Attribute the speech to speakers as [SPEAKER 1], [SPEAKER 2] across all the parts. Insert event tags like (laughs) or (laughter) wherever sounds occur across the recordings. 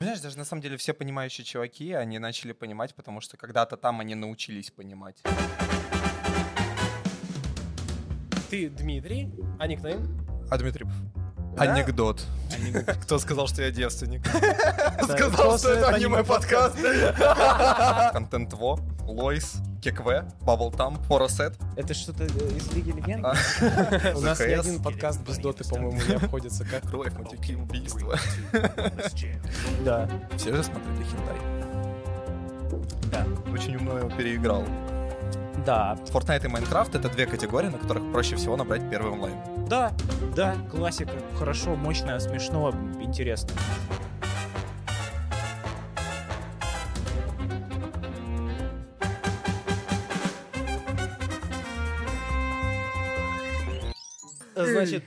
[SPEAKER 1] знаешь, даже на самом деле все понимающие чуваки, они начали понимать, потому что когда-то там они научились понимать.
[SPEAKER 2] Ты Дмитрий, а никнейм?
[SPEAKER 3] А Дмитриев?
[SPEAKER 1] Да?
[SPEAKER 3] Анекдот.
[SPEAKER 1] (laughs)
[SPEAKER 3] Кто сказал, что я девственник? Сказал,
[SPEAKER 2] Кто
[SPEAKER 3] что это аниме-подкаст.
[SPEAKER 1] (laughs) Контент Во, Лойс, Кекве, Бабл Там, Поросет.
[SPEAKER 4] Это что-то э, из Лиги Легенд?
[SPEAKER 1] А.
[SPEAKER 2] (laughs) У нас ни
[SPEAKER 1] ЗКС.
[SPEAKER 2] один подкаст без доты, по-моему, не обходится. Как?
[SPEAKER 3] Кровь, матюки, убийства.
[SPEAKER 4] Да.
[SPEAKER 1] (laughs) Все же смотрели хентай.
[SPEAKER 4] Да.
[SPEAKER 1] Очень умно его переиграл.
[SPEAKER 4] Да.
[SPEAKER 1] Fortnite и Minecraft — это две категории, на которых проще всего набрать первый онлайн.
[SPEAKER 4] Да, да, классика. Хорошо, мощно, смешно, интересно.
[SPEAKER 2] (laughs) Значит,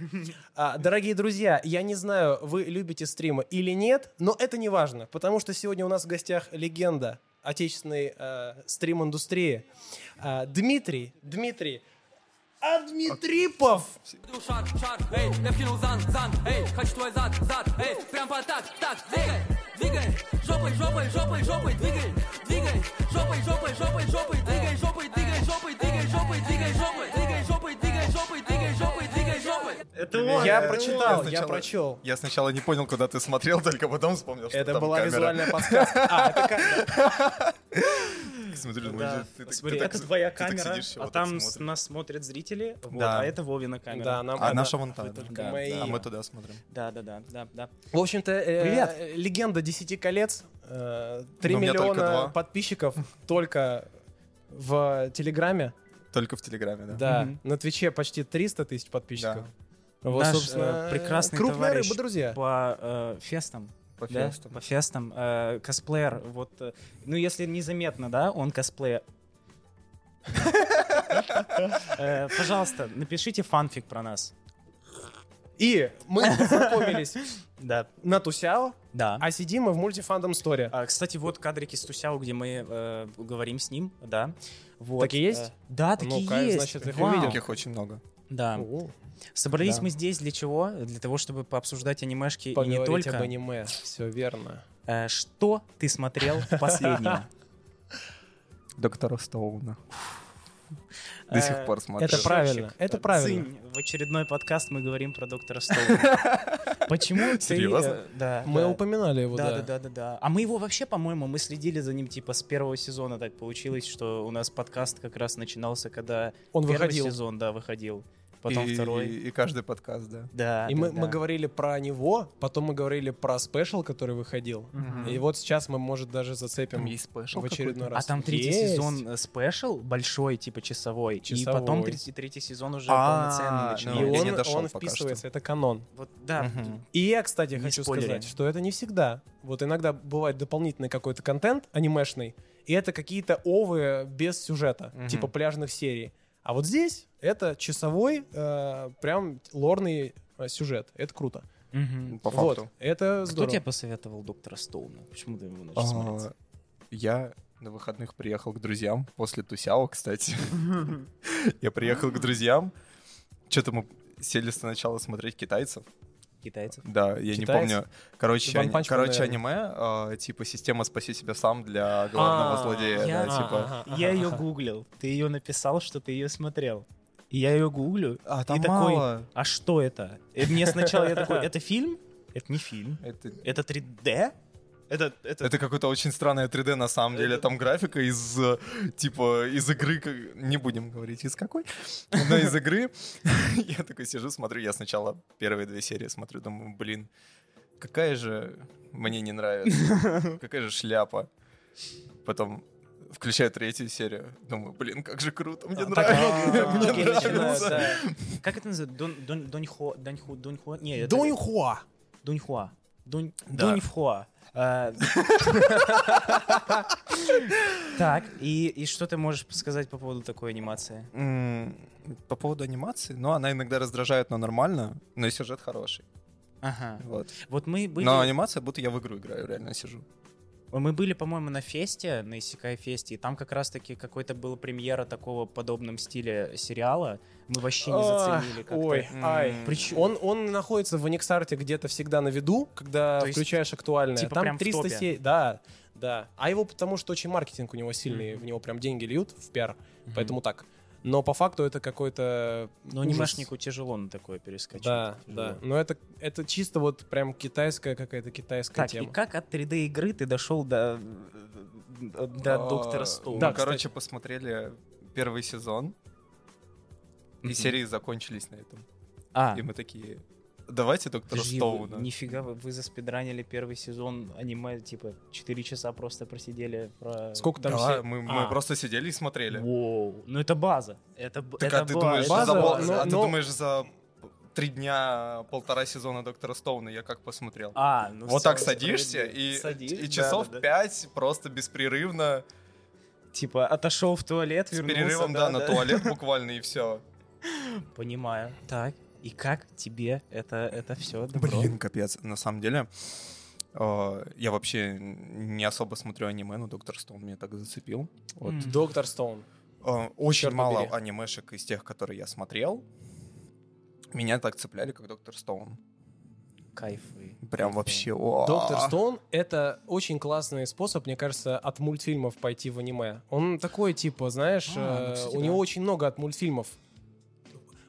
[SPEAKER 2] а, дорогие друзья, я не знаю, вы любите стримы или нет, но это не важно, потому что сегодня у нас в гостях легенда отечественной э, стрим-индустрии. А, Дмитрий, Дмитрий, а Дмитрипов!
[SPEAKER 5] Ушар, шар, эй, я вкинул зан, зан, эй, хочу твой зад, зад, эй, прям по так, так, двигай, двигай, жопой, жопой, жопой, жопой, двигай, двигай, жопой, жопой, жопой, жопой, двигай, жопой, двигай, жопой, двигай, жопой, двигай, жопой, двигай, жопой, двигай, жопой, двигай, жопой, двигай, жопой.
[SPEAKER 2] Я прочитал, я
[SPEAKER 1] сначала-
[SPEAKER 2] прочел.
[SPEAKER 1] Я сначала не понял, куда ты смотрел, (laughs) только потом вспомнил, что
[SPEAKER 2] Это
[SPEAKER 1] там
[SPEAKER 2] была
[SPEAKER 1] камера. (laughs)
[SPEAKER 2] визуальная подсказка. А, это ка-
[SPEAKER 1] Смотри, ну,
[SPEAKER 2] Да.
[SPEAKER 1] ты- ты-
[SPEAKER 2] Смотри,
[SPEAKER 1] ты так-
[SPEAKER 4] Это твоя
[SPEAKER 1] ты так
[SPEAKER 4] камера,
[SPEAKER 1] сидишь,
[SPEAKER 4] а
[SPEAKER 1] вот
[SPEAKER 4] там
[SPEAKER 1] так
[SPEAKER 4] с-
[SPEAKER 1] смотришь.
[SPEAKER 4] нас смотрят зрители, вот,
[SPEAKER 1] Да.
[SPEAKER 4] а это Вовина камера.
[SPEAKER 2] Да, нам-
[SPEAKER 1] А
[SPEAKER 2] она-
[SPEAKER 1] наша вон там.
[SPEAKER 2] вы только
[SPEAKER 1] да.
[SPEAKER 2] мои.
[SPEAKER 1] А мы туда смотрим.
[SPEAKER 4] Да, да, да, да, да.
[SPEAKER 2] В общем-то, э,
[SPEAKER 4] Привет.
[SPEAKER 2] э, легенда «Десяти колец», э, 3
[SPEAKER 1] Но у меня только два.
[SPEAKER 2] миллиона подписчиков (laughs) только в Телеграме,
[SPEAKER 1] Только в Телеграме, да?
[SPEAKER 2] да,
[SPEAKER 4] Мгм.
[SPEAKER 2] на Твиче почти 300 тысяч подписчиков. Вот,
[SPEAKER 4] Наш,
[SPEAKER 2] собственно,
[SPEAKER 4] э, прекрасный
[SPEAKER 2] крупная
[SPEAKER 4] товарищ
[SPEAKER 2] рыба, друзья.
[SPEAKER 4] По э, фестам.
[SPEAKER 1] По
[SPEAKER 4] да,
[SPEAKER 1] фестам.
[SPEAKER 4] По фестам. Э, косплеер, вот, э, ну если незаметно, да, он косплеер. (laughs) Э, Пожалуйста, напишите фанфик про нас.
[SPEAKER 2] И мы (laughs) запомнились
[SPEAKER 4] Да.
[SPEAKER 2] на Тусяо,
[SPEAKER 4] Да.
[SPEAKER 2] а сидим мы в мультифандом сторе.
[SPEAKER 4] А, кстати, вот кадрики с Тусяо, где мы э, говорим с ним, да. Вот.
[SPEAKER 2] Такие есть?
[SPEAKER 4] Э, да, такие
[SPEAKER 2] Ну-ка,
[SPEAKER 4] есть.
[SPEAKER 2] Ну, значит, их
[SPEAKER 4] Вау.
[SPEAKER 2] увидел.
[SPEAKER 1] Таких очень много.
[SPEAKER 4] Да.
[SPEAKER 2] О,
[SPEAKER 4] Собрались
[SPEAKER 2] Да.
[SPEAKER 4] мы здесь для чего? Для того, чтобы пообсуждать анимешки и не
[SPEAKER 2] Поговорить
[SPEAKER 4] только.
[SPEAKER 2] об аниме, все верно.
[SPEAKER 4] Э, что ты смотрел последнего?
[SPEAKER 1] Доктора Стоуна. До сих
[SPEAKER 4] Э,
[SPEAKER 1] пор смотрю.
[SPEAKER 2] (laughs) это про- правильно, это правильно.
[SPEAKER 4] Цинь, в очередной подкаст мы говорим про доктора Стоуна. Почему ты...
[SPEAKER 1] Серьезно?
[SPEAKER 4] э, Да.
[SPEAKER 2] Мы
[SPEAKER 4] да.
[SPEAKER 2] упоминали его,
[SPEAKER 4] Да, да, да, да, да. А мы его вообще, по-моему, мы следили за ним типа с первого сезона. Так получилось, что у нас подкаст как раз начинался, когда
[SPEAKER 2] Он
[SPEAKER 4] первый
[SPEAKER 2] выходил.
[SPEAKER 4] сезон, да, выходил, потом
[SPEAKER 1] И-
[SPEAKER 4] второй.
[SPEAKER 1] И каждый подкаст, да.
[SPEAKER 4] Да.
[SPEAKER 2] И
[SPEAKER 4] да,
[SPEAKER 2] мы,
[SPEAKER 4] да.
[SPEAKER 2] мы говорили про него, потом мы говорили про спешл, который выходил.
[SPEAKER 4] Мгм.
[SPEAKER 2] И вот сейчас мы, может, даже зацепим
[SPEAKER 1] спешл
[SPEAKER 2] в очередной
[SPEAKER 4] А
[SPEAKER 2] раз.
[SPEAKER 4] там третий
[SPEAKER 2] Есть.
[SPEAKER 4] сезон э, спешл большой, типа часовой, и потом
[SPEAKER 2] Часовой.
[SPEAKER 4] третий, третий сезон уже
[SPEAKER 1] А,
[SPEAKER 4] полноценный
[SPEAKER 1] ну,
[SPEAKER 2] И
[SPEAKER 4] начинается.
[SPEAKER 1] я
[SPEAKER 2] он,
[SPEAKER 1] не дошел
[SPEAKER 2] он
[SPEAKER 1] пока что.
[SPEAKER 2] вписывается, это канон.
[SPEAKER 4] Вот да.
[SPEAKER 1] Мгм.
[SPEAKER 2] И я, кстати,
[SPEAKER 4] Не
[SPEAKER 2] хочу
[SPEAKER 4] спойлери.
[SPEAKER 2] сказать, что это не всегда. Вот иногда бывает дополнительный какой-то контент анимешный, и это какие-то овы без сюжета,
[SPEAKER 1] Мгм.
[SPEAKER 2] типа пляжных серий. А вот здесь это часовой, э, прям лорный э, сюжет. Это круто.
[SPEAKER 4] Мгм.
[SPEAKER 1] По
[SPEAKER 2] вот,
[SPEAKER 1] факту.
[SPEAKER 2] это
[SPEAKER 4] Кто
[SPEAKER 2] здорово.
[SPEAKER 4] тебе посоветовал доктора Стоуна? Почему ты его начал смотреть?
[SPEAKER 1] А, Я на выходных приехал к друзьям после Тусяо, кстати. (laughs) Я
[SPEAKER 2] А.
[SPEAKER 1] приехал к друзьям. Что-то мы сели сначала смотреть китайцев.
[SPEAKER 4] Китайцев?
[SPEAKER 1] Да, я не
[SPEAKER 2] Китайцев?
[SPEAKER 1] помню. Короче,
[SPEAKER 2] Ван
[SPEAKER 1] ани-
[SPEAKER 2] Панч Man,
[SPEAKER 1] короче
[SPEAKER 2] наверное.
[SPEAKER 1] аниме, а, типа система «Спаси себя сам» для главного
[SPEAKER 2] А,
[SPEAKER 1] злодея.
[SPEAKER 4] я-
[SPEAKER 1] да, типа.
[SPEAKER 2] Ага, ага,
[SPEAKER 4] я ее
[SPEAKER 2] ага.
[SPEAKER 4] гуглил. Ты ее написал, что ты ее смотрел. И я ее гуглю.
[SPEAKER 1] А,
[SPEAKER 4] и такой, а что это? И мне сначала я такой, это фильм? Это не фильм.
[SPEAKER 1] Это...
[SPEAKER 4] Это 3D? Это, это...
[SPEAKER 1] это какое-то очень странное 3D на самом деле. Там графика из э, типа из игры, как- не будем говорить из какой, но из игры. (laughs) Я такой сижу, смотрю, я сначала первые две серии смотрю, думаю, блин, какая же мне не нравится, какая же шляпа. Потом включаю третью серию, думаю, блин, как же круто, мне
[SPEAKER 2] Так
[SPEAKER 1] нравится.
[SPEAKER 2] многие-
[SPEAKER 1] мне
[SPEAKER 2] многие
[SPEAKER 1] нравится.
[SPEAKER 2] начинают, да.
[SPEAKER 4] (laughs) Как это называется? Дон, дон, доньхо, доньху, доньхо? Не, это...
[SPEAKER 2] Доньхуа.
[SPEAKER 4] Дуньхуа. Дунь...
[SPEAKER 1] Да.
[SPEAKER 4] Дуньхуа. Э, (laughs) Так, и, и что ты можешь сказать по поводу такой анимации?
[SPEAKER 1] М, По поводу анимации, ну, она иногда раздражает, но нормально, но и сюжет хороший.
[SPEAKER 4] Ага.
[SPEAKER 1] Вот.
[SPEAKER 4] Вот мы были...
[SPEAKER 1] Но анимация, будто я в игру играю, реально сижу.
[SPEAKER 4] Мы были, по-моему, на фесте, на Исекай фесте, и там как раз-таки какой-то была премьера такого подобном стиле сериала. Мы вообще не заценили как-то.
[SPEAKER 2] Ой, ай. Причем он, он находится в Униксарте где-то всегда на виду, когда
[SPEAKER 4] То есть,
[SPEAKER 2] включаешь актуальное.
[SPEAKER 4] типа,
[SPEAKER 2] Там
[SPEAKER 4] прям в
[SPEAKER 2] 300
[SPEAKER 4] топе.
[SPEAKER 2] серий, да, да. А его потому, что очень маркетинг у него сильный, в него прям деньги льют в пиар, поэтому так. Но по факту это какой-то
[SPEAKER 4] Но
[SPEAKER 2] ужас.
[SPEAKER 4] анимешнику тяжело на такое перескочить.
[SPEAKER 2] Да,
[SPEAKER 4] Тяжело.
[SPEAKER 2] да. Но это, это чисто вот прям китайская какая-то китайская
[SPEAKER 4] Так, и
[SPEAKER 2] тема.
[SPEAKER 4] как от 3D игры ты дошел до, э, до Доктора Стоуна?
[SPEAKER 1] Да,
[SPEAKER 2] да,
[SPEAKER 1] А, ну, короче, посмотрели первый сезон, и
[SPEAKER 4] Мгм.
[SPEAKER 1] серии закончились на этом.
[SPEAKER 4] А,
[SPEAKER 1] И мы такие, давайте доктора
[SPEAKER 4] подожди,
[SPEAKER 1] Стоуна.
[SPEAKER 4] вы- нифига, вы, вы заспидранили первый сезон аниме, типа, 4 часа просто просидели про...
[SPEAKER 2] Сколько там
[SPEAKER 1] Да,
[SPEAKER 2] серий?
[SPEAKER 1] мы, мы
[SPEAKER 4] А.
[SPEAKER 1] просто сидели и смотрели.
[SPEAKER 4] Воу, ну это база. Это, б-
[SPEAKER 1] Так
[SPEAKER 4] это
[SPEAKER 1] а ты
[SPEAKER 4] база. ну,
[SPEAKER 1] думаешь,
[SPEAKER 4] это
[SPEAKER 1] за,
[SPEAKER 2] база,
[SPEAKER 1] пол-
[SPEAKER 2] но-
[SPEAKER 1] а ты
[SPEAKER 2] но-
[SPEAKER 1] думаешь, за три дня полтора сезона доктора Стоуна я как посмотрел?
[SPEAKER 4] А, ну
[SPEAKER 1] вот
[SPEAKER 4] всё,
[SPEAKER 1] так садишься и,
[SPEAKER 4] справедливо. Садишь,
[SPEAKER 1] и
[SPEAKER 4] да,
[SPEAKER 1] часов
[SPEAKER 4] да, да.
[SPEAKER 1] пять просто беспрерывно
[SPEAKER 4] Типа, отошел в туалет,
[SPEAKER 1] с
[SPEAKER 4] вернулся.
[SPEAKER 1] перерывом, да, на
[SPEAKER 4] (laughs)
[SPEAKER 1] туалет буквально и все.
[SPEAKER 4] Понимаю. Так, и как тебе это, это все?
[SPEAKER 1] Ну, Блин, капец, на самом деле. э, Я вообще не особо смотрю аниме, но Доктор Стоун меня так зацепил. Вот.
[SPEAKER 4] М.
[SPEAKER 2] Доктор Стоун.
[SPEAKER 1] Э, Очень
[SPEAKER 2] Чёрт
[SPEAKER 1] мало
[SPEAKER 2] побери.
[SPEAKER 1] анимешек из тех, которые я смотрел, меня так цепляли, как Доктор Стоун.
[SPEAKER 4] Кайфы.
[SPEAKER 1] Прям вообще... о.
[SPEAKER 2] Доктор Стоун — это очень классный способ, мне кажется, от мультфильмов пойти в аниме. Он такой, типа, знаешь,
[SPEAKER 4] А, ну,
[SPEAKER 2] э,
[SPEAKER 4] кстати,
[SPEAKER 2] у
[SPEAKER 4] да.
[SPEAKER 2] него очень много от мультфильмов.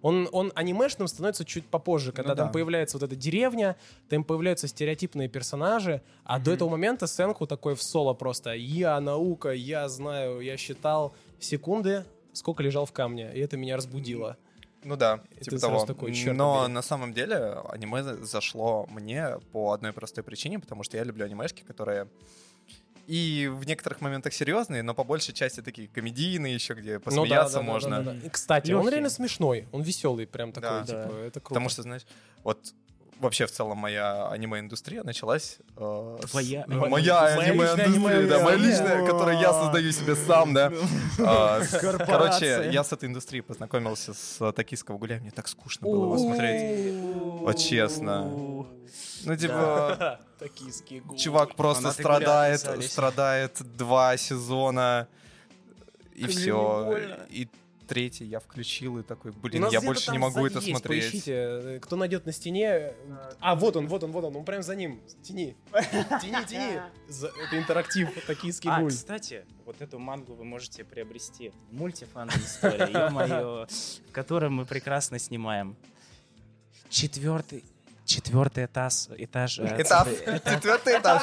[SPEAKER 2] Он, он анимешным становится чуть попозже, когда
[SPEAKER 1] Ну
[SPEAKER 2] там
[SPEAKER 1] да.
[SPEAKER 2] появляется вот эта деревня, там появляются стереотипные персонажи, а до этого момента Сенку такой в соло просто «Я наука, я знаю, я считал секунды, сколько лежал в камне», и это меня разбудило.
[SPEAKER 1] Ну да,
[SPEAKER 2] И ты
[SPEAKER 1] типа того.
[SPEAKER 2] сразу такой, «Чёрт
[SPEAKER 1] Но
[SPEAKER 2] побери».
[SPEAKER 1] на самом деле аниме за- зашло мне по одной простой причине, потому что я люблю анимешки, которые и в некоторых моментах серьезные, но по большей части такие комедийные еще, где
[SPEAKER 2] Ну да,
[SPEAKER 1] посмеяться
[SPEAKER 2] да, да,
[SPEAKER 1] можно.
[SPEAKER 2] да, да, да. И, Кстати, он
[SPEAKER 4] Лёгкий.
[SPEAKER 2] реально смешной, он веселый прям
[SPEAKER 1] Да.
[SPEAKER 2] такой, типа,
[SPEAKER 4] Да.
[SPEAKER 2] это круто.
[SPEAKER 1] Потому что, знаешь, вот вообще в целом моя аниме-индустрия началась... э, с-
[SPEAKER 4] Твоя
[SPEAKER 1] ну,
[SPEAKER 4] аниме-
[SPEAKER 1] моя
[SPEAKER 4] твоя
[SPEAKER 1] аниме-индустрия, да, моя
[SPEAKER 4] аниме-
[SPEAKER 1] личная, которую я создаю себе сам, да. А, с- Короче, я с этой индустрией познакомился с э, «Токийского гуляя», мне так скучно было его смотреть. Вот честно. Ну, типа,
[SPEAKER 2] (laughs) Токийские губы.
[SPEAKER 1] чувак просто
[SPEAKER 4] Фанаты гуляют,
[SPEAKER 1] страдает,
[SPEAKER 4] писались.
[SPEAKER 1] страдает два сезона, и
[SPEAKER 4] Блин,
[SPEAKER 1] все.
[SPEAKER 4] больно.
[SPEAKER 1] И третий я включил и такой,
[SPEAKER 2] У
[SPEAKER 1] блин,
[SPEAKER 2] нас
[SPEAKER 1] я
[SPEAKER 2] где-то
[SPEAKER 1] больше не
[SPEAKER 2] там
[SPEAKER 1] могу
[SPEAKER 2] сзади
[SPEAKER 1] это
[SPEAKER 2] есть,
[SPEAKER 1] смотреть.
[SPEAKER 2] Поищите, э, кто найдет на стене. э, А, вот он, вот он, вот он. Он прям за ним. Тяни. Тяни, тяни. За- Это интерактив. Токийский
[SPEAKER 4] А,
[SPEAKER 2] гуль.
[SPEAKER 4] кстати, вот эту мангу вы можете приобрести. Мультифан история, ё-моё, которую мы прекрасно снимаем. Четвертый, четвертый этаж, этаж. э,
[SPEAKER 1] Этап.
[SPEAKER 4] цифры-
[SPEAKER 1] Четвертый этаж.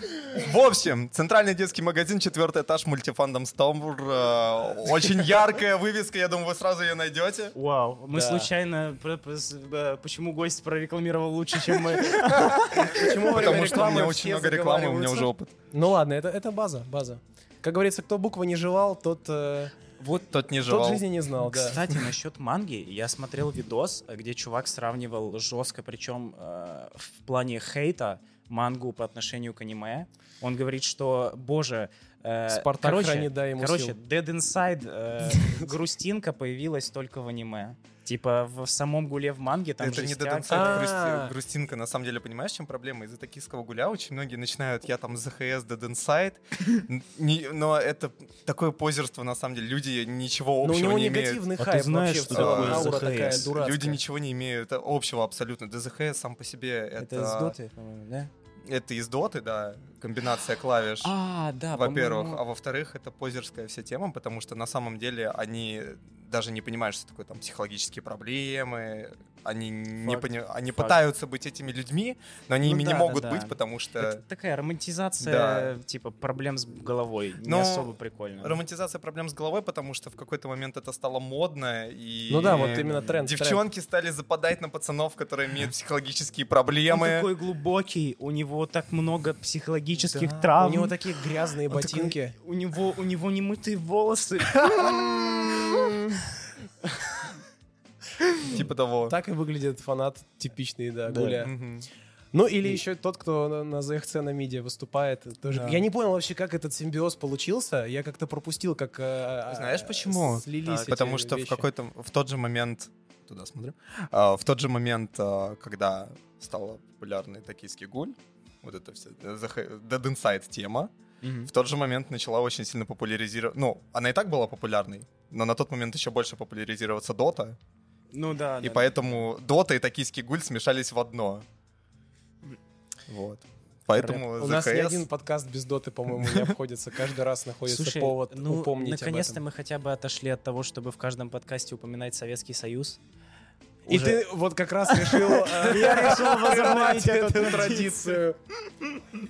[SPEAKER 1] (laughs) В общем, центральный детский магазин, четвертый этаж, мультифандом Стомбур. э, Очень яркая вывеска, я думаю, вы сразу ее найдете.
[SPEAKER 4] Вау, мы
[SPEAKER 2] Да.
[SPEAKER 4] случайно, про- про- с- э, почему гость прорекламировал лучше, чем мы?
[SPEAKER 2] Почему во время
[SPEAKER 1] Потому что у меня
[SPEAKER 2] рекламы
[SPEAKER 1] очень
[SPEAKER 2] все
[SPEAKER 1] много рекламы, у меня
[SPEAKER 2] заговариваются?
[SPEAKER 1] уже опыт.
[SPEAKER 2] Ну ладно, это, это база, база. Как говорится, кто буквы не жевал, тот, э,
[SPEAKER 1] Вот тот не
[SPEAKER 2] тот
[SPEAKER 1] жевал.
[SPEAKER 2] жизни не знал, да.
[SPEAKER 4] Кстати, насчет манги, я смотрел видос, где чувак сравнивал жестко, причем в плане хейта, мангу по отношению к аниме. Он говорит, что, боже, э,
[SPEAKER 2] Спартак хранит, дай ему
[SPEAKER 4] короче,
[SPEAKER 2] сил.
[SPEAKER 4] Dead Inside э,
[SPEAKER 2] (laughs)
[SPEAKER 4] грустинка появилась только в аниме. Типа в, в самом гуле в манге там
[SPEAKER 1] это не
[SPEAKER 4] жестяк.
[SPEAKER 1] Dead Inside
[SPEAKER 2] А.
[SPEAKER 1] грусти- грустинка. На самом деле, понимаешь, в чем проблема? Из-за токийского гуля очень многие начинают, я там ЗХС, Dead Inside.
[SPEAKER 2] (laughs)
[SPEAKER 1] Н- не- Но это такое позерство, на самом деле. Люди ничего
[SPEAKER 2] Но Ну, у
[SPEAKER 1] общего
[SPEAKER 2] него
[SPEAKER 1] не имеют.
[SPEAKER 2] негативный
[SPEAKER 4] А ты
[SPEAKER 2] хайп
[SPEAKER 4] знаешь,
[SPEAKER 2] вообще в
[SPEAKER 4] что
[SPEAKER 2] целом.
[SPEAKER 1] такое
[SPEAKER 2] Аура
[SPEAKER 4] ZHS?
[SPEAKER 2] такая
[SPEAKER 4] Люди
[SPEAKER 2] дурацкая.
[SPEAKER 1] Люди ничего не имеют общего абсолютно. ДЗХС сам по себе это...
[SPEAKER 4] Это с Доты, по-моему, да?
[SPEAKER 1] Это из доты, да, комбинация клавиш.
[SPEAKER 4] А, да,
[SPEAKER 1] во-первых,
[SPEAKER 4] по-моему.
[SPEAKER 1] а во-вторых, это позерская вся тема, потому что на самом деле они даже не понимают, что такое там психологические проблемы, они не
[SPEAKER 4] Факт.
[SPEAKER 1] пони- они
[SPEAKER 4] Факт.
[SPEAKER 1] пытаются быть этими людьми, но они
[SPEAKER 4] Ну
[SPEAKER 1] ими
[SPEAKER 4] да,
[SPEAKER 1] не
[SPEAKER 4] да,
[SPEAKER 1] могут
[SPEAKER 4] да.
[SPEAKER 1] быть, потому что
[SPEAKER 4] Это такая романтизация,
[SPEAKER 1] э, Да.
[SPEAKER 4] типа, проблем с головой. Не
[SPEAKER 1] Ну,
[SPEAKER 4] особо прикольно.
[SPEAKER 1] романтизация проблем с головой, потому что в какой-то момент это стало модно и
[SPEAKER 2] Ну да, вот именно тренд. тренд.
[SPEAKER 1] девчонки стали западать на пацанов, которые имеют психологические проблемы.
[SPEAKER 4] Он такой глубокий, у него так много психологических
[SPEAKER 1] Да,
[SPEAKER 4] травм.
[SPEAKER 2] У него такие грязные
[SPEAKER 4] Он такой-
[SPEAKER 2] ботинки.
[SPEAKER 4] у него у него немытые волосы.
[SPEAKER 2] (laughs)
[SPEAKER 1] типа того.
[SPEAKER 2] Так и выглядит фанат типичный, да,
[SPEAKER 4] Да.
[SPEAKER 2] гуля.
[SPEAKER 1] Мгм.
[SPEAKER 2] Ну или еще тот, кто на, на ЗХЦ на МИДе выступает. Тоже.
[SPEAKER 1] Да.
[SPEAKER 2] Я не понял вообще, как этот симбиоз получился. Я как-то пропустил, как... э,
[SPEAKER 1] Знаешь
[SPEAKER 2] э,
[SPEAKER 1] почему?
[SPEAKER 2] Слились эти
[SPEAKER 1] Потому что
[SPEAKER 2] вещи.
[SPEAKER 1] в какой-то в тот же момент туда смотрю, а, в тот же момент, а, э, когда стала популярной токийский гуль, вот это все Dead Inside тема,
[SPEAKER 4] Мгм.
[SPEAKER 1] в тот же момент начала очень сильно популяризировать. Ну, она и так была популярной, но на тот момент еще больше популяризироваться Дота.
[SPEAKER 4] Ну да.
[SPEAKER 1] и
[SPEAKER 4] да.
[SPEAKER 1] поэтому Дота и токийский гуль смешались в одно. Вот. Поэтому
[SPEAKER 2] У нас ни
[SPEAKER 1] ZHS
[SPEAKER 2] один подкаст без доты, по-моему, не обходится. Каждый раз находится
[SPEAKER 4] Слушай,
[SPEAKER 2] повод
[SPEAKER 4] ну,
[SPEAKER 2] упомнить об
[SPEAKER 4] наконец-то
[SPEAKER 2] этом.
[SPEAKER 4] мы хотя бы отошли от того, чтобы в каждом подкасте упоминать Советский Союз.
[SPEAKER 2] И
[SPEAKER 4] Уже-
[SPEAKER 2] ты вот как раз
[SPEAKER 4] (laughs)
[SPEAKER 2] решил... э,
[SPEAKER 4] Я решил возобновить
[SPEAKER 2] возобновить
[SPEAKER 4] эту
[SPEAKER 2] эту
[SPEAKER 4] традицию.
[SPEAKER 2] традицию.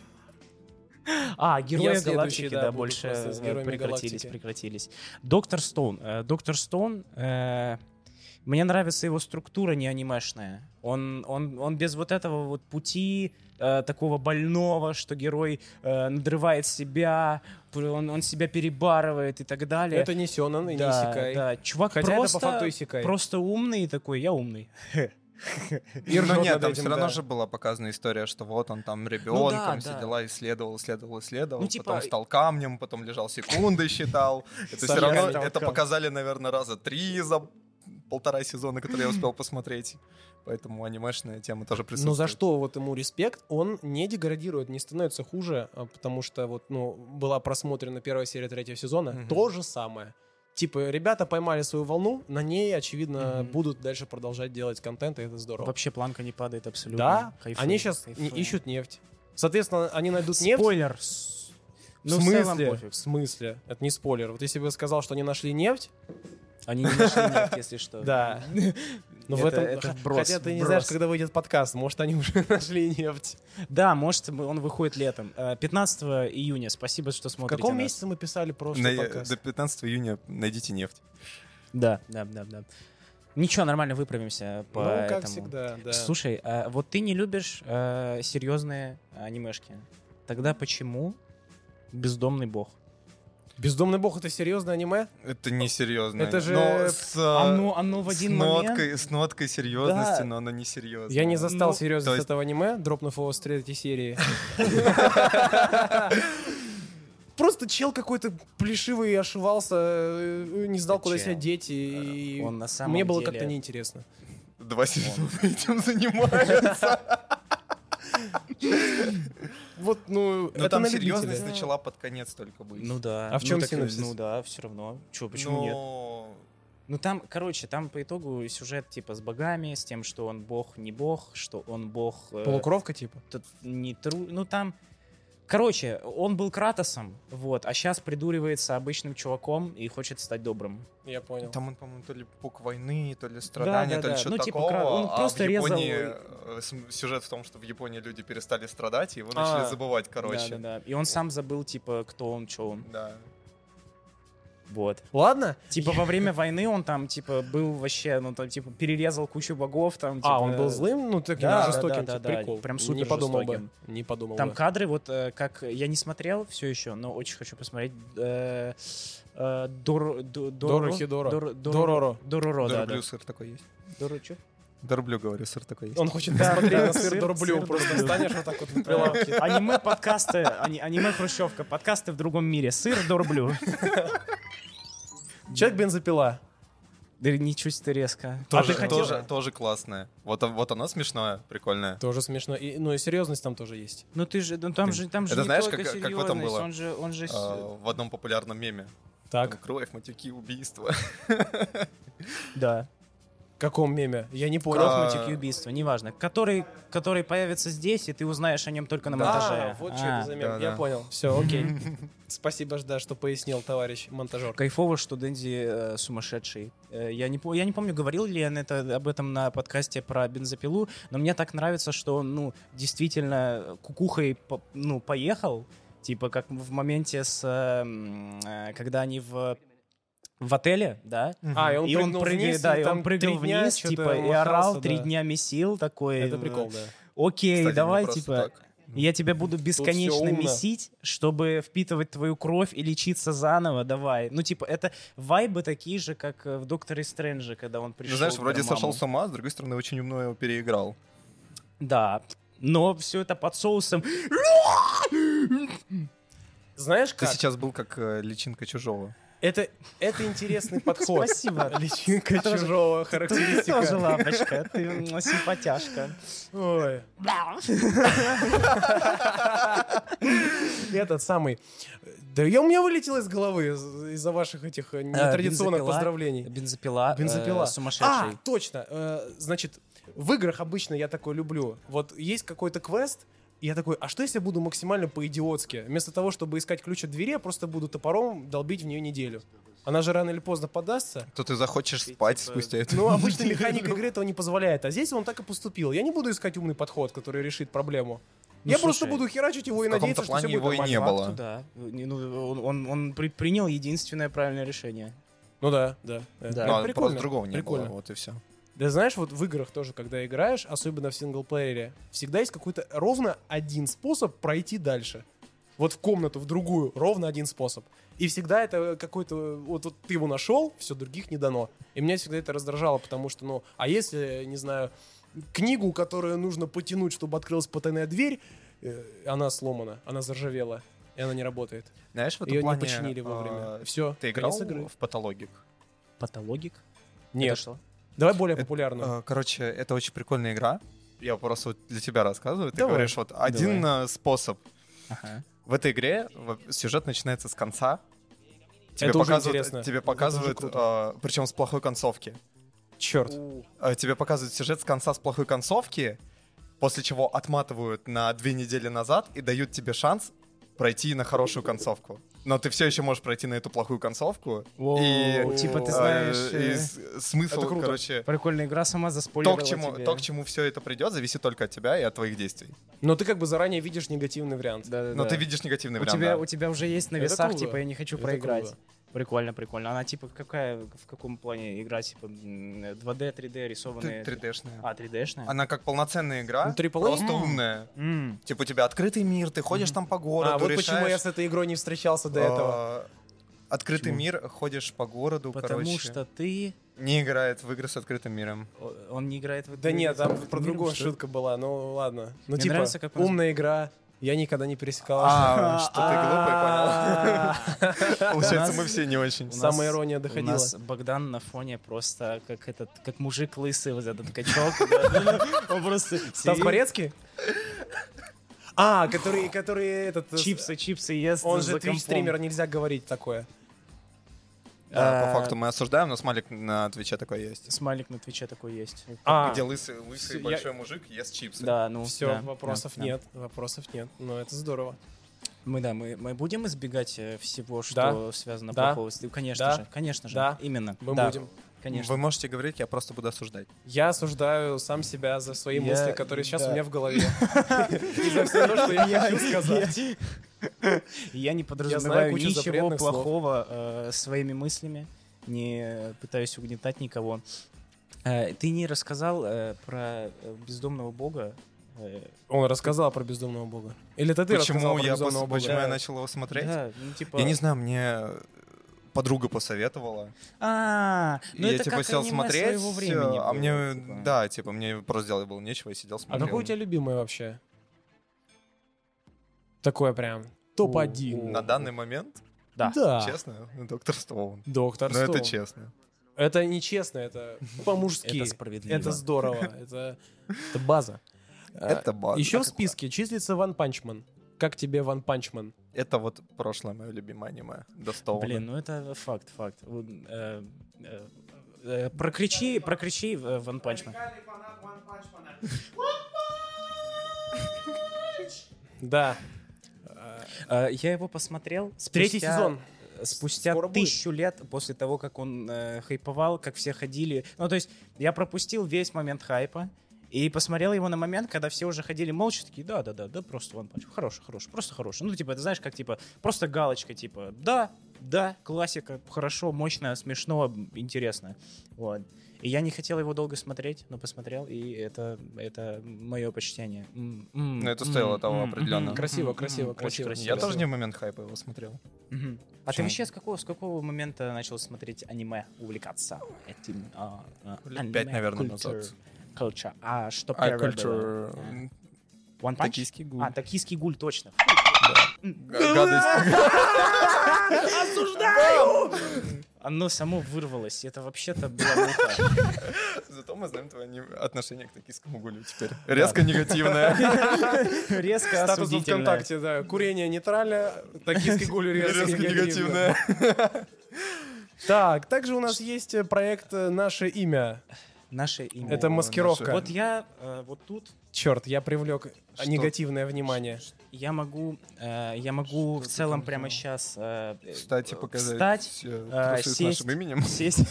[SPEAKER 4] А,
[SPEAKER 2] Я
[SPEAKER 4] Герои
[SPEAKER 2] следующий,
[SPEAKER 4] Галактики,
[SPEAKER 2] да,
[SPEAKER 4] да,
[SPEAKER 2] буду
[SPEAKER 4] больше
[SPEAKER 2] просто с
[SPEAKER 4] э,
[SPEAKER 2] Героями
[SPEAKER 4] прекратились,
[SPEAKER 2] Галактики.
[SPEAKER 4] прекратились. Доктор Стоун. Э, Доктор Стоун, э, мне нравится его структура не анимешная. Он, он, он без вот этого вот пути э, такого больного, что герой э, надрывает себя, пр- он, он себя перебарывает и так далее.
[SPEAKER 2] Это не Сёнэн и не
[SPEAKER 4] да,
[SPEAKER 2] Исекай.
[SPEAKER 4] да, чувак
[SPEAKER 2] Хотя это по
[SPEAKER 4] просто,
[SPEAKER 2] факту Исекай.
[SPEAKER 4] просто умный и такой, я умный.
[SPEAKER 2] И
[SPEAKER 1] Но
[SPEAKER 2] ржёт
[SPEAKER 1] Ну нет,
[SPEAKER 2] над
[SPEAKER 1] там
[SPEAKER 2] этим,
[SPEAKER 1] все равно
[SPEAKER 2] да. Ну
[SPEAKER 1] же была показана история, что вот он там ребенком, все
[SPEAKER 4] да.
[SPEAKER 1] дела, исследовал, исследовал, исследовал,
[SPEAKER 4] Ну, типа-
[SPEAKER 1] потом стал камнем, потом лежал секунды,
[SPEAKER 2] (laughs)
[SPEAKER 1] считал. Это все
[SPEAKER 2] Сажал
[SPEAKER 1] равно,
[SPEAKER 2] камень.
[SPEAKER 1] это показали, наверное, раза три за полтора сезона, которые я успел посмотреть. Поэтому анимешная тема тоже присутствует.
[SPEAKER 2] Ну за что вот ему респект? Он не деградирует, не становится хуже, а, потому что вот, ну, была просмотрена первая серия третьего сезона.
[SPEAKER 1] Мгм.
[SPEAKER 2] То же самое. Типа, ребята поймали свою волну, на ней, очевидно,
[SPEAKER 4] Мгм.
[SPEAKER 2] будут дальше продолжать делать контент, и это здорово.
[SPEAKER 4] Вообще планка не падает абсолютно.
[SPEAKER 2] да,
[SPEAKER 4] Кайфую,
[SPEAKER 2] они сейчас
[SPEAKER 4] кайфую.
[SPEAKER 2] ищут нефть. Соответственно, они найдут нефть.
[SPEAKER 4] Спойлер. С- Ну, в целом пофиг.
[SPEAKER 2] в смысле? Это не спойлер. Вот если бы я сказал, что они нашли нефть,
[SPEAKER 4] Они не (laughs) нашли нефть, если что.
[SPEAKER 2] да. Но в
[SPEAKER 4] Это-
[SPEAKER 2] этом...
[SPEAKER 4] это
[SPEAKER 2] х- (laughs)
[SPEAKER 4] вброс,
[SPEAKER 2] Хотя ты не
[SPEAKER 4] вброс.
[SPEAKER 2] знаешь, когда выйдет подкаст. Может, они уже (laughs) нашли нефть.
[SPEAKER 4] Да, может, мы- он выходит летом. Э, 15 июня. Спасибо, что
[SPEAKER 2] В
[SPEAKER 4] смотрите
[SPEAKER 2] каком
[SPEAKER 4] нас.
[SPEAKER 2] месяце мы писали
[SPEAKER 1] На-
[SPEAKER 2] прошлый подкаст?
[SPEAKER 1] до 15 июня найдите нефть.
[SPEAKER 4] Да, да, да, да. Ничего, нормально выправимся по
[SPEAKER 2] Ну, как
[SPEAKER 4] этому.
[SPEAKER 2] всегда, да.
[SPEAKER 4] Слушай, а вот ты не любишь э, серьезные анимешки. Тогда почему бездомный бог?
[SPEAKER 2] Бездомный бог это серьезное аниме?
[SPEAKER 1] Это несерьезно.
[SPEAKER 2] Это же-
[SPEAKER 1] Но с, а,
[SPEAKER 4] Оно, оно ну, в
[SPEAKER 1] с
[SPEAKER 4] один момент...
[SPEAKER 1] ноткой, с ноткой серьезности,
[SPEAKER 4] Да.
[SPEAKER 1] но оно несерьезно.
[SPEAKER 2] Я не застал
[SPEAKER 4] Ну,
[SPEAKER 1] то
[SPEAKER 2] серьезность
[SPEAKER 1] есть-
[SPEAKER 2] этого аниме, дропнув его с третьей
[SPEAKER 4] (laughs)
[SPEAKER 2] серии. Просто чел какой-то плешивый ошивался, э, не знал, куда
[SPEAKER 4] Чел.
[SPEAKER 2] себя деть, и
[SPEAKER 4] Э, Он на самом
[SPEAKER 2] мне было
[SPEAKER 4] деле-
[SPEAKER 2] как-то неинтересно.
[SPEAKER 1] Два сезона (laughs) этим занимаются.
[SPEAKER 2] Вот, ну,
[SPEAKER 1] Но
[SPEAKER 2] это
[SPEAKER 1] там
[SPEAKER 2] на любителя.
[SPEAKER 1] серьезность начала под конец только быть.
[SPEAKER 4] Ну да.
[SPEAKER 2] А в
[SPEAKER 4] Ну
[SPEAKER 2] чем
[SPEAKER 4] так,
[SPEAKER 2] синопсис?
[SPEAKER 4] Ну да, все равно. Че, почему нет?
[SPEAKER 1] Но-
[SPEAKER 4] Ну там, короче, там по итогу сюжет типа с богами, с тем, что он бог, не бог, что он бог... э,
[SPEAKER 2] Полукровка, типа.
[SPEAKER 4] тут не тру... Ну там... Короче, он был Кратосом, вот, а сейчас придуривается обычным чуваком и хочет стать добрым.
[SPEAKER 2] Я понял.
[SPEAKER 1] Там он, по-моему, то ли пук войны, то ли страдания,
[SPEAKER 4] да,
[SPEAKER 1] то ли
[SPEAKER 4] да.
[SPEAKER 1] что-то
[SPEAKER 4] Ну, типа,
[SPEAKER 1] такого.
[SPEAKER 4] кра- он
[SPEAKER 1] а
[SPEAKER 4] просто
[SPEAKER 1] в
[SPEAKER 4] резал-
[SPEAKER 1] Японии э, см- сюжет в том, что в Японии люди перестали страдать, и его
[SPEAKER 2] А,
[SPEAKER 1] начали забывать, короче.
[SPEAKER 4] Да, да, да. И он сам забыл, типа, кто он, что он.
[SPEAKER 1] Да.
[SPEAKER 4] Вот.
[SPEAKER 2] Ладно?
[SPEAKER 4] Типа во время войны он там, типа, был вообще, ну там, типа, перерезал кучу богов, там, типа,
[SPEAKER 2] А, он был злым? Ну, таким
[SPEAKER 4] да,
[SPEAKER 2] жестоким,
[SPEAKER 4] да, да,
[SPEAKER 2] типа,
[SPEAKER 4] да,
[SPEAKER 2] прикол.
[SPEAKER 4] прям
[SPEAKER 2] Не
[SPEAKER 4] супер
[SPEAKER 2] подумал бы.
[SPEAKER 4] жестоким.
[SPEAKER 2] Не подумал
[SPEAKER 4] Там
[SPEAKER 2] бы.
[SPEAKER 4] кадры, вот э, как я не смотрел все еще, но очень хочу посмотреть. э, э, Дор- Д- Доро-
[SPEAKER 2] Хидоро.
[SPEAKER 4] Дор- Дор-
[SPEAKER 2] Дороро.
[SPEAKER 4] Дороро, да, да.
[SPEAKER 1] Дорблю сыр такой есть.
[SPEAKER 4] Доро чё?
[SPEAKER 1] Дорблю, говорю, сыр такой есть.
[SPEAKER 2] Он хочет
[SPEAKER 4] Да,
[SPEAKER 2] посмотреть
[SPEAKER 4] да,
[SPEAKER 2] на сыр
[SPEAKER 4] сыр-
[SPEAKER 2] дорблю.
[SPEAKER 4] сыр
[SPEAKER 2] Просто
[SPEAKER 4] дорблю.
[SPEAKER 2] встанешь вот так вот на прилавке.
[SPEAKER 4] Э, Аниме подкасты, аниме хрущевка, подкасты в другом мире. Сыр дорблю.
[SPEAKER 2] Человек бензопила.
[SPEAKER 4] Да ничего себе ты резко.
[SPEAKER 1] Тоже,
[SPEAKER 4] а ты хотел?
[SPEAKER 1] тоже, тоже классное. Вот, он- вот оно смешное, прикольное.
[SPEAKER 2] Тоже смешно. И, ну и серьезность там тоже есть.
[SPEAKER 4] Ну ты же, ну там же, там же
[SPEAKER 1] Это
[SPEAKER 4] не
[SPEAKER 1] знаешь,
[SPEAKER 4] только
[SPEAKER 1] как- как в этом
[SPEAKER 4] серьезность,
[SPEAKER 1] было?
[SPEAKER 4] Он же, он же. с- э,
[SPEAKER 1] А, в одном популярном меме. Там
[SPEAKER 2] Так.
[SPEAKER 1] Кровь, матюки, убийства.
[SPEAKER 4] Да.
[SPEAKER 2] В каком меме? Я не понял.
[SPEAKER 1] Кровь,
[SPEAKER 4] Кровь, и убийство, неважно. Который, который появится здесь, и ты узнаешь о нем только на монтаже.
[SPEAKER 2] А, вот что это за мем.
[SPEAKER 1] да,
[SPEAKER 2] Я
[SPEAKER 1] да.
[SPEAKER 2] понял. Все, окей. Спасибо, да, что пояснил, товарищ монтажер.
[SPEAKER 4] Кайфово, что Дэнди э, сумасшедший. Э, я, не, по- я не помню, говорил ли я на это, об этом на подкасте про бензопилу, но мне так нравится, что он, ну, действительно э, кукухой, по- ну, поехал. Типа, как в моменте с... э, м, э, когда они в в отеле, да,
[SPEAKER 2] А, и он,
[SPEAKER 4] и он
[SPEAKER 2] прыгнул
[SPEAKER 4] прыгал,
[SPEAKER 2] вниз,
[SPEAKER 4] да,
[SPEAKER 2] и
[SPEAKER 4] и
[SPEAKER 2] там
[SPEAKER 4] он прыгал
[SPEAKER 2] три дня
[SPEAKER 4] вниз,
[SPEAKER 2] что-то
[SPEAKER 4] типа, и
[SPEAKER 2] махался,
[SPEAKER 4] орал
[SPEAKER 2] да.
[SPEAKER 4] три дня месил такой.
[SPEAKER 2] Это
[SPEAKER 4] э,
[SPEAKER 2] прикол, да.
[SPEAKER 4] Окей,
[SPEAKER 1] Кстати, не
[SPEAKER 4] давай,
[SPEAKER 1] просто
[SPEAKER 4] типа,
[SPEAKER 1] так.
[SPEAKER 4] я тебя буду бесконечно
[SPEAKER 2] умно.
[SPEAKER 4] месить, чтобы впитывать твою кровь и лечиться заново, давай. Ну, типа, это вайбы такие же, как э, в Докторе Стрэнджа, когда он пришел.
[SPEAKER 1] Ну, знаешь,
[SPEAKER 4] к
[SPEAKER 1] вроде
[SPEAKER 4] Дормаму.
[SPEAKER 1] сошел с ума, с другой стороны, очень умно его переиграл.
[SPEAKER 4] Да, но все это
[SPEAKER 2] (laughs)
[SPEAKER 4] под соусом.
[SPEAKER 2] Знаешь
[SPEAKER 1] Ты
[SPEAKER 2] как?
[SPEAKER 1] сейчас был как э, личинка чужого.
[SPEAKER 2] Это, это
[SPEAKER 4] (laughs)
[SPEAKER 2] интересный подход.
[SPEAKER 4] Спасибо.
[SPEAKER 2] Личинка
[SPEAKER 4] (laughs) Тоже-
[SPEAKER 2] чужого
[SPEAKER 4] Ты
[SPEAKER 2] характеристика.
[SPEAKER 4] тоже лапочка,
[SPEAKER 2] (laughs)
[SPEAKER 4] ты м, симпатяшка.
[SPEAKER 2] Ой. Этот самый. Да я у меня вылетело из головы из- из-за ваших этих э, нетрадиционных
[SPEAKER 4] А, Бензопила-
[SPEAKER 2] поздравлений.
[SPEAKER 4] Бензопила. э,
[SPEAKER 2] Бензопила. А,
[SPEAKER 4] Сумасшедший.
[SPEAKER 2] точно. Э, Значит, в играх обычно я такое люблю. Вот есть какой-то квест, и я такой, а что если я буду максимально по-идиотски? Вместо того, чтобы искать ключ от двери, я просто буду топором долбить в нее неделю. Она же рано или поздно подастся.
[SPEAKER 1] То ты захочешь спать спустя это. (laughs)
[SPEAKER 2] Ну, обычно механика игры этого не позволяет. А здесь он так и поступил. Я не буду искать умный подход, который решит проблему.
[SPEAKER 4] Ну,
[SPEAKER 2] я
[SPEAKER 4] слушай,
[SPEAKER 2] просто буду херачить его и
[SPEAKER 1] в каком-то
[SPEAKER 2] надеяться, что
[SPEAKER 1] плане
[SPEAKER 2] все
[SPEAKER 1] его
[SPEAKER 2] будет
[SPEAKER 1] и
[SPEAKER 2] нормально.
[SPEAKER 1] не
[SPEAKER 4] По
[SPEAKER 1] было.
[SPEAKER 4] факту, Да. Не, ну, он, он- он при- принял единственное правильное решение.
[SPEAKER 2] Ну да, да. да.
[SPEAKER 4] Да.
[SPEAKER 2] Это
[SPEAKER 1] Ну, а
[SPEAKER 2] прикольно.
[SPEAKER 1] просто другого не было,
[SPEAKER 2] прикольно.
[SPEAKER 1] вот и все.
[SPEAKER 2] Да знаешь, вот в играх тоже, когда играешь, особенно в синглплеере, всегда есть какой-то ровно один способ пройти дальше. Вот в комнату, в другую, ровно один способ. И всегда это какой-то... Вот, вот ты его нашел, все, других не дано. И меня всегда это раздражало, потому что, ну, а если, не знаю, книгу, которую нужно потянуть, чтобы открылась потайная дверь, э, она сломана, она заржавела, и она не работает.
[SPEAKER 1] Знаешь, в этом
[SPEAKER 2] Ее
[SPEAKER 1] плане,
[SPEAKER 2] не починили вовремя.
[SPEAKER 1] а,
[SPEAKER 2] все,
[SPEAKER 1] (laughs) Ты играл в патологик?
[SPEAKER 4] Патологик?
[SPEAKER 2] Нет.
[SPEAKER 4] Это что?
[SPEAKER 2] Давай более
[SPEAKER 1] Это,
[SPEAKER 2] популярную.
[SPEAKER 1] Э, Короче, это очень прикольная игра. Я просто вот для тебя рассказываю. Ты
[SPEAKER 2] Давай.
[SPEAKER 1] говоришь, вот один э, способ.
[SPEAKER 4] Ага.
[SPEAKER 1] В этой игре во- сюжет начинается с конца. Тебе
[SPEAKER 2] Это уже
[SPEAKER 1] показывают,
[SPEAKER 2] интересно.
[SPEAKER 1] Тебе
[SPEAKER 2] Вот это уже
[SPEAKER 1] показывают, э, причем с плохой концовки.
[SPEAKER 2] Черт.
[SPEAKER 1] Э, Тебе показывают сюжет с конца с плохой концовки, после чего отматывают на две недели назад и дают тебе шанс пройти на хорошую концовку. Но ты все еще можешь пройти на эту плохую концовку.
[SPEAKER 4] Воу,
[SPEAKER 1] и,
[SPEAKER 4] типа ты
[SPEAKER 1] э,
[SPEAKER 4] знаешь, э,
[SPEAKER 1] и с- смысл,
[SPEAKER 2] это круто.
[SPEAKER 1] короче,
[SPEAKER 4] Прикольная игра сама
[SPEAKER 1] то
[SPEAKER 4] заспойлерила
[SPEAKER 1] к, чему,
[SPEAKER 4] тебе.
[SPEAKER 1] то, к чему все это придет, зависит только от тебя и от твоих действий.
[SPEAKER 2] Но ты как бы заранее видишь негативный вариант.
[SPEAKER 4] Да-да-да.
[SPEAKER 1] Но ты видишь негативный
[SPEAKER 4] у
[SPEAKER 1] вариант.
[SPEAKER 4] тебя,
[SPEAKER 1] да.
[SPEAKER 4] у тебя уже есть на
[SPEAKER 2] Это
[SPEAKER 4] весах,
[SPEAKER 2] круто.
[SPEAKER 4] типа, я не хочу
[SPEAKER 2] Это
[SPEAKER 4] проиграть.
[SPEAKER 2] круто.
[SPEAKER 4] Прикольно, прикольно. Она, типа, какая, в каком плане игра, типа, м, 2D, 3D рисованные?
[SPEAKER 1] Ты 3D-шная.
[SPEAKER 4] А, 3D-шная?
[SPEAKER 1] Она как полноценная игра,
[SPEAKER 2] Ну, AAA?
[SPEAKER 1] просто
[SPEAKER 2] М.
[SPEAKER 1] умная. Типа у тебя открытый мир, ты ходишь там по городу,
[SPEAKER 2] А, вот
[SPEAKER 1] решаешь,
[SPEAKER 2] почему я с этой игрой не встречался до этого.
[SPEAKER 1] э, Открытый
[SPEAKER 4] Почему?
[SPEAKER 1] мир, ходишь по городу,
[SPEAKER 4] Потому
[SPEAKER 1] короче.
[SPEAKER 4] что ты...
[SPEAKER 1] Не играет в игры с открытым миром.
[SPEAKER 4] о- Он не играет в
[SPEAKER 2] Да
[SPEAKER 4] игры.
[SPEAKER 2] нет, там про
[SPEAKER 4] Миром,
[SPEAKER 2] другую
[SPEAKER 4] что ли? (laughs)
[SPEAKER 2] шутка была, ну ладно. Ну
[SPEAKER 4] Мне
[SPEAKER 2] типа,
[SPEAKER 4] нравится, как он-
[SPEAKER 2] умная игра, я никогда не пересекала.
[SPEAKER 1] (laughs) А, что ты глупый,
[SPEAKER 4] А-а-а.
[SPEAKER 1] (laughs) понял. Получается,
[SPEAKER 4] нас-
[SPEAKER 1] мы все не очень.
[SPEAKER 4] у нас-
[SPEAKER 2] (laughs) Самая ирония
[SPEAKER 4] У
[SPEAKER 2] доходила.
[SPEAKER 4] нас Богдан на фоне просто как этот, как мужик лысый, вот этот качок. (laughs) да. Он просто...
[SPEAKER 2] Стас
[SPEAKER 4] сидит,
[SPEAKER 2] Борецкий? А, который, который этот... э,
[SPEAKER 4] Чипсы, чипсы ест
[SPEAKER 2] Он же
[SPEAKER 4] за компом.
[SPEAKER 2] твич-стример, нельзя говорить такое.
[SPEAKER 1] Да,
[SPEAKER 4] А,
[SPEAKER 1] По факту мы осуждаем, но смайлик на Твиче такой есть.
[SPEAKER 4] Смайлик на Твиче такой есть.
[SPEAKER 2] А,
[SPEAKER 1] Где лысый, лысый
[SPEAKER 2] Я-
[SPEAKER 1] большой мужик ест чипсы.
[SPEAKER 4] Да, ну.
[SPEAKER 2] все,
[SPEAKER 4] да,
[SPEAKER 2] вопросов
[SPEAKER 4] да, да.
[SPEAKER 2] нет, вопросов нет. Но это здорово.
[SPEAKER 4] Мы, да, мы, мы будем избегать э, всего, что
[SPEAKER 2] Да.
[SPEAKER 4] связано
[SPEAKER 2] Да.
[SPEAKER 4] плохого с ты- Конечно
[SPEAKER 2] Да.
[SPEAKER 4] же, конечно же.
[SPEAKER 2] Да.
[SPEAKER 4] Именно.
[SPEAKER 2] Мы
[SPEAKER 4] да,
[SPEAKER 2] будем.
[SPEAKER 4] Конечно.
[SPEAKER 1] Вы можете говорить, я просто буду осуждать.
[SPEAKER 2] Я осуждаю сам себя за свои
[SPEAKER 4] Я-
[SPEAKER 2] мысли, которые сейчас
[SPEAKER 4] да.
[SPEAKER 2] у меня в голове. (laughs) И за все то, что я хочу сказать.
[SPEAKER 4] Я не
[SPEAKER 2] знаю
[SPEAKER 4] подразумеваю
[SPEAKER 2] кучу
[SPEAKER 4] ничего
[SPEAKER 2] запретных слов.
[SPEAKER 4] плохого э, своими мыслями, не пытаюсь угнетать никого. Э, ты не рассказал э, про э, бездомного бога. э,
[SPEAKER 2] Он рассказал про бездомного бога. Или это ты рассказал
[SPEAKER 1] Почему
[SPEAKER 2] про
[SPEAKER 1] я
[SPEAKER 2] бездомного
[SPEAKER 1] пос-
[SPEAKER 2] бога?
[SPEAKER 1] почему
[SPEAKER 4] Да.
[SPEAKER 1] я начал его смотреть?
[SPEAKER 4] да, ну, типа...
[SPEAKER 1] Я не знаю, мне подруга посоветовала.
[SPEAKER 4] А, ну
[SPEAKER 1] И я
[SPEAKER 4] это
[SPEAKER 1] типа
[SPEAKER 4] как
[SPEAKER 1] сел
[SPEAKER 4] аниме
[SPEAKER 1] смотреть,
[SPEAKER 4] своего времени
[SPEAKER 1] а
[SPEAKER 4] было,
[SPEAKER 1] мне,
[SPEAKER 4] типа.
[SPEAKER 1] да, типа, мне просто делать было нечего, я сидел
[SPEAKER 2] А
[SPEAKER 1] смотрел.
[SPEAKER 2] какой у тебя любимый вообще? Такое прям. Топ-1.
[SPEAKER 1] На данный момент,
[SPEAKER 4] Да.
[SPEAKER 2] Да.
[SPEAKER 1] честно, ну, доктор Стоун.
[SPEAKER 2] А. Доктор
[SPEAKER 1] Но это
[SPEAKER 2] Стоун.
[SPEAKER 1] честно.
[SPEAKER 2] Это
[SPEAKER 1] (laughs)
[SPEAKER 2] нечестно, это по-мужски.
[SPEAKER 4] Это справедливо.
[SPEAKER 2] Это здорово. Это это база.
[SPEAKER 1] Это А база.
[SPEAKER 2] Еще А, в списке числится Ван Панчман. Как тебе Ван Панчман?
[SPEAKER 1] Это вот прошлое мое любимое аниме. До Стоуна.
[SPEAKER 4] Блин, ну это факт, факт. Вот, э, э, э, Прокричи, прокричи э, Ван Панчман.
[SPEAKER 2] Да.
[SPEAKER 4] Э, Я его посмотрел.
[SPEAKER 2] Третий
[SPEAKER 4] спустя-
[SPEAKER 2] сезон.
[SPEAKER 4] Спустя
[SPEAKER 2] Скоро будет.
[SPEAKER 4] тысячу лет после того, как он э, хайповал, как все ходили. Ну, то есть я пропустил весь момент хайпа. И посмотрел его на момент, когда все уже ходили молча, такие, да-да-да, да, просто One Punch Man. Хороший, хороший, просто хороший. Ну, типа, это знаешь, как, типа, просто галочка, типа, да, да, классика, хорошо, мощно, смешно, м, интересно. Вот. И я не хотел его долго смотреть, но посмотрел, и это, это мое почтение.
[SPEAKER 1] Ну,
[SPEAKER 4] Но
[SPEAKER 1] это стоило того определенно.
[SPEAKER 2] Красиво, красиво, красиво.
[SPEAKER 1] Я тоже не в момент хайпа его смотрел.
[SPEAKER 4] Мгм. А ты
[SPEAKER 1] Почему?
[SPEAKER 4] вообще с какого, с какого момента начал смотреть аниме, увлекаться этим? а, а, аниме,
[SPEAKER 1] Пять, наверное,
[SPEAKER 4] culture,
[SPEAKER 1] назад.
[SPEAKER 4] culture. А что
[SPEAKER 1] А
[SPEAKER 4] первое было?
[SPEAKER 1] Culture...
[SPEAKER 4] One Punch?
[SPEAKER 1] Токийский гуль.
[SPEAKER 4] А, токийский гуль, точно.
[SPEAKER 1] Гадость.
[SPEAKER 2] осуждаю!
[SPEAKER 4] Оно само вырвалось. Это вообще-то была муха.
[SPEAKER 1] (laughs) Зато мы знаем твое не- отношение к токийскому гулю теперь. Резко негативное.
[SPEAKER 4] (laughs) Резко
[SPEAKER 2] Статус во
[SPEAKER 4] осудительное.
[SPEAKER 2] ВКонтакте, да. Курение нейтрально, токийский гуль резко
[SPEAKER 1] Резко
[SPEAKER 2] негативно.
[SPEAKER 1] негативное.
[SPEAKER 2] Так, также у нас есть э, проект э, «Наше имя».
[SPEAKER 4] Наше имя.
[SPEAKER 2] Это маскировка.
[SPEAKER 4] Вот я э, вот тут
[SPEAKER 2] Черт, я привлек негативное внимание.
[SPEAKER 4] я могу э, я могу в целом прямо сейчас
[SPEAKER 1] Кстати,
[SPEAKER 4] встать,
[SPEAKER 1] показать
[SPEAKER 4] э,
[SPEAKER 1] э, трусы с
[SPEAKER 4] сесть.
[SPEAKER 1] нашим именем.
[SPEAKER 4] сесть,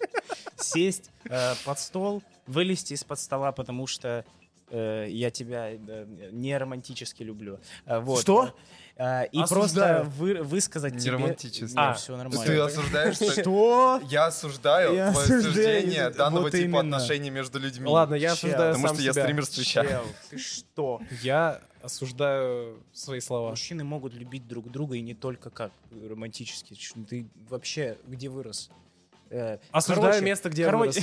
[SPEAKER 4] (laughs) сесть э, под стол, вылезти из-под стола, потому что э, я тебя э, не романтически люблю. Э, вот.
[SPEAKER 2] Что?
[SPEAKER 4] Э, и
[SPEAKER 2] Осуждаю.
[SPEAKER 4] просто вы- высказать
[SPEAKER 1] Не
[SPEAKER 4] тебе...
[SPEAKER 1] романтически.
[SPEAKER 4] Не,
[SPEAKER 2] А,
[SPEAKER 4] все
[SPEAKER 1] Ты
[SPEAKER 4] нормально.
[SPEAKER 1] осуждаешь, что ли?
[SPEAKER 4] Что?
[SPEAKER 1] Я осуждаю
[SPEAKER 4] Я
[SPEAKER 1] твое
[SPEAKER 4] осуждаю,
[SPEAKER 1] суждение
[SPEAKER 4] вот
[SPEAKER 1] данного типа
[SPEAKER 4] именно.
[SPEAKER 1] отношений между людьми.
[SPEAKER 2] Ладно, я
[SPEAKER 4] Чел,
[SPEAKER 2] осуждаю
[SPEAKER 1] потому
[SPEAKER 2] сам
[SPEAKER 1] что я
[SPEAKER 2] себя.
[SPEAKER 1] стример с Твича.
[SPEAKER 4] Чел, ты что?
[SPEAKER 2] Я осуждаю свои слова.
[SPEAKER 4] (laughs) Мужчины могут любить друг друга и не только как романтически. Ч- Ты вообще где вырос? Э,
[SPEAKER 2] Осуждаю
[SPEAKER 4] короче,
[SPEAKER 2] место, где я
[SPEAKER 4] короче,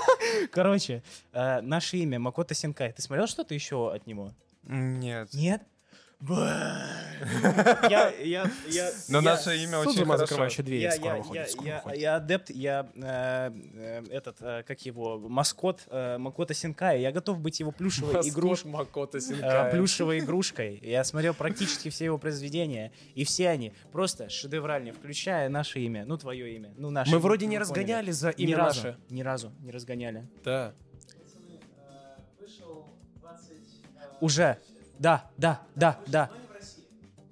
[SPEAKER 4] (laughs) Короче, э, наше имя Макото Синкай. Ты смотрел что-то еще от него?
[SPEAKER 1] Нет.
[SPEAKER 4] Нет? Я, я, я,
[SPEAKER 1] Но
[SPEAKER 4] я-
[SPEAKER 1] наше имя очень
[SPEAKER 2] Судзума,
[SPEAKER 1] хорошо.
[SPEAKER 2] закрывающая дверь,
[SPEAKER 4] я,
[SPEAKER 2] скоро
[SPEAKER 4] я-
[SPEAKER 2] выходит,
[SPEAKER 4] я-
[SPEAKER 2] скоро
[SPEAKER 4] я-
[SPEAKER 2] выходит.
[SPEAKER 4] я адепт, я э, э, этот, э, как его, маскот э, Макото Синкай. Я готов быть его плюшевой игрушкой.
[SPEAKER 2] Игруш Макото
[SPEAKER 4] э,
[SPEAKER 2] Синкая.
[SPEAKER 4] плюшевой игрушкой. Я смотрел практически все его произведения, и все они просто шедевральные, включая наше имя, ну твое имя, ну наше.
[SPEAKER 2] Мы
[SPEAKER 4] имя,
[SPEAKER 2] вроде
[SPEAKER 4] вы
[SPEAKER 2] не
[SPEAKER 4] поняли.
[SPEAKER 2] разгоняли за
[SPEAKER 4] Ни
[SPEAKER 2] имя
[SPEAKER 4] разу,
[SPEAKER 2] наше.
[SPEAKER 4] ни разу не разгоняли.
[SPEAKER 2] Да. э,
[SPEAKER 4] Уже, да, да, да, да.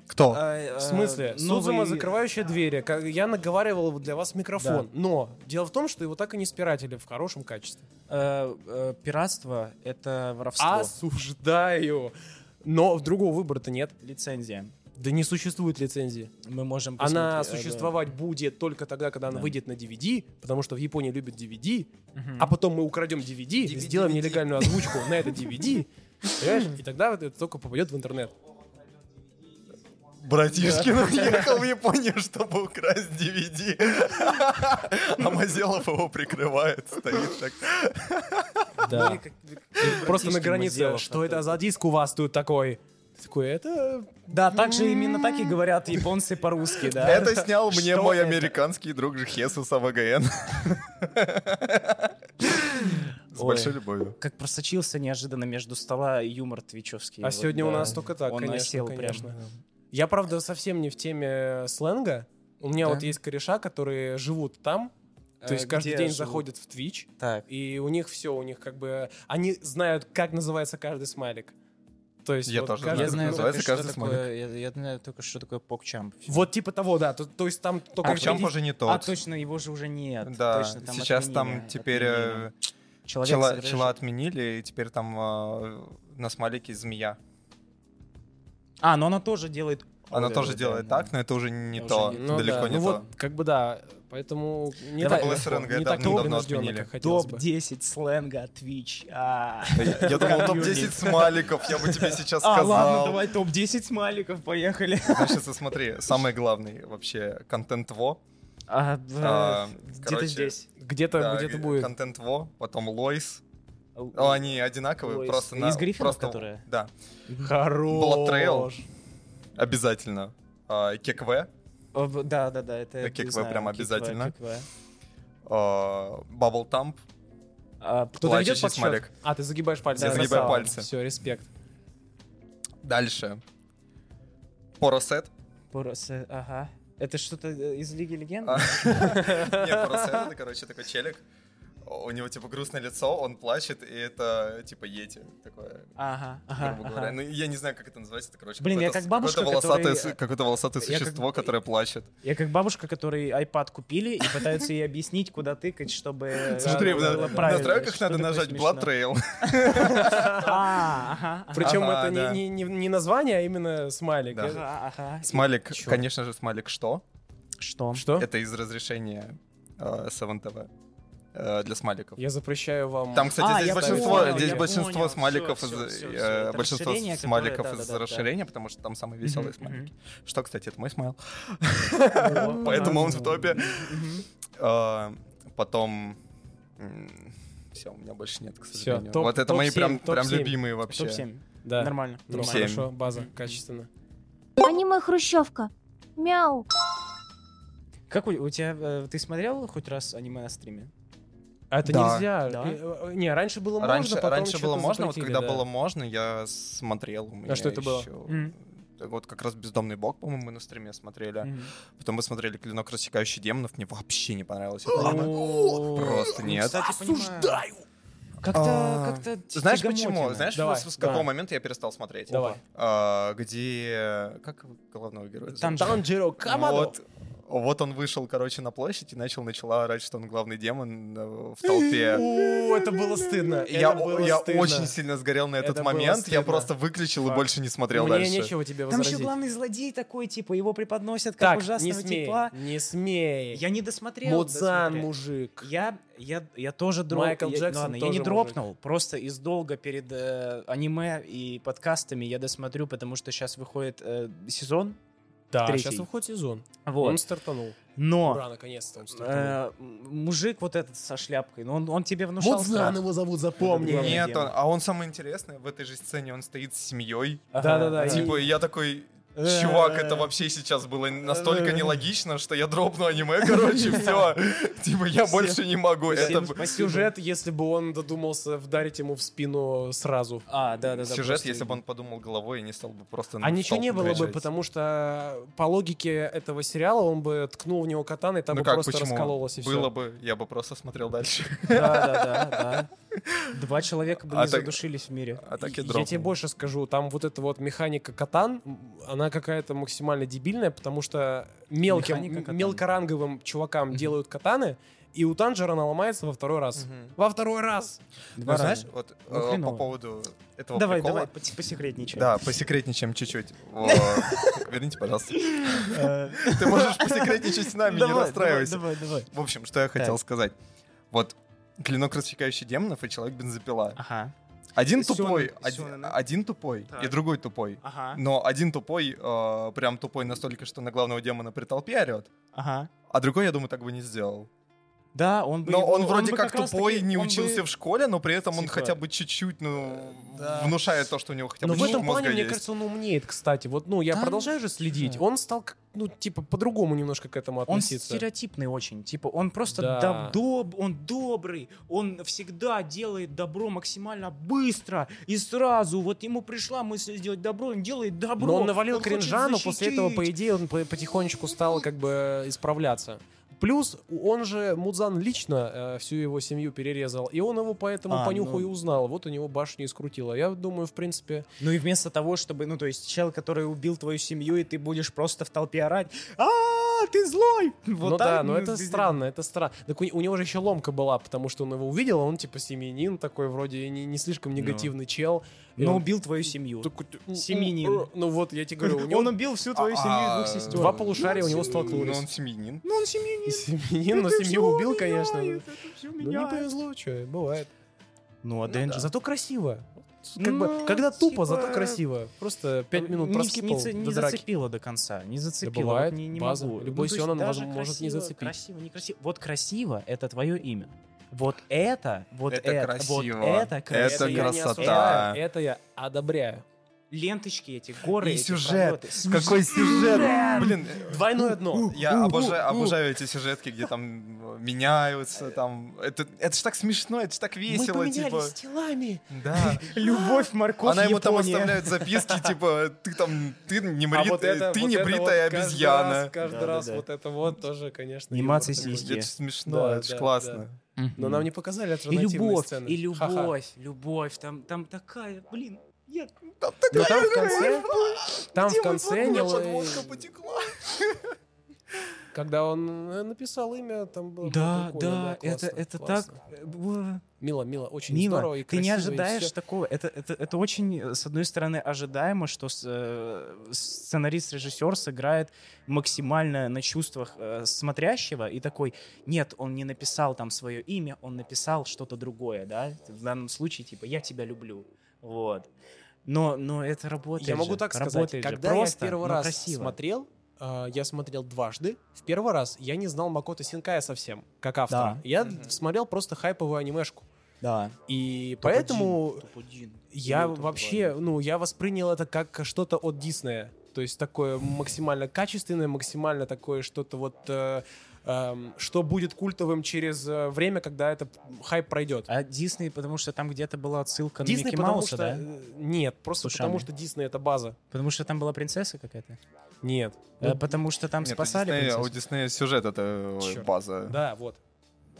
[SPEAKER 1] Кто?
[SPEAKER 4] А,
[SPEAKER 2] В смысле? Судзума, закрывающая двери. Как- Я наговаривал его для вас в микрофон. Но дело в том, что его так и не спиратели в хорошем качестве.
[SPEAKER 4] Э, Пиратство — это воровство.
[SPEAKER 2] Осуждаю. Но другого выбора-то нет.
[SPEAKER 4] Лицензия.
[SPEAKER 2] Да не существует лицензии.
[SPEAKER 4] Мы можем.
[SPEAKER 2] Она
[SPEAKER 4] посмотреть, э,
[SPEAKER 2] существовать будет только тогда, когда она
[SPEAKER 4] Да.
[SPEAKER 2] выйдет на DVD, потому что в Японии любят DVD, а потом мы украдем DVD, сделаем нелегальную озвучку на это DVD, понимаешь? и тогда вот это только попадет в интернет.
[SPEAKER 1] Братишкин уехал в Японию, чтобы украсть DVD. А Мазелов его прикрывает, стоит так.
[SPEAKER 4] да.
[SPEAKER 2] Просто на
[SPEAKER 4] Братишки
[SPEAKER 2] границе,
[SPEAKER 4] Мазелов,
[SPEAKER 2] что
[SPEAKER 4] а
[SPEAKER 2] это
[SPEAKER 4] то-
[SPEAKER 2] за диск у вас тут такой? Ты Такой, это...
[SPEAKER 4] Да, также именно так и говорят японцы по-русски, да.
[SPEAKER 1] Это снял мне
[SPEAKER 4] Что
[SPEAKER 1] мой
[SPEAKER 4] это?
[SPEAKER 1] американский друг А Хесус АВГН. С
[SPEAKER 4] Ой.
[SPEAKER 1] большой любовью.
[SPEAKER 4] Как просочился неожиданно между стола юмор твичевский.
[SPEAKER 2] А
[SPEAKER 4] Вот,
[SPEAKER 2] сегодня у
[SPEAKER 4] да.
[SPEAKER 2] нас только так,
[SPEAKER 4] Он
[SPEAKER 2] конечно,
[SPEAKER 4] осел
[SPEAKER 2] конечно.
[SPEAKER 4] прям.
[SPEAKER 2] Я, правда, совсем не в теме сленга. У меня
[SPEAKER 4] Да.
[SPEAKER 2] вот есть кореша, которые живут там, то
[SPEAKER 4] Э,
[SPEAKER 2] есть каждый
[SPEAKER 4] где
[SPEAKER 2] день
[SPEAKER 4] живут?
[SPEAKER 2] заходят в Twitch,
[SPEAKER 4] Так.
[SPEAKER 2] И у них все, у них как бы... Они знают, как называется каждый смайлик. То есть
[SPEAKER 1] Я
[SPEAKER 2] вот
[SPEAKER 1] тоже
[SPEAKER 2] каждый-
[SPEAKER 1] знаю, как называется
[SPEAKER 4] только,
[SPEAKER 1] каждый
[SPEAKER 4] что такое- я, я знаю только, что такое покчамп.
[SPEAKER 2] Вот типа того, да. То, то есть там только...
[SPEAKER 1] А чем
[SPEAKER 2] приди-
[SPEAKER 1] позже не
[SPEAKER 4] А,
[SPEAKER 1] тот.
[SPEAKER 4] точно, его же уже нет.
[SPEAKER 1] Да,
[SPEAKER 4] точно, там
[SPEAKER 1] сейчас
[SPEAKER 4] отменили,
[SPEAKER 1] там теперь э,
[SPEAKER 4] отменили. Человек
[SPEAKER 1] чела-
[SPEAKER 4] содержит-
[SPEAKER 1] чела отменили, и теперь там э, на смайлике змея.
[SPEAKER 4] А, но она тоже делает...
[SPEAKER 1] Она
[SPEAKER 4] Ой,
[SPEAKER 1] тоже
[SPEAKER 4] да,
[SPEAKER 1] делает
[SPEAKER 4] да.
[SPEAKER 1] так, но это уже не
[SPEAKER 4] Уже
[SPEAKER 1] то,
[SPEAKER 4] не-
[SPEAKER 2] Ну
[SPEAKER 1] далеко
[SPEAKER 2] да,
[SPEAKER 1] не
[SPEAKER 2] ну
[SPEAKER 1] то.
[SPEAKER 2] вот как бы да, поэтому не
[SPEAKER 4] Давай,
[SPEAKER 2] так
[SPEAKER 1] Apple
[SPEAKER 2] легко,
[SPEAKER 1] SRNG
[SPEAKER 2] не так
[SPEAKER 1] давным-давно
[SPEAKER 2] непринужденно,
[SPEAKER 1] отменили.
[SPEAKER 2] как хотелось бы.
[SPEAKER 4] Топ-10 сленга Twitch. А,
[SPEAKER 1] Я я думал, топ-10 смайликов, я бы тебе сейчас
[SPEAKER 4] (laughs) А, ладно,
[SPEAKER 1] сказал.
[SPEAKER 4] давай топ-10 смайликов, поехали.
[SPEAKER 1] Значит, смотри, самый главный вообще контент во.
[SPEAKER 4] А,
[SPEAKER 1] А,
[SPEAKER 4] да, Где-то
[SPEAKER 1] короче,
[SPEAKER 4] здесь.
[SPEAKER 2] Где-то
[SPEAKER 1] Да,
[SPEAKER 2] где-то будет.
[SPEAKER 1] Контент во, потом Лойс. О, Они одинаковые,
[SPEAKER 4] Лойс.
[SPEAKER 1] просто
[SPEAKER 4] Из
[SPEAKER 1] на...
[SPEAKER 4] Гриффинов,
[SPEAKER 1] просто-
[SPEAKER 4] которые?
[SPEAKER 1] Да, Blood Trail.
[SPEAKER 2] Хорош.
[SPEAKER 1] обязательно. А, Кекве,
[SPEAKER 4] О, б- Да, да, да, это...
[SPEAKER 1] Да,
[SPEAKER 4] я
[SPEAKER 1] киквэ
[SPEAKER 4] знаю,
[SPEAKER 1] прям
[SPEAKER 4] киквэ,
[SPEAKER 1] обязательно.
[SPEAKER 4] киквэ.
[SPEAKER 1] Бабл Тамп.
[SPEAKER 4] А, п-
[SPEAKER 2] Кто-то ведет
[SPEAKER 1] Плачущий
[SPEAKER 2] подсчет?
[SPEAKER 1] смайлик.
[SPEAKER 2] А, ты загибаешь пальцы.
[SPEAKER 4] Я загибаю
[SPEAKER 1] пальцы.
[SPEAKER 2] Все, респект.
[SPEAKER 1] Дальше. Поросет.
[SPEAKER 4] Порос, э, ага. Это что-то э, из Лиги Легенд?
[SPEAKER 1] А. Нет, Поросет это, короче, такой челик. У него, типа, грустное лицо, он плачет, и это, типа, Йети. Такое,
[SPEAKER 4] Ага, ага,
[SPEAKER 1] грубо говоря.
[SPEAKER 4] ага.
[SPEAKER 1] Ну, я не знаю, как это называется. Это, короче,
[SPEAKER 4] Блин, я
[SPEAKER 1] какое-то-
[SPEAKER 4] как бабушка,
[SPEAKER 1] какое-то волосатое,
[SPEAKER 4] которой-
[SPEAKER 1] су- какое-то волосатое
[SPEAKER 4] Я как-
[SPEAKER 1] существо, которое плачет.
[SPEAKER 4] Я как бабушка, которой iPad купили и пытаются ей объяснить, куда тыкать, чтобы
[SPEAKER 1] (laughs)
[SPEAKER 4] э,
[SPEAKER 1] Смотри,
[SPEAKER 4] было
[SPEAKER 1] на,
[SPEAKER 4] правильно.
[SPEAKER 1] на треках
[SPEAKER 4] Что
[SPEAKER 1] надо
[SPEAKER 4] такое
[SPEAKER 1] нажать
[SPEAKER 4] смешно?
[SPEAKER 1] Blood
[SPEAKER 4] (laughs)
[SPEAKER 1] Trail.
[SPEAKER 4] А, ага, ага.
[SPEAKER 2] Причем
[SPEAKER 1] Ага,
[SPEAKER 2] это не-
[SPEAKER 1] да.
[SPEAKER 2] не, не, не название, а именно смайлик.
[SPEAKER 1] Да.
[SPEAKER 2] Я-
[SPEAKER 4] Ага, ага.
[SPEAKER 1] Смайлик,
[SPEAKER 4] Чё?
[SPEAKER 1] конечно же, смайлик что?
[SPEAKER 4] Что?
[SPEAKER 2] Что?
[SPEAKER 1] Это из разрешения э, 7TV э, для смайликов.
[SPEAKER 2] Я запрещаю вам...
[SPEAKER 1] Там, кстати,
[SPEAKER 4] А,
[SPEAKER 1] здесь
[SPEAKER 4] я
[SPEAKER 1] большинство,
[SPEAKER 4] понял,
[SPEAKER 1] здесь
[SPEAKER 4] я
[SPEAKER 1] большинство
[SPEAKER 4] понял.
[SPEAKER 1] смайликов,
[SPEAKER 4] Всё,
[SPEAKER 1] из,
[SPEAKER 4] всё, всё,
[SPEAKER 1] э,
[SPEAKER 4] всё. Это
[SPEAKER 1] большинство
[SPEAKER 4] расширение, которое-
[SPEAKER 1] смайликов
[SPEAKER 4] да-да-да,
[SPEAKER 1] из
[SPEAKER 4] да.
[SPEAKER 1] расширения, потому что там самые веселые смайлики. Что, кстати, это мой смайл.
[SPEAKER 4] О,
[SPEAKER 1] Поэтому он в
[SPEAKER 4] ага.
[SPEAKER 1] топе. Э, Потом... Все, у меня больше нет, к сожалению.
[SPEAKER 2] топ-
[SPEAKER 1] Вот это
[SPEAKER 2] топ
[SPEAKER 1] мои прям
[SPEAKER 2] семь, топ
[SPEAKER 1] прям
[SPEAKER 2] семь.
[SPEAKER 1] любимые вообще.
[SPEAKER 4] Топ-7.
[SPEAKER 2] Да.
[SPEAKER 4] Нормально.
[SPEAKER 1] Семь.
[SPEAKER 2] Ну,
[SPEAKER 4] нормально.
[SPEAKER 2] хорошо, база, качественно.
[SPEAKER 6] Аниме Хрущевка. Мяу.
[SPEAKER 4] Как у, у тебя... э, Ты смотрел хоть раз аниме на стриме?
[SPEAKER 2] А это
[SPEAKER 1] Да.
[SPEAKER 2] нельзя.
[SPEAKER 4] Да.
[SPEAKER 2] Э, э, Не, раньше было можно,
[SPEAKER 1] Раньше,
[SPEAKER 2] потом
[SPEAKER 1] раньше
[SPEAKER 2] чё-то
[SPEAKER 1] было можно, вот
[SPEAKER 2] запретили,
[SPEAKER 1] когда
[SPEAKER 2] да.
[SPEAKER 1] было можно, я смотрел. У меня
[SPEAKER 2] А что это было?
[SPEAKER 1] ещё-
[SPEAKER 4] Мгм.
[SPEAKER 1] Да Вот как раз «Бездомный бог», по-моему, мы на стриме смотрели.
[SPEAKER 4] Мгм.
[SPEAKER 1] Потом мы смотрели «Клинок, рассекающий демонов». Мне вообще не понравилось. это
[SPEAKER 2] Ну,
[SPEAKER 1] аниме.
[SPEAKER 2] О,
[SPEAKER 1] Просто нет.
[SPEAKER 4] Осуждаю! Как-то...
[SPEAKER 1] А,
[SPEAKER 4] как-то
[SPEAKER 1] Знаешь
[SPEAKER 4] тягомотина.
[SPEAKER 1] почему? Знаешь,
[SPEAKER 2] Давай,
[SPEAKER 1] с, с какого
[SPEAKER 2] давай.
[SPEAKER 1] момента я перестал смотреть?
[SPEAKER 2] Давай.
[SPEAKER 1] А, где... Как его главного героя? зовут?
[SPEAKER 4] Танжи.
[SPEAKER 2] Танжиро Камадо.
[SPEAKER 1] Вот, вот он вышел, короче, на площадь и начал, начала орать, что он главный демон э, в толпе.
[SPEAKER 2] О, это было (laughs) стыдно.
[SPEAKER 1] Я,
[SPEAKER 2] это было
[SPEAKER 1] я
[SPEAKER 2] стыдно.
[SPEAKER 1] очень сильно сгорел на этот
[SPEAKER 2] Это было
[SPEAKER 1] момент. Я
[SPEAKER 2] стыдно.
[SPEAKER 1] просто выключил и
[SPEAKER 4] Факт.
[SPEAKER 1] больше не смотрел
[SPEAKER 2] Мне
[SPEAKER 1] дальше.
[SPEAKER 2] нечего тебе
[SPEAKER 4] Там
[SPEAKER 2] возразить.
[SPEAKER 4] еще главный злодей такой, типа, его преподносят как
[SPEAKER 2] так, не
[SPEAKER 4] ужасного
[SPEAKER 2] смей,
[SPEAKER 4] типа.
[SPEAKER 2] не смей.
[SPEAKER 4] Я не досмотрел.
[SPEAKER 2] Мудзан,
[SPEAKER 4] досмотрел.
[SPEAKER 2] мужик.
[SPEAKER 4] Я, я, я тоже дроп...
[SPEAKER 2] Майкл
[SPEAKER 4] я-
[SPEAKER 2] Джексон
[SPEAKER 4] ладно, я
[SPEAKER 2] тоже
[SPEAKER 4] не
[SPEAKER 2] мужик.
[SPEAKER 4] дропнул. Просто из долга перед э, аниме и подкастами я досмотрю, потому что сейчас выходит э, сезон.
[SPEAKER 2] Да,
[SPEAKER 4] Третий.
[SPEAKER 2] сейчас выходит сезон. Он
[SPEAKER 4] Вот.
[SPEAKER 2] стартанул.
[SPEAKER 4] Но
[SPEAKER 2] Ура, наконец-то он стартанул.
[SPEAKER 4] э, м- мужик вот этот со шляпкой, ну он, он тебе внушал страх.
[SPEAKER 2] его зовут, запомни.
[SPEAKER 4] главный
[SPEAKER 1] Нет,
[SPEAKER 4] демон.
[SPEAKER 1] он- а он самое интересное, в этой же сцене он стоит с семьей.
[SPEAKER 4] Ага.
[SPEAKER 2] Да-да-да, и-
[SPEAKER 1] Типа, я такой,
[SPEAKER 2] Э.
[SPEAKER 1] чувак, это вообще сейчас было настолько нелогично, что я дропну аниме,
[SPEAKER 2] (laughs)
[SPEAKER 1] короче, все. Типа, я
[SPEAKER 4] Всем-
[SPEAKER 1] больше не могу. Это
[SPEAKER 4] всем
[SPEAKER 1] б-
[SPEAKER 4] спасибо.
[SPEAKER 2] Сюжет, если бы он додумался вдарить ему в спину сразу.
[SPEAKER 4] А, да, да, да.
[SPEAKER 1] сюжет,
[SPEAKER 4] просто-
[SPEAKER 1] если бы он подумал головой и не стал бы просто...
[SPEAKER 2] А ничего не было бы,
[SPEAKER 1] потому
[SPEAKER 2] потому что по логике этого сериала он бы ткнул в него катаной, там
[SPEAKER 1] ну
[SPEAKER 2] бы
[SPEAKER 1] как,
[SPEAKER 2] просто
[SPEAKER 1] почему?
[SPEAKER 2] раскололось и
[SPEAKER 1] Было
[SPEAKER 2] все.
[SPEAKER 1] бы, я бы просто смотрел дальше.
[SPEAKER 4] (laughs) Да, да, да, да. Два человека бы
[SPEAKER 1] А
[SPEAKER 4] не
[SPEAKER 1] так-
[SPEAKER 4] задушились в мире.
[SPEAKER 1] А так и
[SPEAKER 2] Я тебе больше скажу, там вот эта вот механика катан, м, она какая-то максимально дебильная, потому что мелким,
[SPEAKER 4] Механика
[SPEAKER 2] м-
[SPEAKER 4] катан.
[SPEAKER 2] мелкоранговым чувакам делают катаны, и у Танжера она ломается во второй раз. Во второй раз!
[SPEAKER 4] Два раза.
[SPEAKER 1] знаешь, вот
[SPEAKER 4] Ну,
[SPEAKER 1] э,
[SPEAKER 4] хреново.
[SPEAKER 1] по поводу этого
[SPEAKER 4] Давай,
[SPEAKER 1] прикола-
[SPEAKER 4] давай, пос- посекретничай.
[SPEAKER 1] Да, посекретничаем
[SPEAKER 4] (laughs)
[SPEAKER 1] чуть-чуть. О, Верните, пожалуйста. Ты можешь посекретничать с нами, не
[SPEAKER 4] Э, Давай,
[SPEAKER 1] расстраивайся.
[SPEAKER 4] Давай, давай, давай.
[SPEAKER 1] В общем, что я хотел сказать. Вот клинок, рассекающий демонов, и человек бензопила.
[SPEAKER 4] Ага.
[SPEAKER 1] Один
[SPEAKER 4] Сёнэн-
[SPEAKER 1] тупой, оди-
[SPEAKER 4] сёнэн.
[SPEAKER 1] один тупой и
[SPEAKER 4] Так.
[SPEAKER 1] другой тупой.
[SPEAKER 4] Ага.
[SPEAKER 1] Но один тупой, э, прям тупой настолько, что на главного демона при толпе орет,
[SPEAKER 4] Ага.
[SPEAKER 1] а другой, я думаю, так бы не сделал.
[SPEAKER 4] Да, он бы...
[SPEAKER 1] Но
[SPEAKER 2] ну,
[SPEAKER 4] его-
[SPEAKER 1] он вроде
[SPEAKER 4] бы
[SPEAKER 1] как
[SPEAKER 4] раз
[SPEAKER 1] тупой,
[SPEAKER 4] таки-
[SPEAKER 1] не
[SPEAKER 4] он бы-
[SPEAKER 1] учился в школе, но при этом он
[SPEAKER 4] Типа,
[SPEAKER 1] хотя бы чуть-чуть, ну,
[SPEAKER 2] да.
[SPEAKER 1] внушает то, что у него хотя
[SPEAKER 2] Но
[SPEAKER 1] бы
[SPEAKER 2] в
[SPEAKER 1] чуть
[SPEAKER 2] этом
[SPEAKER 1] А мозга
[SPEAKER 2] плане, мне
[SPEAKER 1] есть.
[SPEAKER 2] кажется, он умнеет, кстати. Вот, ну, я
[SPEAKER 4] Да,
[SPEAKER 2] продолжаю же следить.
[SPEAKER 4] слушай.
[SPEAKER 2] Он стал, как- ну, типа, по-другому немножко к этому
[SPEAKER 4] Он
[SPEAKER 2] относиться.
[SPEAKER 4] стереотипный очень, типа он просто
[SPEAKER 2] Да.
[SPEAKER 4] доб- доб- он добрый, он всегда делает добро максимально быстро и сразу, вот ему пришла мысль сделать добро, он делает добро.
[SPEAKER 2] Но он навалил
[SPEAKER 4] хочет
[SPEAKER 2] кринжа, но после этого, по
[SPEAKER 4] защитить.
[SPEAKER 2] идее, он по- потихонечку стал как бы э, исправляться. Плюс он же, Мудзан лично э, всю его семью перерезал, и он его поэтому
[SPEAKER 4] А,
[SPEAKER 2] по нюху
[SPEAKER 4] ну.
[SPEAKER 2] и узнал. Вот у него башню и скрутило. Я думаю, в принципе...
[SPEAKER 4] Ну и вместо того, чтобы, ну то есть чел, который убил твою семью, и ты будешь просто в толпе орать, а ты злой! (laughs) Вот
[SPEAKER 2] ну
[SPEAKER 4] так,
[SPEAKER 2] да, но это
[SPEAKER 4] ты-
[SPEAKER 2] странно, это странно. Так у, у него же еще ломка была, потому что он его увидел, а он типа семьянин такой, вроде и не, не слишком негативный чел. И
[SPEAKER 4] Но
[SPEAKER 2] он
[SPEAKER 4] Ну. убил твою семью.
[SPEAKER 2] такой, «М, м,
[SPEAKER 4] семьянин.
[SPEAKER 2] р». Ну вот, я тебе (laughs) говорю, у него
[SPEAKER 4] Он убил всю твою семью и
[SPEAKER 1] А,
[SPEAKER 4] двух сестер.
[SPEAKER 2] два полушария у него
[SPEAKER 1] Ну, он
[SPEAKER 2] столкнулись.
[SPEAKER 1] семьянин.
[SPEAKER 4] Ну он семью
[SPEAKER 2] (laughs) И Семьянин, но
[SPEAKER 4] Это
[SPEAKER 2] ну, семью
[SPEAKER 4] всё
[SPEAKER 2] убил, конечно.
[SPEAKER 4] меняет,
[SPEAKER 2] но-
[SPEAKER 4] это всё
[SPEAKER 2] Ну не
[SPEAKER 4] меняет.
[SPEAKER 2] повезло, что, бывает.
[SPEAKER 4] Ну, а
[SPEAKER 2] Да.
[SPEAKER 4] Денджи...
[SPEAKER 2] Зато красиво. Как
[SPEAKER 4] Ну,
[SPEAKER 2] бы, когда тупо,
[SPEAKER 4] типа,
[SPEAKER 2] зато красиво. Просто пять минут
[SPEAKER 4] не,
[SPEAKER 2] проскипал
[SPEAKER 4] не, ц- не
[SPEAKER 2] до драки.
[SPEAKER 4] зацепило до конца, не зацепило. вот
[SPEAKER 2] бывает,
[SPEAKER 4] не, не
[SPEAKER 2] база.
[SPEAKER 4] могу.
[SPEAKER 2] Любой
[SPEAKER 4] то есть
[SPEAKER 2] сёнэн
[SPEAKER 4] даже
[SPEAKER 2] может- может не
[SPEAKER 4] красиво,
[SPEAKER 2] зацепить.
[SPEAKER 4] Красиво, не красиво. Вот красиво — это твое имя. Вот это, вот
[SPEAKER 1] Это
[SPEAKER 4] это, вот
[SPEAKER 1] красиво.
[SPEAKER 4] это
[SPEAKER 1] Это
[SPEAKER 4] красиво.
[SPEAKER 2] я не
[SPEAKER 1] красота.
[SPEAKER 2] осуждаю, Это я одобряю.
[SPEAKER 4] Ленточки эти, горы
[SPEAKER 1] И
[SPEAKER 4] эти,
[SPEAKER 1] сюжет.
[SPEAKER 4] пролёты.
[SPEAKER 1] Какой сюжет? Блин,
[SPEAKER 2] Двойное дно.
[SPEAKER 1] я обожаю, обожаю эти сюжетки, где там меняются, там... Это, это ж так смешно, это ж так весело, типа...
[SPEAKER 2] телами. (laughs)
[SPEAKER 1] Да.
[SPEAKER 4] Любовь, морковь,
[SPEAKER 1] Она ему там
[SPEAKER 4] Япония.
[SPEAKER 1] оставляет записки, типа, ты там, ты не
[SPEAKER 2] А
[SPEAKER 1] брит-
[SPEAKER 2] вот это,
[SPEAKER 1] ты
[SPEAKER 2] вот
[SPEAKER 1] не
[SPEAKER 2] это
[SPEAKER 1] бритая
[SPEAKER 2] вот каждый раз,
[SPEAKER 1] обезьяна.
[SPEAKER 2] Каждый
[SPEAKER 4] Да,
[SPEAKER 2] раз
[SPEAKER 4] да, да.
[SPEAKER 2] вот это вот тоже, конечно.
[SPEAKER 4] Анимация
[SPEAKER 2] юмор такой.
[SPEAKER 4] сиськи.
[SPEAKER 1] Это ж
[SPEAKER 2] Да,
[SPEAKER 1] смешно, это ж
[SPEAKER 2] да,
[SPEAKER 1] классно.
[SPEAKER 4] Мгм.
[SPEAKER 2] Но нам не показали
[SPEAKER 4] и
[SPEAKER 2] альтернативные
[SPEAKER 4] любовь,
[SPEAKER 2] сцены.
[SPEAKER 4] и
[SPEAKER 2] Ха-ха.
[SPEAKER 4] любовь, любовь, там, там такая, блин, я
[SPEAKER 2] Но Ну, там в конце, там в конце, не-
[SPEAKER 1] потекла.
[SPEAKER 2] когда он э, написал имя, там было
[SPEAKER 4] ну, Да,
[SPEAKER 2] прикольно,
[SPEAKER 4] да, это,
[SPEAKER 2] классно,
[SPEAKER 4] это так
[SPEAKER 2] классно.
[SPEAKER 4] э, б-
[SPEAKER 2] Мило, мило, очень здорово
[SPEAKER 4] мило.
[SPEAKER 2] и
[SPEAKER 4] Ты не
[SPEAKER 2] красиво, и
[SPEAKER 4] ожидаешь
[SPEAKER 2] всё.
[SPEAKER 4] такого. Это, это, это очень, э, с одной стороны, ожидаемо, что с- э, сценарист-режиссер сыграет максимально на чувствах э, смотрящего и такой, нет, он не написал там свое имя, он написал что-то другое, да? В данном случае, типа, я тебя люблю, вот. Но, но это работает
[SPEAKER 2] Я могу
[SPEAKER 4] же,
[SPEAKER 2] так сказать,
[SPEAKER 4] работает же.
[SPEAKER 2] когда
[SPEAKER 4] Просто,
[SPEAKER 2] я в первый
[SPEAKER 4] но
[SPEAKER 2] раз
[SPEAKER 4] красиво.
[SPEAKER 2] смотрел, а, я смотрел дважды. В первый раз я не знал Макото Синкая совсем, как автора.
[SPEAKER 4] Да.
[SPEAKER 2] Я
[SPEAKER 1] Мгм.
[SPEAKER 2] смотрел просто хайповую анимешку.
[SPEAKER 4] Да.
[SPEAKER 2] И поэтому
[SPEAKER 4] Топ-1, топ-1,
[SPEAKER 2] я
[SPEAKER 4] топ-2.
[SPEAKER 2] вообще, ну, я воспринял это как что-то от Диснея. то есть такое максимально качественное, максимально такое что-то вот... э, эм, что будет культовым через э, время, когда этот хайп пройдет.
[SPEAKER 4] А Дисней, потому что там где-то была отсылка на
[SPEAKER 2] Дисней
[SPEAKER 4] Микки
[SPEAKER 2] потому
[SPEAKER 4] Мауса,
[SPEAKER 2] что...
[SPEAKER 4] да?
[SPEAKER 2] э, Нет, просто
[SPEAKER 4] С
[SPEAKER 2] потому
[SPEAKER 4] ушами.
[SPEAKER 2] что Дисней — это база.
[SPEAKER 4] Потому что там была принцесса какая-то?
[SPEAKER 2] Нет.
[SPEAKER 4] Э, Потому что там
[SPEAKER 1] Нет, у
[SPEAKER 4] спасали
[SPEAKER 1] Диснея-
[SPEAKER 4] принцессу?
[SPEAKER 1] а У Диснея сюжет это ой,
[SPEAKER 2] Чёрт.
[SPEAKER 1] база.
[SPEAKER 2] Да, вот.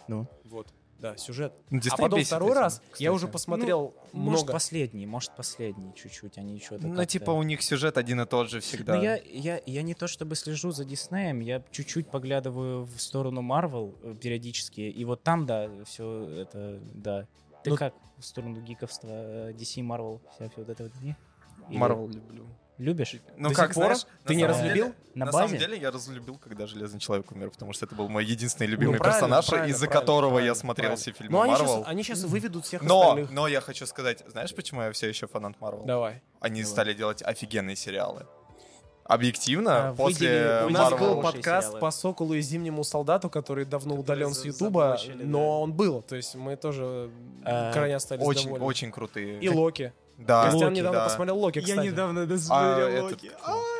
[SPEAKER 4] Ну.
[SPEAKER 2] Вот. Да, сюжет.
[SPEAKER 1] Ну,
[SPEAKER 2] а
[SPEAKER 1] Дисней
[SPEAKER 2] потом
[SPEAKER 1] бесит
[SPEAKER 2] второй
[SPEAKER 1] этим,
[SPEAKER 2] раз я уже
[SPEAKER 1] кстати.
[SPEAKER 2] посмотрел
[SPEAKER 4] Ну, Может,
[SPEAKER 2] много.
[SPEAKER 4] последний, может, последний чуть-чуть, они еще...
[SPEAKER 1] Ну, типа, у них сюжет один и тот же всегда.
[SPEAKER 4] Ну, я, я, я не то чтобы слежу за Диснеем, я чуть-чуть поглядываю в сторону Марвел э, периодически, и вот там, да, все это, да. Ты
[SPEAKER 2] Ну-
[SPEAKER 4] как в сторону гиковства э, DC, Marvel, вся всё вот это вот? не? Или
[SPEAKER 1] Марвел люблю.
[SPEAKER 4] Любишь?
[SPEAKER 1] Ну,
[SPEAKER 2] До
[SPEAKER 1] как,
[SPEAKER 2] сих пор?
[SPEAKER 1] знаешь,
[SPEAKER 2] Ты
[SPEAKER 1] на
[SPEAKER 2] не
[SPEAKER 1] самом
[SPEAKER 2] разлюбил?
[SPEAKER 1] деле-
[SPEAKER 4] На
[SPEAKER 1] на
[SPEAKER 4] базе?
[SPEAKER 1] самом деле я разлюбил, когда Железный Человек умер, потому что это был мой единственный любимый
[SPEAKER 2] Ну, правильно,
[SPEAKER 1] персонаж,
[SPEAKER 2] правильно,
[SPEAKER 1] из-за
[SPEAKER 2] правильно,
[SPEAKER 1] которого
[SPEAKER 2] правильно,
[SPEAKER 1] я смотрел
[SPEAKER 2] правильно.
[SPEAKER 1] все фильмы
[SPEAKER 2] Ну, они
[SPEAKER 1] Марвел.
[SPEAKER 2] сейчас, они сейчас выведут всех
[SPEAKER 1] Но,
[SPEAKER 2] остальных.
[SPEAKER 1] но я хочу сказать, знаешь, почему я все еще фанат Марвел?
[SPEAKER 2] Давай.
[SPEAKER 1] Они
[SPEAKER 4] Давай.
[SPEAKER 1] стали делать офигенные сериалы. Объективно,
[SPEAKER 4] А,
[SPEAKER 1] после
[SPEAKER 4] выделили-
[SPEAKER 2] У
[SPEAKER 4] У
[SPEAKER 2] нас
[SPEAKER 4] нас
[SPEAKER 1] Марвел...
[SPEAKER 2] был
[SPEAKER 4] хорошие
[SPEAKER 2] подкаст
[SPEAKER 4] сериалы.
[SPEAKER 2] по Соколу и Зимнему солдату, который давно удален с
[SPEAKER 4] за-
[SPEAKER 2] Ютуба,
[SPEAKER 4] заблочили,
[SPEAKER 2] но он был. То есть мы тоже
[SPEAKER 4] А,
[SPEAKER 2] крайне остались
[SPEAKER 1] Э, Очень,
[SPEAKER 2] довольны.
[SPEAKER 1] очень крутые.
[SPEAKER 2] И Локи.
[SPEAKER 1] да,
[SPEAKER 2] Костян
[SPEAKER 1] Локи,
[SPEAKER 2] недавно
[SPEAKER 1] да.
[SPEAKER 2] посмотрел Локи, кстати.
[SPEAKER 1] А, этот,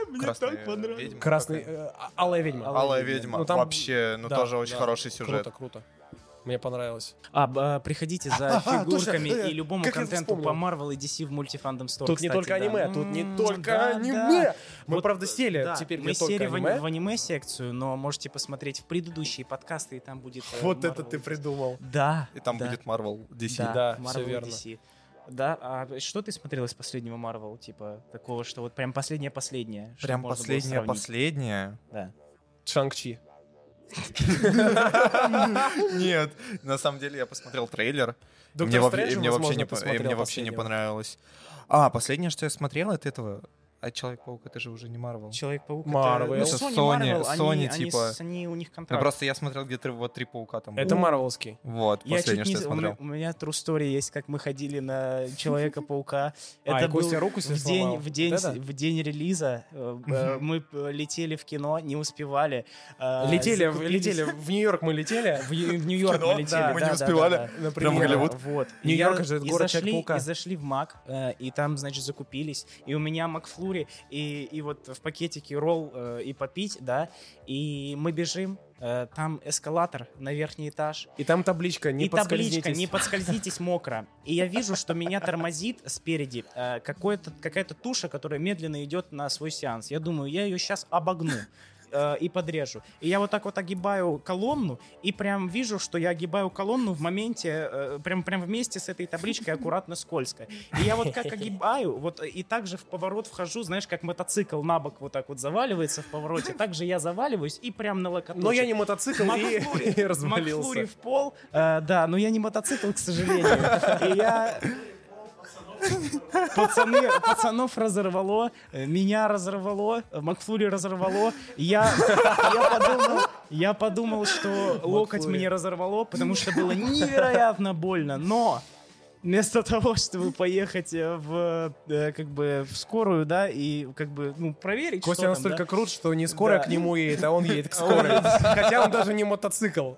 [SPEAKER 4] мне
[SPEAKER 1] Красная
[SPEAKER 2] э,
[SPEAKER 4] так понравилось.
[SPEAKER 1] ведьма
[SPEAKER 2] Красный...
[SPEAKER 1] какая?
[SPEAKER 2] э, а- Алая ведьма.
[SPEAKER 1] Алая ведьма.
[SPEAKER 2] Ну, там-
[SPEAKER 1] Вообще, ну
[SPEAKER 2] да,
[SPEAKER 1] тоже очень
[SPEAKER 2] да.
[SPEAKER 1] хороший сюжет.
[SPEAKER 2] Круто, круто. Мне понравилось.
[SPEAKER 4] А, б- а, приходите за
[SPEAKER 2] а,
[SPEAKER 4] фигурками
[SPEAKER 2] точно, э,
[SPEAKER 4] и любому
[SPEAKER 2] как я
[SPEAKER 4] контенту
[SPEAKER 2] вспомнил.
[SPEAKER 4] по Marvel и DC в мультифандом Store.
[SPEAKER 2] Тут не
[SPEAKER 4] кстати,
[SPEAKER 2] только
[SPEAKER 4] да.
[SPEAKER 2] аниме, тут
[SPEAKER 4] М,
[SPEAKER 2] не только
[SPEAKER 4] да,
[SPEAKER 2] аниме.
[SPEAKER 4] да.
[SPEAKER 2] Мы,
[SPEAKER 4] Вот,
[SPEAKER 2] правда, сели
[SPEAKER 4] да,
[SPEAKER 2] теперь
[SPEAKER 4] мы
[SPEAKER 2] не только
[SPEAKER 4] сели в ани-
[SPEAKER 2] аниме.
[SPEAKER 4] в аниме-секцию, но можете посмотреть в предыдущие подкасты, и там будет... э,
[SPEAKER 2] Вот это
[SPEAKER 4] Marvel
[SPEAKER 2] ты
[SPEAKER 4] DC.
[SPEAKER 2] придумал.
[SPEAKER 4] Да.
[SPEAKER 1] И там
[SPEAKER 4] да,
[SPEAKER 1] будет Марвел, DC.
[SPEAKER 4] Да,
[SPEAKER 2] Да,
[SPEAKER 4] Marvel
[SPEAKER 2] всё
[SPEAKER 4] и
[SPEAKER 2] верно.
[SPEAKER 4] DC. Да, а что ты смотрел из последнего Marvel, типа, такого, что вот прям последнее-последнее? что
[SPEAKER 1] Прям
[SPEAKER 4] можно было
[SPEAKER 1] последнее, (laughs)
[SPEAKER 4] сравнить?
[SPEAKER 1] последнее.
[SPEAKER 4] Да.
[SPEAKER 2] Шанг-Чи.
[SPEAKER 1] Нет, на самом деле я посмотрел трейлер.
[SPEAKER 2] Доктор
[SPEAKER 1] во-
[SPEAKER 2] Стрэндж,
[SPEAKER 1] и мне вообще
[SPEAKER 2] возможно,
[SPEAKER 1] не, по- и
[SPEAKER 2] посмотрел
[SPEAKER 1] мне вообще не
[SPEAKER 2] последнего.
[SPEAKER 1] понравилось. А, последнее, что я смотрел, это этого. А Человек-паук это же уже не Марвел.
[SPEAKER 4] Человек-паук
[SPEAKER 2] Marvel.
[SPEAKER 4] это...
[SPEAKER 2] Это
[SPEAKER 4] Ну, Sony,
[SPEAKER 1] Sony,
[SPEAKER 4] Marvel,
[SPEAKER 1] Sony,
[SPEAKER 4] они, они
[SPEAKER 1] типа.
[SPEAKER 4] с- они, у них
[SPEAKER 1] Ну,
[SPEAKER 4] контракт.
[SPEAKER 1] просто я смотрел где-то вот три паука там.
[SPEAKER 2] а. Это
[SPEAKER 1] было.
[SPEAKER 2] Марвелский.
[SPEAKER 1] Вот,
[SPEAKER 4] Я
[SPEAKER 1] последнее,
[SPEAKER 4] чуть не...
[SPEAKER 1] что я
[SPEAKER 4] у, меня,
[SPEAKER 1] смотрел.
[SPEAKER 4] у меня true story есть, как мы ходили на
[SPEAKER 2] А,
[SPEAKER 4] Человека-паука. Это
[SPEAKER 2] и Костя
[SPEAKER 4] был
[SPEAKER 2] руку себе
[SPEAKER 4] в день,
[SPEAKER 2] сломал.
[SPEAKER 4] в, день,
[SPEAKER 2] Вот это?
[SPEAKER 4] в день релиза. э, э, Мы э, летели в кино, не успевали.
[SPEAKER 1] А,
[SPEAKER 4] э,
[SPEAKER 2] Летели, в-
[SPEAKER 4] закупились-
[SPEAKER 2] летели в Нью-Йорк мы летели.
[SPEAKER 4] В, Ю- (laughs) в Нью-Йорк
[SPEAKER 1] кино?
[SPEAKER 4] мы летели.
[SPEAKER 1] Мы не
[SPEAKER 4] да, да,
[SPEAKER 1] успевали.
[SPEAKER 4] да, да.
[SPEAKER 2] Например.
[SPEAKER 1] (laughs) Прям в Голливуд.
[SPEAKER 4] Вот.
[SPEAKER 2] И Нью-Йорк же
[SPEAKER 4] и
[SPEAKER 2] город
[SPEAKER 4] зашли,
[SPEAKER 2] Человека-паука.
[SPEAKER 4] и зашли в Мак, э, и там, значит, закупились. И у меня Макфлури, и, и вот в пакетике ролл э, и попить, да. И мы бежим, э, там эскалатор на верхний этаж.
[SPEAKER 2] И там табличка, не
[SPEAKER 4] и табличка, не
[SPEAKER 2] подскользнитесь.
[SPEAKER 4] подскользитесь мокро. И я вижу, что меня тормозит спереди э, какой-то- какая-то туша, которая медленно идет на свой сеанс. Я думаю, я ее сейчас обогну э, и подрежу. И я вот так вот огибаю колонну, и прям вижу, что я огибаю колонну в моменте, э, прям, прям вместе с этой табличкой аккуратно скользко. И я вот как огибаю, вот э, и также в поворот вхожу, знаешь, как мотоцикл на бок вот так вот заваливается в повороте, также я заваливаюсь и прям на локоточек.
[SPEAKER 2] Но я не мотоцикл и,
[SPEAKER 4] Макфлури,
[SPEAKER 2] (laughs) и развалился.
[SPEAKER 4] Макфлури в пол. Э, да, но я не мотоцикл, к сожалению. И я... Пацаны, пацанов разорвало, э, меня разорвало, э, Макфлури разорвало. Я, я, подумал, я подумал, что локоть
[SPEAKER 2] Макфлури.
[SPEAKER 4] мне разорвало, потому что было невероятно больно. Но вместо того, чтобы поехать э, в, э, как бы, в скорую, да, и как бы, ну, проверить, что
[SPEAKER 2] Костя
[SPEAKER 4] там,
[SPEAKER 2] настолько
[SPEAKER 4] да.
[SPEAKER 2] крут, что не скорая
[SPEAKER 4] Да.
[SPEAKER 2] к нему едет, а он
[SPEAKER 4] (laughs)
[SPEAKER 2] едет к скорой. Хотя он даже не мотоцикл.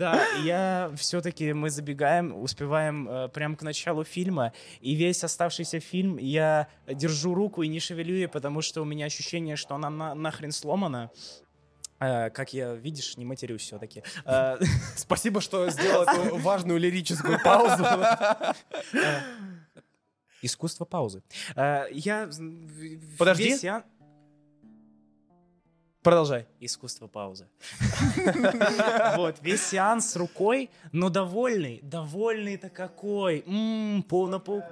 [SPEAKER 4] Да, я все-таки мы забегаем, успеваем э, прям к началу фильма, и весь оставшийся фильм я держу руку и не шевелю ее, потому что у меня ощущение, что она на- нахрен сломана. Э, как я, видишь, не матерюсь Э, все-таки.
[SPEAKER 2] Спасибо, что сделал эту важную лирическую
[SPEAKER 1] (laughs)
[SPEAKER 2] паузу.
[SPEAKER 4] искусство паузы. Э, я м, в-
[SPEAKER 2] Подожди.
[SPEAKER 4] весь я-
[SPEAKER 2] Продолжай.
[SPEAKER 4] Искусство паузы. (laughs) Вот, весь сеанс с рукой, но довольный. Довольный-то какой. М, пол- на паук-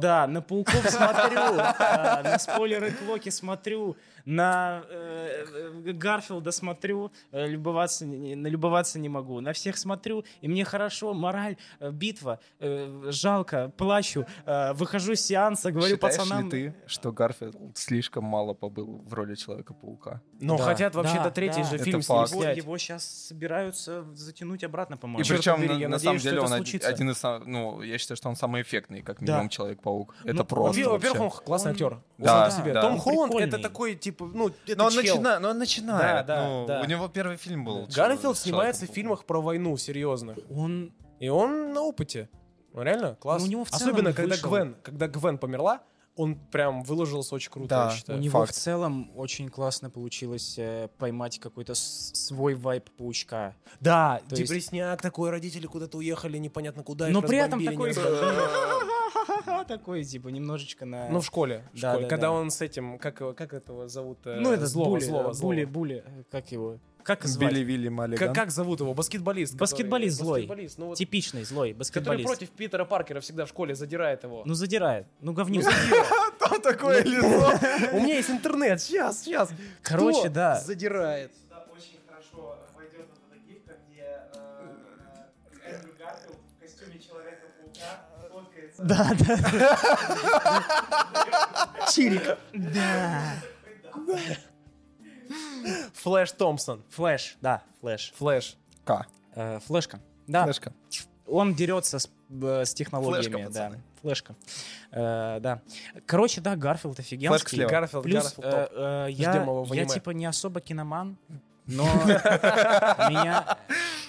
[SPEAKER 4] Да, на пауков смотрю,
[SPEAKER 1] (laughs)
[SPEAKER 4] а, на спойлеры Клоки смотрю, на э, э, Гарфилда смотрю, э, любоваться, не- не- налюбоваться не могу, на всех смотрю, и мне хорошо, мораль, э, битва, э, жалко, плачу, э, выхожу с сеанса, говорю
[SPEAKER 1] Считаешь
[SPEAKER 4] пацанам...
[SPEAKER 1] ли ты, что Гарфилд слишком мало побыл в роли Человека-паука?
[SPEAKER 2] Но
[SPEAKER 4] Да,
[SPEAKER 2] хотят
[SPEAKER 4] да,
[SPEAKER 2] вообще-то третий
[SPEAKER 4] да.
[SPEAKER 2] же
[SPEAKER 1] Это
[SPEAKER 2] фильм с ним
[SPEAKER 1] факт.
[SPEAKER 4] Его,
[SPEAKER 2] снять.
[SPEAKER 4] сейчас собираются затянуть обратно,
[SPEAKER 1] И
[SPEAKER 4] по-моему.
[SPEAKER 2] чёрт
[SPEAKER 1] причем, на,
[SPEAKER 2] побери, я
[SPEAKER 1] на
[SPEAKER 2] надеюсь,
[SPEAKER 1] самом
[SPEAKER 2] что
[SPEAKER 1] деле,
[SPEAKER 2] это
[SPEAKER 1] он од-
[SPEAKER 2] случится.
[SPEAKER 1] один из... сам- Ну, я считаю, что он самый эффектный, как
[SPEAKER 4] Да.
[SPEAKER 1] минимум, Человек-паук. Это
[SPEAKER 4] Ну,
[SPEAKER 1] просто
[SPEAKER 2] Во- Во-первых,
[SPEAKER 1] вообще.
[SPEAKER 2] он классный
[SPEAKER 4] Он-
[SPEAKER 2] актер.
[SPEAKER 1] Да,
[SPEAKER 2] Сам по себе.
[SPEAKER 1] да.
[SPEAKER 2] Том
[SPEAKER 1] Он
[SPEAKER 2] Холланд это
[SPEAKER 4] прикольный.
[SPEAKER 2] такой, типа, ну, это
[SPEAKER 1] Но он,
[SPEAKER 2] чел.
[SPEAKER 1] начина... но он начинает.
[SPEAKER 2] Да, да,
[SPEAKER 1] ну,
[SPEAKER 2] да.
[SPEAKER 1] У него первый фильм был.
[SPEAKER 2] Гарфилд
[SPEAKER 1] Человек-
[SPEAKER 2] снимается в
[SPEAKER 1] Человек-паук.
[SPEAKER 2] фильмах про войну серьезных.
[SPEAKER 4] Он
[SPEAKER 2] И он на опыте. Ну, реально, класс.
[SPEAKER 4] Ну, у него в целом
[SPEAKER 2] Особенно, когда
[SPEAKER 4] вышел.
[SPEAKER 2] Гвен, когда Гвен померла, он прям выложился очень круто,
[SPEAKER 1] Да.
[SPEAKER 2] я
[SPEAKER 4] У
[SPEAKER 2] считаю.
[SPEAKER 4] него
[SPEAKER 1] факт.
[SPEAKER 4] в целом очень классно получилось э, поймать какой-то с- свой вайп паучка.
[SPEAKER 2] Да,
[SPEAKER 4] То есть-
[SPEAKER 2] депрессняк такой, родители куда-то уехали, непонятно куда. их
[SPEAKER 4] Но при этом
[SPEAKER 2] разбомбили,
[SPEAKER 4] такой...
[SPEAKER 2] не разбомбили.
[SPEAKER 4] Такой, типа, немножечко на...
[SPEAKER 2] Ну, в школе. в
[SPEAKER 4] Да,
[SPEAKER 2] школе,
[SPEAKER 4] да,
[SPEAKER 2] когда
[SPEAKER 4] да.
[SPEAKER 2] он с этим, как, его- как этого зовут? э,
[SPEAKER 4] Ну, это
[SPEAKER 2] злого,
[SPEAKER 4] Були,
[SPEAKER 2] злого,
[SPEAKER 4] э,
[SPEAKER 2] злого.
[SPEAKER 4] Були, Були, э, как его? Как звать?
[SPEAKER 1] Билли Вилли Маллиган.
[SPEAKER 2] Как, как зовут его? Баскетболист. который-
[SPEAKER 4] Баскетболист злой.
[SPEAKER 2] баскетболист, ну вот,
[SPEAKER 4] Типичный злой
[SPEAKER 2] который
[SPEAKER 4] баскетболист.
[SPEAKER 2] против Питера Паркера всегда в школе задирает его.
[SPEAKER 4] Ну, задирает. Ну, говнюк.
[SPEAKER 1] Там (laughs) такое лицо.
[SPEAKER 2] У меня есть интернет, сейчас, сейчас.
[SPEAKER 4] Короче,
[SPEAKER 2] Кто
[SPEAKER 4] да.
[SPEAKER 2] Задирает.
[SPEAKER 6] очень хорошо войдет вот эта гифка, где э, Эндрю Гарфилд в костюме Человека-паука фоткается.
[SPEAKER 4] Да, да. Чирик. Да.
[SPEAKER 2] Флэш Томпсон.
[SPEAKER 4] Флэш, да, флэш.
[SPEAKER 2] Флэш.
[SPEAKER 1] К.
[SPEAKER 4] Э, Флэшка. Да,
[SPEAKER 1] Флешка.
[SPEAKER 4] он дерется с, э, с технологиями.
[SPEAKER 1] Флешка,
[SPEAKER 4] да.
[SPEAKER 1] пацаны.
[SPEAKER 4] Флешка. Э, да. Короче, да, Гарфилд офигенский.
[SPEAKER 1] Флешка слева.
[SPEAKER 2] Гарфилд,
[SPEAKER 4] Плюс
[SPEAKER 2] Гарфилд топ.
[SPEAKER 4] э, э,
[SPEAKER 2] Ждем его
[SPEAKER 4] я,
[SPEAKER 2] в
[SPEAKER 4] я
[SPEAKER 2] аниме.
[SPEAKER 4] типа не особо киноман,
[SPEAKER 2] (laughs)
[SPEAKER 4] но меня,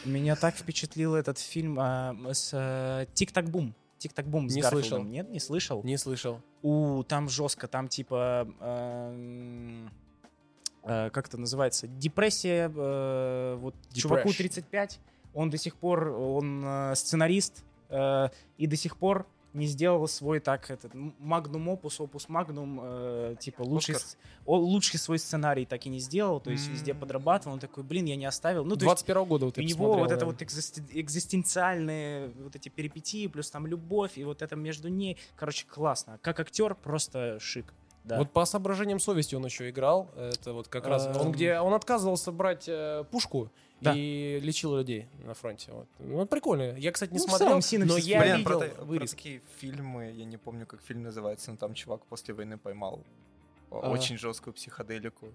[SPEAKER 4] меня так впечатлил этот фильм э, с э, Тик-так-бум. Тик-так-бум с
[SPEAKER 2] Не
[SPEAKER 4] Гарфилдом.
[SPEAKER 2] слышал.
[SPEAKER 4] Нет, не слышал?
[SPEAKER 2] Не слышал.
[SPEAKER 4] У, там жестко, там типа... эм, э, как это называется? Депрессия. э, вот чуваку
[SPEAKER 2] Depression.
[SPEAKER 4] 35, он до сих пор, он э, сценарист, э, и до сих пор не сделал свой так этот м- магнум опус, опус магнум, э, типа лучший,
[SPEAKER 2] Оскар.
[SPEAKER 4] с- о- лучший свой сценарий так и не сделал, то есть везде
[SPEAKER 2] М.
[SPEAKER 4] подрабатывал, он такой, блин, я не оставил. Ну, то есть
[SPEAKER 2] 21 года вот
[SPEAKER 4] у
[SPEAKER 2] я
[SPEAKER 4] него
[SPEAKER 2] посмотрел,
[SPEAKER 4] вот это
[SPEAKER 2] наверное.
[SPEAKER 4] вот экзисти- экзистенциальные вот эти перипетии, плюс там любовь, и вот это между ней, короче, классно. Как актер просто шик. Да.
[SPEAKER 2] Вот по соображениям совести он еще играл. Это вот как раз он
[SPEAKER 4] Эм.
[SPEAKER 2] где он отказывался брать э, пушку
[SPEAKER 4] Да.
[SPEAKER 2] и лечил людей на фронте. Вот. Ну, прикольно. Я, кстати, не
[SPEAKER 4] Ну, в
[SPEAKER 2] смотрел,
[SPEAKER 4] целом синопсис
[SPEAKER 2] но я
[SPEAKER 1] Блин, про,
[SPEAKER 2] видел
[SPEAKER 1] та- про
[SPEAKER 2] вырезки.
[SPEAKER 1] такие фильмы, я не помню, как фильм называется, но там чувак после войны поймал э,
[SPEAKER 2] А.
[SPEAKER 1] очень жесткую психоделику.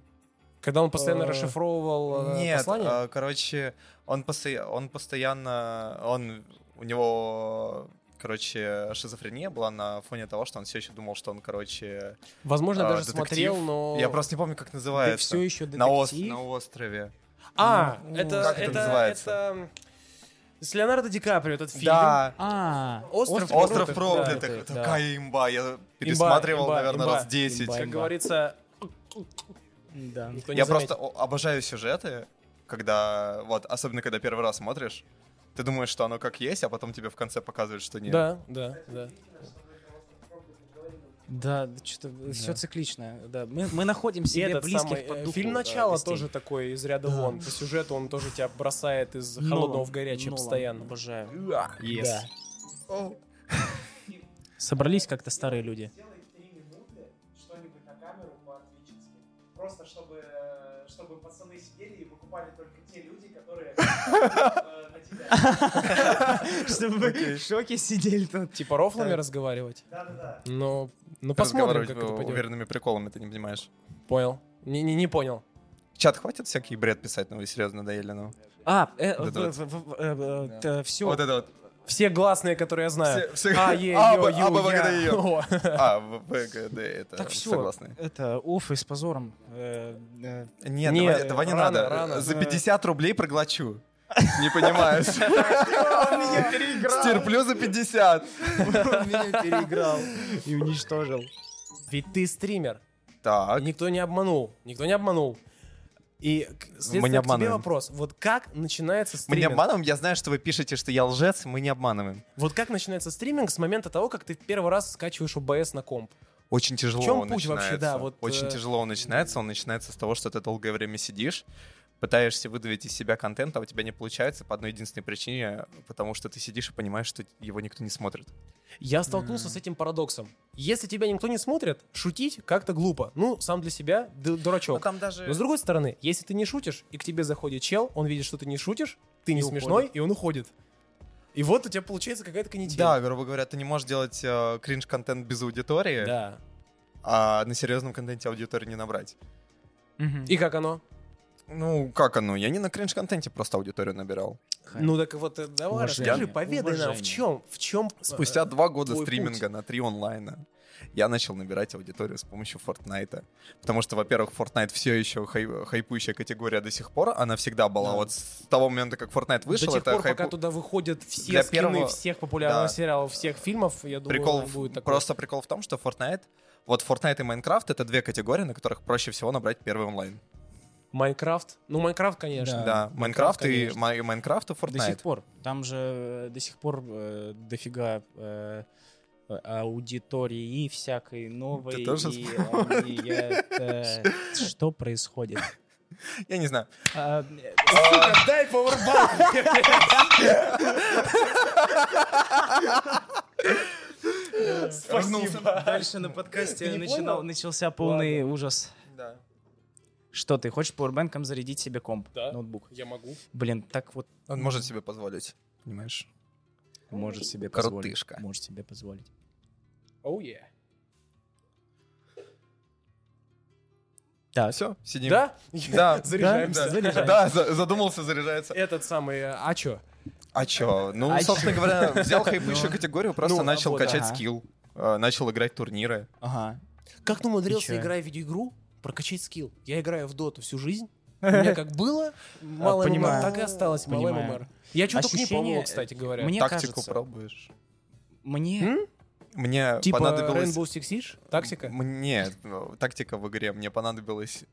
[SPEAKER 2] Когда он постоянно
[SPEAKER 4] Э,
[SPEAKER 2] расшифровывал э,
[SPEAKER 1] Нет,
[SPEAKER 2] послание.
[SPEAKER 1] а, короче, он, постоя- он постоянно, он, у него, короче, шизофрения была на фоне того, что он все еще думал, что он, короче,
[SPEAKER 2] Возможно, я
[SPEAKER 1] а,
[SPEAKER 2] даже
[SPEAKER 1] детектив.
[SPEAKER 2] смотрел, но...
[SPEAKER 1] я просто не помню, как
[SPEAKER 4] Ты
[SPEAKER 1] называется.
[SPEAKER 4] все еще
[SPEAKER 1] на, ос-
[SPEAKER 4] детектив?
[SPEAKER 1] на острове.
[SPEAKER 2] А,
[SPEAKER 4] Ну,
[SPEAKER 2] это,
[SPEAKER 1] как это
[SPEAKER 2] это,
[SPEAKER 1] называется?
[SPEAKER 2] это С Леонардо Ди Каприо этот фильм.
[SPEAKER 1] Да,
[SPEAKER 4] А,
[SPEAKER 2] Остров
[SPEAKER 1] остров
[SPEAKER 2] проклятых,
[SPEAKER 1] проклятых.
[SPEAKER 4] да.
[SPEAKER 1] Такая имба, я пересматривал,
[SPEAKER 2] имба,
[SPEAKER 1] наверное,
[SPEAKER 2] имба,
[SPEAKER 1] раз 10.
[SPEAKER 4] имба.
[SPEAKER 2] Как говорится,
[SPEAKER 4] да.
[SPEAKER 2] никто не
[SPEAKER 1] я
[SPEAKER 2] заметит.
[SPEAKER 1] просто о- обожаю сюжеты, когда, вот, особенно когда первый раз смотришь, ты думаешь, что оно как есть, а потом тебе в конце показывают, что нет.
[SPEAKER 2] Да, да, да.
[SPEAKER 4] Да, что-то все циклично. Да. Мы, мы находим себе
[SPEAKER 2] этот
[SPEAKER 4] близких
[SPEAKER 2] самый, э,
[SPEAKER 4] по духу,
[SPEAKER 2] Фильм
[SPEAKER 4] да,
[SPEAKER 2] «Начало»
[SPEAKER 4] гостей.
[SPEAKER 2] тоже такой из ряда вон. По сюжету он тоже тебя бросает из
[SPEAKER 4] Нолан,
[SPEAKER 2] холодного в горячее
[SPEAKER 4] Нолан,
[SPEAKER 2] постоянно.
[SPEAKER 4] Обожаю.
[SPEAKER 1] Yes.
[SPEAKER 4] Да. Собрались как-то старые люди.
[SPEAKER 6] Сделай три минуты что-нибудь на камеру по-отвечески. Просто чтобы, э, чтобы пацаны сидели и выкупали только те люди, которые э, на тебя.
[SPEAKER 4] (laughs) Чтобы вы в шоке сидели тут.
[SPEAKER 2] (laughs) Типа рофлами разговаривать?
[SPEAKER 6] Да-да-да.
[SPEAKER 2] Ну, ну посмотрим,
[SPEAKER 1] Разговаривать
[SPEAKER 2] как это
[SPEAKER 1] у-
[SPEAKER 2] пойдет.
[SPEAKER 1] уверенными приколами, ты не понимаешь.
[SPEAKER 2] Понял. Не, не, не понял.
[SPEAKER 1] Чат, хватит всякий бред писать, ну вы серьезно надоели, ну.
[SPEAKER 4] А,
[SPEAKER 1] Вот это
[SPEAKER 4] э, все.
[SPEAKER 1] Вот это вот.
[SPEAKER 2] Все гласные, которые я знаю.
[SPEAKER 1] Все- все-
[SPEAKER 2] А, е,
[SPEAKER 1] А,
[SPEAKER 2] ё,
[SPEAKER 1] Б,
[SPEAKER 2] ю,
[SPEAKER 1] А, Б, В, Г, Д,
[SPEAKER 2] я.
[SPEAKER 1] Е.
[SPEAKER 2] (laughs) О.
[SPEAKER 1] А, В, В, Г, Д, это
[SPEAKER 4] Так все.
[SPEAKER 1] э, согласны.
[SPEAKER 4] Это офы с позором. Э, э,
[SPEAKER 1] Нет,
[SPEAKER 2] Нет,
[SPEAKER 1] давай, давай не
[SPEAKER 2] рано,
[SPEAKER 1] надо.
[SPEAKER 2] рано.
[SPEAKER 1] За 50 рублей
[SPEAKER 2] (laughs)
[SPEAKER 1] проглочу. Не понимаешь. Стерплю за 50.
[SPEAKER 4] И уничтожил.
[SPEAKER 2] Ведь ты стример.
[SPEAKER 1] Так.
[SPEAKER 2] И Никто не обманул. Никто не обманул. И к- следственно, к тебе
[SPEAKER 1] обманываем.
[SPEAKER 2] вопрос. Вот как начинается
[SPEAKER 1] Мы не
[SPEAKER 2] стриминг?
[SPEAKER 1] обманываем, я знаю, что вы пишете, что я лжец, мы не обманываем.
[SPEAKER 2] Вот как начинается стриминг с момента того, как ты в первый раз скачиваешь ОБС на комп?
[SPEAKER 1] Очень тяжело
[SPEAKER 2] В чем
[SPEAKER 1] он
[SPEAKER 2] путь вообще,
[SPEAKER 1] начинается.
[SPEAKER 2] да, вот,
[SPEAKER 1] Очень
[SPEAKER 2] э,
[SPEAKER 1] тяжело он начинается. Он начинается с того, что ты долгое время сидишь, пытаешься выдавить из себя контент, а у тебя не получается по одной единственной причине, потому что ты сидишь и понимаешь, что его никто не смотрит.
[SPEAKER 2] Я столкнулся с этим парадоксом. Если тебя никто не смотрит, шутить как-то глупо. Ну, сам для себя ду- дурачок.
[SPEAKER 1] там даже...
[SPEAKER 2] Но с другой стороны, если ты не шутишь, и к тебе заходит чел, он видит, что ты не шутишь, ты не
[SPEAKER 4] И
[SPEAKER 2] смешной,
[SPEAKER 4] уходит.
[SPEAKER 2] и он уходит. И вот у тебя получается какая-то канитель.
[SPEAKER 1] Да, грубо говоря, ты не можешь делать э, кринж-контент без аудитории,
[SPEAKER 2] Да.
[SPEAKER 1] а на серьезном контенте аудиторию не набрать.
[SPEAKER 2] И как оно?
[SPEAKER 1] Ну, как оно? Я не на кринж-контенте просто аудиторию набирал.
[SPEAKER 2] Ну так вот, э, давай,
[SPEAKER 4] Уважение.
[SPEAKER 2] расскажи, поведай нам, в
[SPEAKER 4] Уважение.
[SPEAKER 2] чем, в э, чем...
[SPEAKER 1] Спустя два года
[SPEAKER 2] твой
[SPEAKER 1] стриминга на три онлайна я начал набирать аудиторию с помощью Фортнайта. Потому что, во-первых, Fortnite все еще хай- хайпующая категория до сих пор. Она всегда была.
[SPEAKER 4] Да.
[SPEAKER 1] Вот с того момента, как Fortnite вышел,
[SPEAKER 2] До тех
[SPEAKER 1] это
[SPEAKER 2] пор,
[SPEAKER 1] хайпу-
[SPEAKER 2] пока туда выходят все
[SPEAKER 1] Для
[SPEAKER 2] скины
[SPEAKER 1] первого-
[SPEAKER 2] всех популярных
[SPEAKER 1] да.
[SPEAKER 2] сериалов, всех фильмов, я думаю,
[SPEAKER 1] прикол
[SPEAKER 2] он
[SPEAKER 1] в-
[SPEAKER 2] будет такой.
[SPEAKER 1] Просто прикол в том, что Fortnite Вот Fortnite и Minecraft — это две категории, на которых проще всего набрать первый онлайн.
[SPEAKER 2] Майнкрафт. Ну, Майнкрафт, конечно.
[SPEAKER 1] Да, Майнкрафт и Май- Майнкрафт и
[SPEAKER 4] До сих
[SPEAKER 1] Fortnite.
[SPEAKER 4] пор. Там же э, до сих пор э, дофига э, э, аудитории всякой новой.
[SPEAKER 1] Ты тоже
[SPEAKER 4] и, э, и я, э,
[SPEAKER 1] (laughs)
[SPEAKER 4] Что происходит?
[SPEAKER 1] Я не знаю.
[SPEAKER 4] А,
[SPEAKER 2] Дай пауэрбанк!
[SPEAKER 4] Дальше на подкасте начинал- начался полный ужас.
[SPEAKER 1] Да.
[SPEAKER 4] Что ты хочешь пауэрбэнком зарядить себе комп,
[SPEAKER 2] Да.
[SPEAKER 4] ноутбук?
[SPEAKER 2] Я могу.
[SPEAKER 4] Блин, так вот
[SPEAKER 1] Он может себе позволить, понимаешь?
[SPEAKER 4] может себе позволить.
[SPEAKER 1] Крутышка.
[SPEAKER 4] Может себе позволить.
[SPEAKER 2] Оу, е.
[SPEAKER 4] Так.
[SPEAKER 1] Все, А сидим.
[SPEAKER 2] Да? (laughs)
[SPEAKER 1] Да,
[SPEAKER 2] Заряжаемся.
[SPEAKER 1] да.
[SPEAKER 4] Заряжаемся.
[SPEAKER 1] Да, за- задумался, заряжается.
[SPEAKER 2] Этот самый, э, а чё?
[SPEAKER 1] А чё? Ну,
[SPEAKER 4] А
[SPEAKER 1] собственно говоря,
[SPEAKER 2] (laughs)
[SPEAKER 1] взял хайпущую категорию, просто
[SPEAKER 2] Ну,
[SPEAKER 1] начал
[SPEAKER 2] вот,
[SPEAKER 1] качать
[SPEAKER 4] ага.
[SPEAKER 1] скилл, э, начал играть турниры.
[SPEAKER 4] Ага.
[SPEAKER 2] Как ты умудрился,
[SPEAKER 4] И чё?
[SPEAKER 2] играя в видеоигру, прокачать скилл? Я играю в доту всю
[SPEAKER 4] (laughs)
[SPEAKER 2] жизнь. У меня как было, мало ММР,
[SPEAKER 4] понимаю.
[SPEAKER 2] так и осталось мало
[SPEAKER 4] Понимаю.
[SPEAKER 2] ММР. Я что-то не
[SPEAKER 4] Ощущение-
[SPEAKER 2] помню, кстати говоря.
[SPEAKER 4] Мне
[SPEAKER 1] Тактику
[SPEAKER 4] кажется,
[SPEAKER 1] пробуешь.
[SPEAKER 4] Мне...
[SPEAKER 1] Мне
[SPEAKER 2] Типа
[SPEAKER 1] понадобилось...
[SPEAKER 2] Rainbow Six Siege? Тактика?
[SPEAKER 1] Мне э, тактика в игре. Мне понадобилось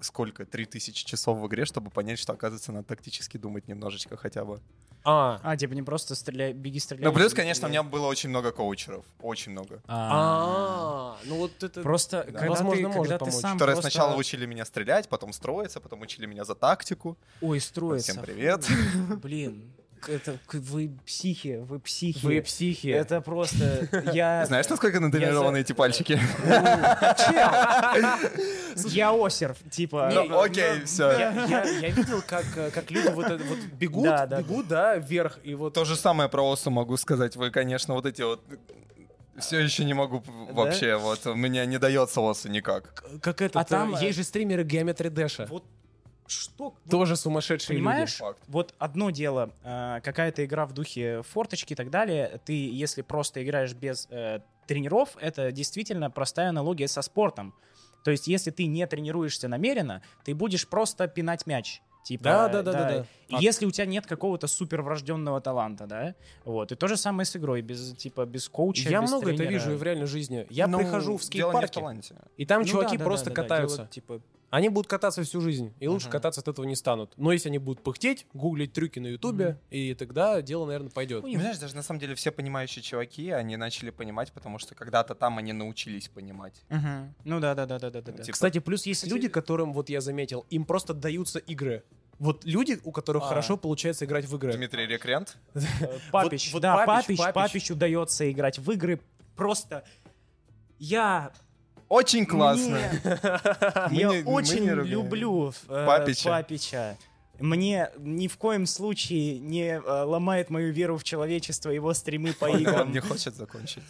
[SPEAKER 1] сколько? 3000 часов в игре, чтобы понять, что, оказывается, надо тактически думать немножечко хотя бы.
[SPEAKER 2] А.
[SPEAKER 4] А, типа не просто стреляй, беги, стреляй.
[SPEAKER 1] Ну, плюс,
[SPEAKER 4] беги,
[SPEAKER 1] конечно, у
[SPEAKER 4] стреляй.
[SPEAKER 1] меня было очень много коучеров. Очень много.
[SPEAKER 4] А.
[SPEAKER 2] А, ну вот это...
[SPEAKER 4] Просто,
[SPEAKER 1] Да.
[SPEAKER 4] когда
[SPEAKER 2] Возможно,
[SPEAKER 4] ты, когда
[SPEAKER 2] может
[SPEAKER 4] ты
[SPEAKER 2] помочь.
[SPEAKER 4] сам
[SPEAKER 1] Которые
[SPEAKER 4] просто-
[SPEAKER 1] сначала учили меня стрелять, потом строиться, потом учили меня за тактику.
[SPEAKER 4] Ой, строится.
[SPEAKER 1] Всем привет.
[SPEAKER 4] Фу, Блин, это к- вы психи, вы психи.
[SPEAKER 2] Вы психи.
[SPEAKER 4] Это просто...
[SPEAKER 1] (laughs)
[SPEAKER 4] Я...
[SPEAKER 1] Знаешь, насколько натренированные эти пальчики?
[SPEAKER 4] Я осер, типа...
[SPEAKER 2] Не,
[SPEAKER 1] Ну, окей, все.
[SPEAKER 2] Я, я- я видел, как, э, как люди вот, это вот бегут,
[SPEAKER 4] Да, да,
[SPEAKER 2] бегут, да, вверх, и вот...
[SPEAKER 1] То же самое про Осу могу сказать. Вы, конечно, вот эти вот... Все еще не могу вообще, вот, мне не дается Осу никак.
[SPEAKER 2] к- Как этот,
[SPEAKER 4] А там,
[SPEAKER 2] э,
[SPEAKER 4] э,
[SPEAKER 2] есть же стримеры Геометри Дэша.
[SPEAKER 4] Вот что?
[SPEAKER 2] Тоже сумасшедшие
[SPEAKER 4] Понимаешь,
[SPEAKER 1] Факт.
[SPEAKER 4] вот одно дело, э, какая-то игра в духе форточки и так далее, ты, если просто играешь без э, тренеров, это действительно простая аналогия со спортом. То есть, если ты не тренируешься намеренно, ты будешь просто пинать мяч. Типа,
[SPEAKER 2] Да, да, да, да, да.
[SPEAKER 4] И Если у тебя нет какого-то супер врожденного таланта, да, вот. И то же самое с игрой, без типа без
[SPEAKER 2] люди.
[SPEAKER 4] коуча.
[SPEAKER 2] Я
[SPEAKER 4] без
[SPEAKER 2] много это
[SPEAKER 4] тренера.
[SPEAKER 2] вижу и в реальной жизни. Я
[SPEAKER 1] Ну,
[SPEAKER 2] прихожу в
[SPEAKER 1] Дело не в
[SPEAKER 2] скейт-парки,
[SPEAKER 1] таланте.
[SPEAKER 2] и там
[SPEAKER 4] Ну да,
[SPEAKER 2] чуваки
[SPEAKER 4] да,
[SPEAKER 2] просто
[SPEAKER 4] да, да, да,
[SPEAKER 2] катаются.
[SPEAKER 4] дело, типа,
[SPEAKER 2] Они будут кататься всю жизнь, и лучше
[SPEAKER 1] Мгм.
[SPEAKER 2] кататься от этого не станут. Но если они будут пыхтеть, гуглить трюки на ютубе, и тогда дело, наверное, пойдет.
[SPEAKER 1] Ну, знаешь, даже на самом деле все понимающие чуваки, они начали понимать, потому что когда-то там они научились понимать.
[SPEAKER 4] мгм. Ну да, да, да, да, да, да. да.
[SPEAKER 1] Типа,
[SPEAKER 2] Кстати, плюс есть люди, которым, вот я заметил, им просто даются игры. Вот люди, у которых
[SPEAKER 4] А.
[SPEAKER 2] хорошо получается играть в игры.
[SPEAKER 1] Дмитрий Рекрент.
[SPEAKER 4] Э, Папич,
[SPEAKER 2] Вот- вот
[SPEAKER 4] да,
[SPEAKER 2] Папич,
[SPEAKER 4] Папич,
[SPEAKER 2] Папич.
[SPEAKER 4] Папич, удается играть в игры просто. Я,
[SPEAKER 1] Очень классно.
[SPEAKER 4] мне- я
[SPEAKER 1] Мы не- мы
[SPEAKER 4] очень
[SPEAKER 1] не ругаем.
[SPEAKER 4] люблю э,
[SPEAKER 1] Папича.
[SPEAKER 4] Папича. Мне ни в коем случае не э, ломает мою веру в человечество его стримы
[SPEAKER 1] (laughs)
[SPEAKER 4] по
[SPEAKER 1] Он, он
[SPEAKER 4] играм.
[SPEAKER 1] не хочет закончить.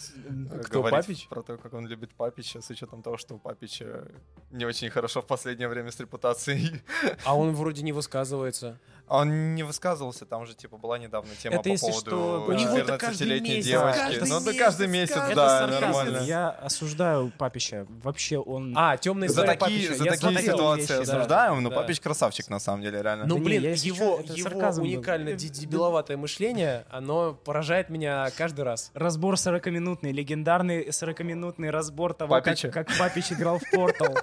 [SPEAKER 1] э,
[SPEAKER 2] Кто,
[SPEAKER 1] говорить
[SPEAKER 2] Папич?
[SPEAKER 1] Про то, как он любит Папича, с учетом того, что у Папича не очень хорошо в последнее время с репутацией.
[SPEAKER 2] (laughs)
[SPEAKER 1] (laughs)
[SPEAKER 2] А он вроде не высказывается.
[SPEAKER 1] Он не высказывался, там же, типа, была недавно тема
[SPEAKER 4] Это
[SPEAKER 1] по
[SPEAKER 4] если что,
[SPEAKER 1] поводу
[SPEAKER 4] у него-то
[SPEAKER 2] каждый
[SPEAKER 1] 14-летней
[SPEAKER 2] месяц,
[SPEAKER 1] девочки. Ну,
[SPEAKER 2] каждый
[SPEAKER 1] да
[SPEAKER 2] месяц,
[SPEAKER 1] каждый месяц,
[SPEAKER 2] каждый-
[SPEAKER 1] да,
[SPEAKER 2] Это сарказм.
[SPEAKER 1] нормально.
[SPEAKER 4] Я осуждаю Папича. Вообще он...
[SPEAKER 2] А, темный
[SPEAKER 1] За такие, за такие ситуации осуждаем, но
[SPEAKER 2] да.
[SPEAKER 1] Папич красавчик, на самом деле, реально.
[SPEAKER 2] Ну,
[SPEAKER 4] Да не,
[SPEAKER 2] блин,
[SPEAKER 4] я, если
[SPEAKER 2] его,
[SPEAKER 4] чё, это
[SPEAKER 2] его
[SPEAKER 4] сарказм был.
[SPEAKER 2] уникально ди- дебиловатое мышление, оно поражает меня каждый раз.
[SPEAKER 4] Разбор 40-минутный, легендарный 40-минутный разбор того, как,
[SPEAKER 1] Папича.
[SPEAKER 4] как Папич играл
[SPEAKER 2] (laughs)
[SPEAKER 4] в Портал.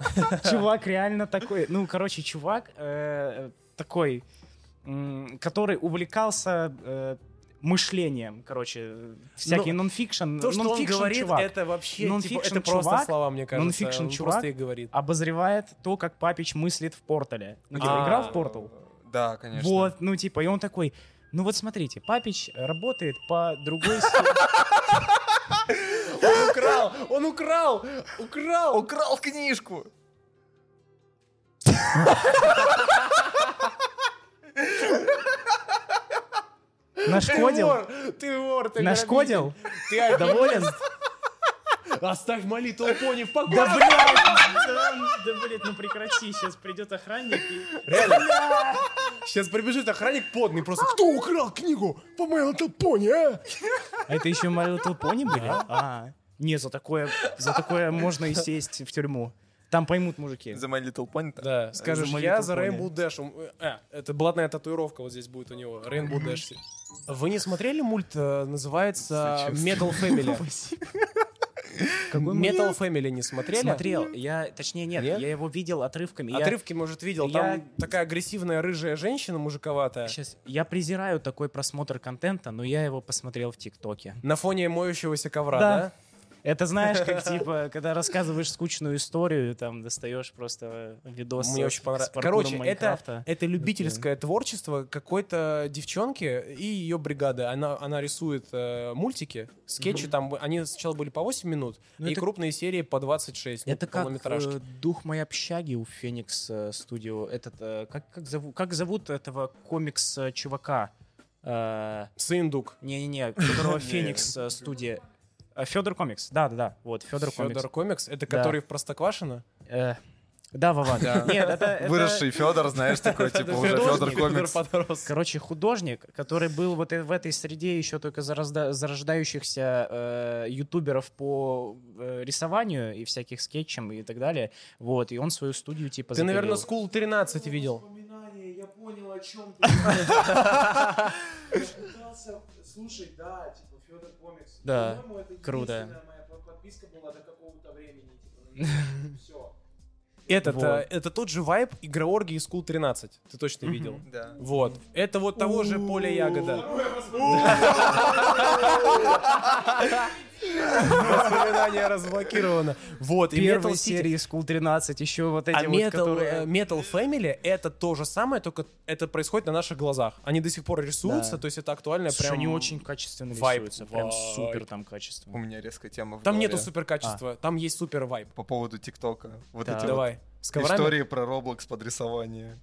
[SPEAKER 4] Чувак реально такой, ну, короче, чувак э, такой, м, который увлекался э, мышлением, короче, всякий
[SPEAKER 2] Ну,
[SPEAKER 4] нонфикшн,
[SPEAKER 2] То, что он
[SPEAKER 4] нонфикшн
[SPEAKER 2] говорит,
[SPEAKER 4] чувак.
[SPEAKER 2] это вообще типа,
[SPEAKER 4] Нонфикшн
[SPEAKER 2] это просто
[SPEAKER 4] чувак,
[SPEAKER 2] слова, мне кажется.
[SPEAKER 4] нонфикшн
[SPEAKER 2] Он
[SPEAKER 4] чувак.
[SPEAKER 2] просто и говорит.
[SPEAKER 4] Обозревает то, как Папич мыслит в Портале. Ну, типа,
[SPEAKER 2] А.
[SPEAKER 4] играл в Портал?
[SPEAKER 1] Э, Да, конечно.
[SPEAKER 4] Вот, ну, типа, и он такой, ну, вот смотрите, Папич работает по другой... схеме».
[SPEAKER 2] (laughs) Он украл! Он украл! Украл!
[SPEAKER 1] Украл книжку!
[SPEAKER 4] Нашкодил?
[SPEAKER 2] Ты вор! Ты
[SPEAKER 4] Нашкодил?
[SPEAKER 2] Ты
[SPEAKER 4] Доволен?
[SPEAKER 2] Оставь молитву пони в покое!
[SPEAKER 4] Да, блядь! Да, блядь, ну прекрати, сейчас придет охранник и...
[SPEAKER 2] Реально. Сейчас прибежит охранник подный просто. Кто украл книгу? По моему пони, а?
[SPEAKER 4] А это еще My Little Pony были? А, не, за такое, за такое можно и сесть в тюрьму. Там поймут мужики.
[SPEAKER 1] The My Little Pony, да?
[SPEAKER 2] Да, скажешь,
[SPEAKER 4] За My
[SPEAKER 2] я
[SPEAKER 4] Little
[SPEAKER 2] за
[SPEAKER 4] Pony.
[SPEAKER 2] Rainbow Dash. Ум- э, А, это блатная татуировка вот здесь будет у него. Rainbow Dash. (laughs) Вы не смотрели мульт, э, называется Metal Family? Metal Family не смотрели?
[SPEAKER 4] Смотрел. Я, точнее, нет,
[SPEAKER 2] Нет?
[SPEAKER 4] я его видел отрывками. Я-
[SPEAKER 2] Отрывки, может, видел.
[SPEAKER 4] Я-
[SPEAKER 2] Там такая агрессивная рыжая женщина мужиковатая.
[SPEAKER 4] Сейчас, я презираю такой просмотр контента, но я его посмотрел в ТикТоке.
[SPEAKER 2] На фоне моющегося ковра,
[SPEAKER 4] Да.
[SPEAKER 2] да?
[SPEAKER 4] Это знаешь,
[SPEAKER 2] (laughs)
[SPEAKER 4] как типа, когда рассказываешь скучную историю, там достаешь просто видос.
[SPEAKER 2] Мне
[SPEAKER 4] с-
[SPEAKER 2] очень
[SPEAKER 4] с
[SPEAKER 2] понравилось.
[SPEAKER 4] паркуром
[SPEAKER 2] Короче, это,
[SPEAKER 4] Майнкрафта.
[SPEAKER 2] это любительское творчество какой-то девчонки и ее бригады. Она, она рисует э, мультики, скетчи. Там бы- они сначала были по 8 минут,
[SPEAKER 4] Ну,
[SPEAKER 2] и
[SPEAKER 4] это-
[SPEAKER 2] крупные серии по 26 ну,
[SPEAKER 4] Это как
[SPEAKER 2] полнометражки.
[SPEAKER 4] э, дух моей общаги у Феникс э, Студио. Этот э, как как зовут как зовут этого комикс э, чувака? Э,
[SPEAKER 2] Сындук. (laughs)
[SPEAKER 4] Не-не-не, которого
[SPEAKER 1] Не.
[SPEAKER 4] Феникс э, студия. Федор Комикс, да, да, да, вот Федор Комикс.
[SPEAKER 2] Федор Комикс. Это
[SPEAKER 4] Да.
[SPEAKER 2] который в Простоквашино?
[SPEAKER 4] Э,
[SPEAKER 2] (laughs)
[SPEAKER 4] Да, Вова. Нет, это- это-
[SPEAKER 1] Выросший Федор, знаешь, такой, типа, уже Федор
[SPEAKER 2] Федор
[SPEAKER 1] комикс.
[SPEAKER 2] Подрос.
[SPEAKER 4] Короче, художник, который был вот э- в этой среде еще только заразда- зарождающихся э, ютуберов по э, рисованию и всяких скетчам и так далее. Вот, и он свою студию
[SPEAKER 2] Ты,
[SPEAKER 4] типа запилил.
[SPEAKER 2] наверное, Скул 13 видел.
[SPEAKER 6] Воспоминания, я понял, о чем ты. Я пытался слушать, да, типа, Федор Комикс.
[SPEAKER 4] Да,
[SPEAKER 6] По-моему, это
[SPEAKER 4] круто.
[SPEAKER 6] единственная моя под- подписка была до какого-то времени. Типа, все.
[SPEAKER 2] Этот,
[SPEAKER 4] Вот.
[SPEAKER 2] э, это тот же вайб и Георгий и Скул 13. Ты точно видел.
[SPEAKER 1] Да.
[SPEAKER 2] Вот. Это вот того же поля ягода. Воспоминание разблокировано. Вот. и Metal
[SPEAKER 4] Первой
[SPEAKER 2] City-
[SPEAKER 4] серии School 13 еще вот эти
[SPEAKER 2] А
[SPEAKER 4] вот,
[SPEAKER 2] Metal,
[SPEAKER 4] которые...
[SPEAKER 2] э, Metal Family это то же самое, только это происходит на наших глазах. Они до сих пор рисуются,
[SPEAKER 4] Да.
[SPEAKER 2] то есть это актуально
[SPEAKER 4] Слушай,
[SPEAKER 2] прям.
[SPEAKER 4] они очень качественно
[SPEAKER 2] вайб,
[SPEAKER 4] рисуются, прям
[SPEAKER 2] вайб.
[SPEAKER 4] супер там
[SPEAKER 1] У
[SPEAKER 4] качественно.
[SPEAKER 1] меня резкая тема в
[SPEAKER 2] Там
[SPEAKER 1] голове
[SPEAKER 2] нету супер качества, там есть супер вайб.
[SPEAKER 1] По поводу ТикТока. Вот эти вот
[SPEAKER 2] Давай. С коврами?
[SPEAKER 1] истории про Роблокс под рисование.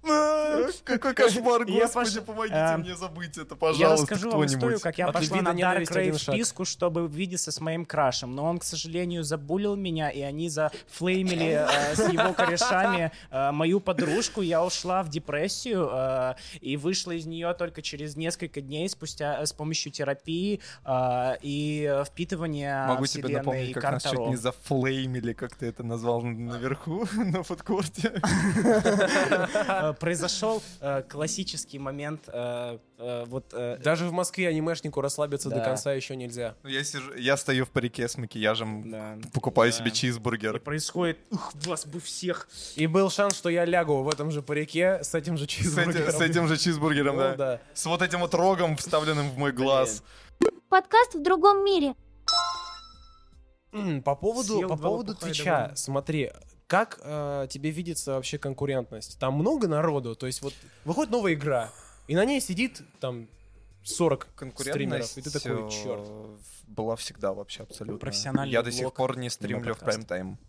[SPEAKER 1] Какой кошмар,
[SPEAKER 4] А, Я
[SPEAKER 1] господи,
[SPEAKER 4] пош-
[SPEAKER 1] помогите
[SPEAKER 4] Эм,
[SPEAKER 1] мне забыть это,
[SPEAKER 4] Я
[SPEAKER 1] пожалуйста,
[SPEAKER 4] расскажу вам историю,
[SPEAKER 1] кто-нибудь.
[SPEAKER 4] как я
[SPEAKER 2] От
[SPEAKER 4] пошла
[SPEAKER 2] любви
[SPEAKER 4] на
[SPEAKER 2] до
[SPEAKER 4] Dark
[SPEAKER 2] ненависти один
[SPEAKER 4] Rave
[SPEAKER 2] шаг.
[SPEAKER 4] списку, чтобы видеться с моим крашем. Но он, к сожалению, забулил меня, и они зафлеймили э, с его корешами э, мою подружку. Я ушла в депрессию э, и вышла из нее только через несколько дней спустя э, с помощью терапии э, и э, впитывания
[SPEAKER 1] Могу тебе
[SPEAKER 4] вселенной
[SPEAKER 1] напомнить,
[SPEAKER 4] и
[SPEAKER 1] как
[SPEAKER 4] карт
[SPEAKER 1] нас чуть
[SPEAKER 4] Таро.
[SPEAKER 1] не зафлеймили, как ты это назвал н- наверху (laughs) на фудкорте.
[SPEAKER 4] Э, Произошел э, классический момент э, э, вот э,
[SPEAKER 2] Даже в Москве анимешнику расслабиться до
[SPEAKER 4] Да.
[SPEAKER 2] конца еще нельзя.
[SPEAKER 1] Ну, Я сижу, я стою в парике с макияжем,
[SPEAKER 4] да.
[SPEAKER 1] покупаю
[SPEAKER 4] Да.
[SPEAKER 1] себе
[SPEAKER 4] И
[SPEAKER 1] чизбургер.
[SPEAKER 4] происходит, ух, вас бы всех.
[SPEAKER 2] И был шанс, что я лягу в этом же парике с этим же
[SPEAKER 1] С эти-
[SPEAKER 2] чизбургером.
[SPEAKER 1] с
[SPEAKER 2] (laughs)
[SPEAKER 1] этим же чизбургером,
[SPEAKER 2] Ну
[SPEAKER 1] да.
[SPEAKER 2] да.
[SPEAKER 1] С вот этим вот рогом, вставленным в мой глаз.
[SPEAKER 7] Подкаст в другом мире.
[SPEAKER 2] М, По поводу,
[SPEAKER 4] Съел
[SPEAKER 2] по
[SPEAKER 4] два
[SPEAKER 2] поводу
[SPEAKER 4] лопуха и
[SPEAKER 2] Твича,
[SPEAKER 4] доволен.
[SPEAKER 2] смотри, как э, тебе видится вообще конкурентность? Там много народу, то есть вот выходит новая игра, и на ней сидит там 40 стримеров,
[SPEAKER 1] конкурентность
[SPEAKER 2] и ты такой,
[SPEAKER 1] э,
[SPEAKER 2] черт.
[SPEAKER 1] в- была всегда вообще абсолютно.
[SPEAKER 4] Профессиональный
[SPEAKER 1] Я до сих
[SPEAKER 4] блок
[SPEAKER 1] пор не стримлю в
[SPEAKER 4] киноподкаста.
[SPEAKER 1] прайм-тайм.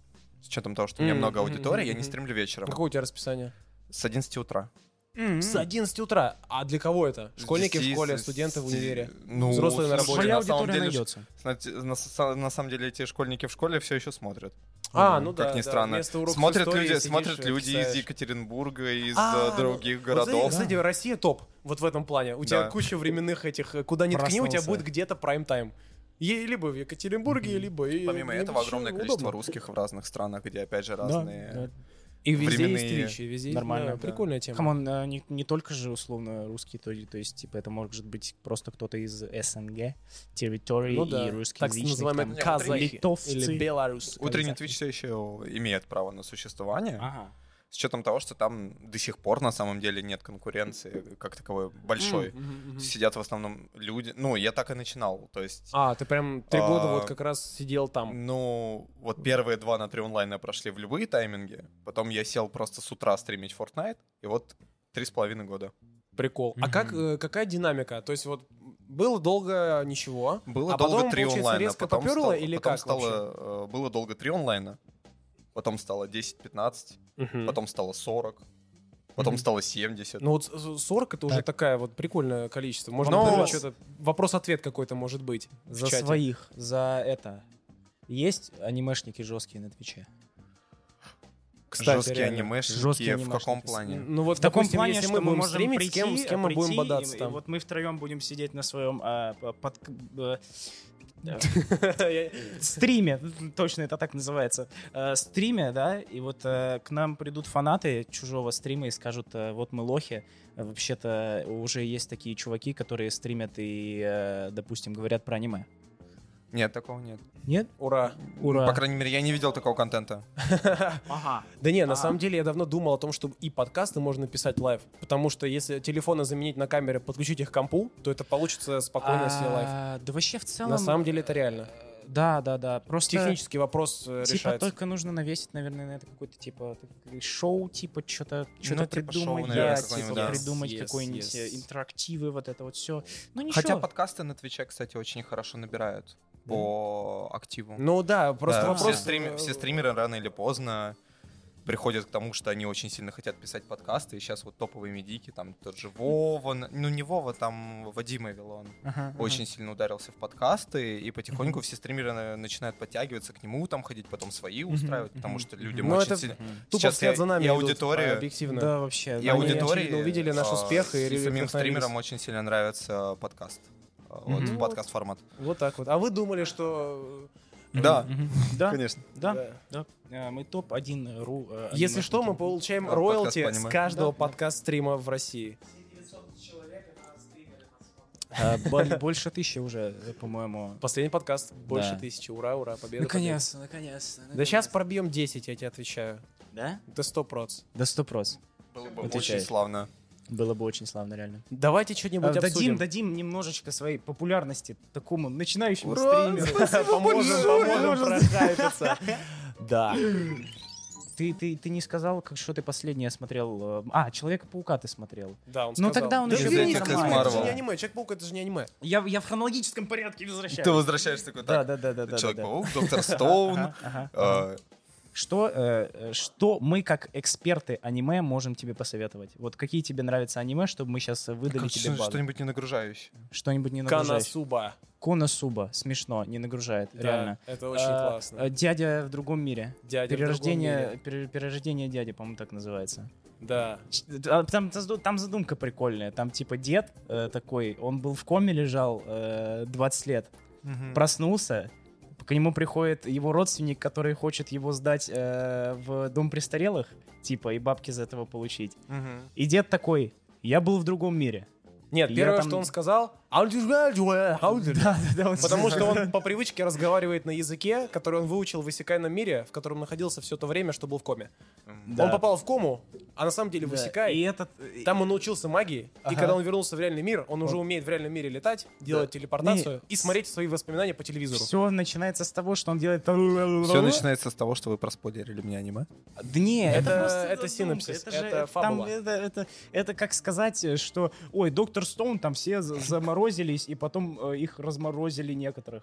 [SPEAKER 1] С учетом того, что у меня
[SPEAKER 2] М,
[SPEAKER 1] много
[SPEAKER 2] мгм,
[SPEAKER 1] аудитории, я
[SPEAKER 2] мгм.
[SPEAKER 1] не стримлю вечером.
[SPEAKER 2] Какое у тебя расписание?
[SPEAKER 1] С 11 утра.
[SPEAKER 4] М-м.
[SPEAKER 2] С 11 утра. А для кого это?
[SPEAKER 1] С
[SPEAKER 2] Школьники в
[SPEAKER 1] 10,
[SPEAKER 2] школе, а
[SPEAKER 1] с-
[SPEAKER 2] студенты в универе.
[SPEAKER 1] Ну,
[SPEAKER 2] Взрослые на
[SPEAKER 1] слушай,
[SPEAKER 2] работе.
[SPEAKER 4] Твоя
[SPEAKER 1] на самом
[SPEAKER 4] аудитория
[SPEAKER 1] деле,
[SPEAKER 4] найдется.
[SPEAKER 1] на, на- на самом деле эти школьники в школе все еще смотрят.
[SPEAKER 2] А, ну да.
[SPEAKER 1] как ни
[SPEAKER 2] да,
[SPEAKER 1] странно.
[SPEAKER 2] вместо уроков
[SPEAKER 1] смотрят
[SPEAKER 2] истории
[SPEAKER 1] люди,
[SPEAKER 2] сидишь,
[SPEAKER 1] смотрят люди из
[SPEAKER 2] читаешь.
[SPEAKER 1] Екатеринбурга, из
[SPEAKER 2] А,
[SPEAKER 1] э,
[SPEAKER 2] ну,
[SPEAKER 1] других
[SPEAKER 2] вот
[SPEAKER 1] городов.
[SPEAKER 2] знаете, Кстати, Россия топ вот в этом плане. У тебя
[SPEAKER 1] Да.
[SPEAKER 2] куча временных этих, э, куда ни ткни, у тебя
[SPEAKER 4] Проснулся.
[SPEAKER 2] будет где-то прайм-тайм. Е- Либо в Екатеринбурге, либо... и-
[SPEAKER 1] Помимо
[SPEAKER 2] и
[SPEAKER 1] этого,
[SPEAKER 2] вообще
[SPEAKER 1] огромное количество
[SPEAKER 2] удобно.
[SPEAKER 1] русских в разных странах, где, опять же,
[SPEAKER 4] Да,
[SPEAKER 1] разные...
[SPEAKER 4] да.
[SPEAKER 2] И везде есть
[SPEAKER 1] временные.
[SPEAKER 2] Twitch, и везде есть-
[SPEAKER 4] Нормально,
[SPEAKER 2] да,
[SPEAKER 4] да.
[SPEAKER 2] Прикольная тема.
[SPEAKER 4] Камон, э, не, не только же условно русские, то, то есть, типа, это может быть просто кто-то из СНГ, территории
[SPEAKER 2] Ну да,
[SPEAKER 4] и русских
[SPEAKER 2] так называемые
[SPEAKER 1] там,
[SPEAKER 2] казахи
[SPEAKER 4] литовцы.
[SPEAKER 2] или белорусы.
[SPEAKER 1] Утренний Твич все еще имеет право на существование,
[SPEAKER 2] А.
[SPEAKER 4] Ага.
[SPEAKER 1] с учетом того, что там до сих пор на самом деле нет конкуренции как таковой большой. Сидят в основном люди. Ну, я так и начинал. То есть,
[SPEAKER 2] А, ты прям три
[SPEAKER 1] А,
[SPEAKER 2] года вот как раз сидел там.
[SPEAKER 1] ну, вот первые два на три онлайна прошли в любые тайминги. Потом я сел просто с утра стримить Fortnite, и вот три с половиной года.
[SPEAKER 2] Прикол. А как, э, какая динамика? То есть вот было долго ничего.
[SPEAKER 1] Было
[SPEAKER 2] а
[SPEAKER 1] долго
[SPEAKER 2] потом,
[SPEAKER 1] три
[SPEAKER 2] получается,
[SPEAKER 1] онлайна.
[SPEAKER 2] резко
[SPEAKER 1] потом
[SPEAKER 2] попёрло
[SPEAKER 1] стало-
[SPEAKER 2] или
[SPEAKER 1] потом
[SPEAKER 2] как вообще?
[SPEAKER 1] стало, э, было долго три онлайна, потом стало 10-15,
[SPEAKER 2] Мгм.
[SPEAKER 1] потом стало 40, потом
[SPEAKER 4] Мгм.
[SPEAKER 1] стало 70.
[SPEAKER 2] Ну вот с- 40 это уже
[SPEAKER 4] Так.
[SPEAKER 2] такая вот прикольное количество. Можно
[SPEAKER 1] Но-
[SPEAKER 2] например, что-то... Вопрос-ответ какой-то может быть в
[SPEAKER 4] За
[SPEAKER 2] чате.
[SPEAKER 4] своих, за это. Есть анимешники жесткие на Твиче?
[SPEAKER 2] Кстати,
[SPEAKER 1] жесткие
[SPEAKER 2] реально.
[SPEAKER 1] анимешники,
[SPEAKER 4] Жесткие
[SPEAKER 1] в каком
[SPEAKER 4] анимешники.
[SPEAKER 1] плане?
[SPEAKER 2] Ну вот,
[SPEAKER 4] В таком
[SPEAKER 2] допустим,
[SPEAKER 4] плане,
[SPEAKER 2] если
[SPEAKER 4] что
[SPEAKER 2] мы
[SPEAKER 4] мы
[SPEAKER 2] будем
[SPEAKER 4] можем
[SPEAKER 2] стримить, с
[SPEAKER 4] прийти,
[SPEAKER 2] кем, с кем мы
[SPEAKER 4] прийти,
[SPEAKER 2] будем бодаться
[SPEAKER 4] и,
[SPEAKER 2] там?
[SPEAKER 4] И вот мы втроем будем сидеть на своем а, п- под- э,
[SPEAKER 2] (laughs) Я-
[SPEAKER 4] стриме, точно это так называется, э, стриме, да, и вот э, к нам придут фанаты чужого стрима и скажут, э, вот мы лохи, А вообще-то уже есть такие чуваки, которые стримят и, э, допустим, говорят про аниме.
[SPEAKER 1] Нет, такого нет. Ну,
[SPEAKER 4] Нет?
[SPEAKER 2] Ура.
[SPEAKER 4] Ура.
[SPEAKER 1] По крайней мере, я не видел такого контента.
[SPEAKER 5] Ага.
[SPEAKER 2] Да не, на самом деле я давно думал о том, что и подкасты можно писать лайв. Потому что если телефоны заменить на камеры, подключить их к компу, то это получится спокойно все лайв.
[SPEAKER 4] А, Да вообще в целом... э,
[SPEAKER 2] На самом деле это реально.
[SPEAKER 4] Да, да, да. Просто...
[SPEAKER 2] Технический вопрос э,
[SPEAKER 4] Типа
[SPEAKER 2] решается.
[SPEAKER 4] только нужно навесить, наверное, на это какое-то типа так говоришь, шоу, типа что-то что
[SPEAKER 1] Ну,
[SPEAKER 4] то
[SPEAKER 1] типа
[SPEAKER 4] придумать,
[SPEAKER 1] шоу,
[SPEAKER 4] да,
[SPEAKER 1] наверное,
[SPEAKER 4] типа
[SPEAKER 1] какое-нибудь, да.
[SPEAKER 4] придумать
[SPEAKER 2] Yes,
[SPEAKER 4] какой-нибудь э,
[SPEAKER 2] yes.
[SPEAKER 4] интерактивы, вот это вот все. Ну ничего.
[SPEAKER 1] Хотя подкасты на Твиче, кстати, очень хорошо набирают по активу.
[SPEAKER 2] Ну да, просто
[SPEAKER 1] Да,
[SPEAKER 2] вопрос...
[SPEAKER 1] Все, стрим-
[SPEAKER 2] э,
[SPEAKER 1] все стримеры рано или поздно приходят к тому, что они очень сильно хотят писать подкасты. И сейчас вот топовые медики, там тот же Вова, ну не Вова, там Вадим Эвилон.
[SPEAKER 4] Ага,
[SPEAKER 1] Очень сильно ударился в подкасты, и потихоньку все стримеры на- начинают подтягиваться к нему, там ходить, потом свои устраивать, потому что людям
[SPEAKER 2] Ну,
[SPEAKER 1] очень
[SPEAKER 2] это
[SPEAKER 1] сильно...
[SPEAKER 2] Тупо
[SPEAKER 1] Сейчас
[SPEAKER 2] вслед
[SPEAKER 1] я-
[SPEAKER 2] за нами
[SPEAKER 1] и
[SPEAKER 2] идут,
[SPEAKER 1] аудитория-
[SPEAKER 2] а, объективно.
[SPEAKER 4] ага. Да, вообще.
[SPEAKER 1] И
[SPEAKER 4] да,
[SPEAKER 2] Они,
[SPEAKER 1] аудитории...
[SPEAKER 2] очевидно, увидели наш
[SPEAKER 1] а,
[SPEAKER 2] успех и
[SPEAKER 1] и
[SPEAKER 2] ревели,
[SPEAKER 1] самим
[SPEAKER 2] вдохновились.
[SPEAKER 1] стримерам очень сильно нравится э, подкаст. А, Вот,
[SPEAKER 4] Мгм.
[SPEAKER 1] подкаст-формат.
[SPEAKER 2] Вот так вот. А вы думали, что...
[SPEAKER 1] Да,
[SPEAKER 4] Мгм. Да,
[SPEAKER 1] конечно.
[SPEAKER 4] да,
[SPEAKER 2] Да.
[SPEAKER 4] да. Э, Мы топ-1 ру. э,
[SPEAKER 2] Если что, мы
[SPEAKER 4] анимешники.
[SPEAKER 2] получаем
[SPEAKER 1] А, подкаст
[SPEAKER 2] роялти
[SPEAKER 1] по
[SPEAKER 2] с
[SPEAKER 1] аниме.
[SPEAKER 2] каждого подкаст-стрима в России.
[SPEAKER 6] 900 человек на стримере нас смотрят.
[SPEAKER 4] Э, бо- Больше тысячи уже, э, по-моему.
[SPEAKER 2] Последний подкаст больше
[SPEAKER 4] Да. Ну,
[SPEAKER 2] тысячи. Ура, ура, победа.
[SPEAKER 4] Наконец-то, наконец-то.
[SPEAKER 2] победа. Да сейчас пробьем 10, я тебе отвечаю.
[SPEAKER 4] Да?
[SPEAKER 2] Да 100 проц.
[SPEAKER 4] Да сто проц.
[SPEAKER 1] Было бы
[SPEAKER 4] Отвечай.
[SPEAKER 1] очень славно.
[SPEAKER 4] Было бы очень славно, реально.
[SPEAKER 2] Давайте что-нибудь
[SPEAKER 4] Э,
[SPEAKER 2] обсудим.
[SPEAKER 4] Дадим,
[SPEAKER 2] (laughs)
[SPEAKER 4] дадим немножечко своей популярности такому начинающему стримеру.
[SPEAKER 2] Поможем, поможем
[SPEAKER 4] (laughs)
[SPEAKER 2] прохайпиться. Да.
[SPEAKER 4] Ты, ты, ты не сказал, как что ты последнее смотрел. э, А, Человека-паука ты смотрел.
[SPEAKER 2] Да, он
[SPEAKER 4] Ну,
[SPEAKER 2] сказал.
[SPEAKER 4] тогда он
[SPEAKER 2] Да
[SPEAKER 4] еще
[SPEAKER 2] извини,
[SPEAKER 1] был
[SPEAKER 2] как
[SPEAKER 1] из
[SPEAKER 2] аниме, это же
[SPEAKER 1] Марвела.
[SPEAKER 2] не аниме. Человек-паук это же не аниме.
[SPEAKER 4] Я, я в хронологическом порядке возвращаюсь.
[SPEAKER 1] Ты возвращаешься такой,
[SPEAKER 4] Да,
[SPEAKER 1] так,
[SPEAKER 4] да, да, да, да. да, да.
[SPEAKER 1] Человек-паук, Доктор Стоун,
[SPEAKER 4] (laughs) Ага, ага.
[SPEAKER 1] э,
[SPEAKER 4] Что, э, э, что мы, как эксперты аниме, можем тебе посоветовать? Вот какие тебе нравятся аниме, чтобы мы сейчас выдали
[SPEAKER 1] как что-
[SPEAKER 4] тебе базу?
[SPEAKER 1] что-нибудь не нагружающее.
[SPEAKER 4] Что-нибудь не нагружающее.
[SPEAKER 2] Канасуба.
[SPEAKER 4] Коносуба. Смешно, не нагружает,
[SPEAKER 2] Да,
[SPEAKER 4] реально.
[SPEAKER 2] Это очень
[SPEAKER 4] Э,
[SPEAKER 2] классно.
[SPEAKER 4] э, Дядя в другом мире.
[SPEAKER 2] Дядя в другом
[SPEAKER 4] перерождение,
[SPEAKER 2] мире.
[SPEAKER 4] пере- перерождение дяди, по-моему, так называется.
[SPEAKER 2] Да.
[SPEAKER 4] Ч- а, Там, зазду- там задумка прикольная. Там типа дед э, такой, он был в коме лежал э, 20 лет, проснулся, к нему приходит его родственник, который хочет его сдать э, в дом престарелых, типа, и бабки за этого получить. И дед такой, я был в другом мире. (laughs)
[SPEAKER 2] Нет,
[SPEAKER 4] Я
[SPEAKER 2] первое,
[SPEAKER 4] там-
[SPEAKER 2] что он сказал... «Аудюжгальдюэ, аудюр». Потому что он по привычке разговаривает на языке, который он выучил в высекайном мире, в котором находился все то время, что был в коме.
[SPEAKER 4] Да.
[SPEAKER 2] Он попал в кому, а на самом деле
[SPEAKER 4] Да,
[SPEAKER 2] высекай.
[SPEAKER 4] И этот... э,
[SPEAKER 2] Там он научился магии, и
[SPEAKER 4] Ага.
[SPEAKER 2] когда он вернулся в реальный мир, он уже умеет в реальном мире летать, делать телепортацию
[SPEAKER 4] Не,
[SPEAKER 2] и смотреть свои воспоминания по телевизору.
[SPEAKER 4] Все начинается с того, что он делает...
[SPEAKER 1] Все начинается с того, что вы проспойлерили мне аниме.
[SPEAKER 4] Да не, это,
[SPEAKER 2] Это-
[SPEAKER 4] просто
[SPEAKER 2] это
[SPEAKER 4] задумка,
[SPEAKER 2] синапсис,
[SPEAKER 4] же-
[SPEAKER 2] это
[SPEAKER 4] там
[SPEAKER 2] фабула.
[SPEAKER 4] это, это- это как сказать, э, что, ой, Доктор Стоун, там все за- заморозились, и потом э, их разморозили некоторых.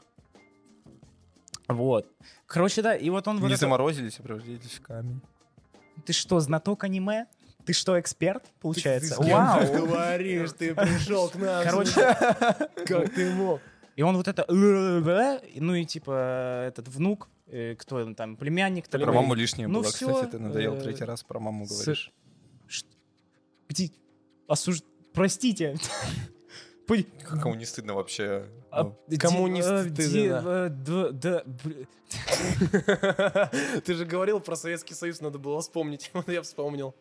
[SPEAKER 4] Вот. Короче, да, и вот он... вот
[SPEAKER 1] Не
[SPEAKER 4] это-
[SPEAKER 1] заморозились, а превратились в камень.
[SPEAKER 4] Ты что, знаток аниме? Ты что, эксперт, получается?
[SPEAKER 2] Ты с кем
[SPEAKER 4] Вау!
[SPEAKER 1] (laughs)
[SPEAKER 2] говоришь, ты пришел к нам.
[SPEAKER 4] Короче,
[SPEAKER 2] как (laughs) ты мог?
[SPEAKER 4] и он вот это... Ну и типа этот внук, э, кто он там, племянник?
[SPEAKER 1] Про
[SPEAKER 4] такой.
[SPEAKER 1] маму лишнее
[SPEAKER 4] Ну
[SPEAKER 1] было,
[SPEAKER 4] всё,
[SPEAKER 1] кстати, ты надоел
[SPEAKER 4] э,
[SPEAKER 1] третий раз про маму
[SPEAKER 4] с-
[SPEAKER 1] говоришь.
[SPEAKER 4] (laughs) Ш- Где- Осуж... Простите. (laughs) Пы-
[SPEAKER 1] Как кому не стыдно вообще?
[SPEAKER 4] А,
[SPEAKER 1] Ну,
[SPEAKER 4] ди-
[SPEAKER 2] Коммунист
[SPEAKER 4] э,
[SPEAKER 2] ты,
[SPEAKER 4] ди-
[SPEAKER 2] а, да.
[SPEAKER 4] э, д- да, бл-
[SPEAKER 2] Ты же говорил про Советский Союз, надо было вспомнить. (laughs) Вот я вспомнил.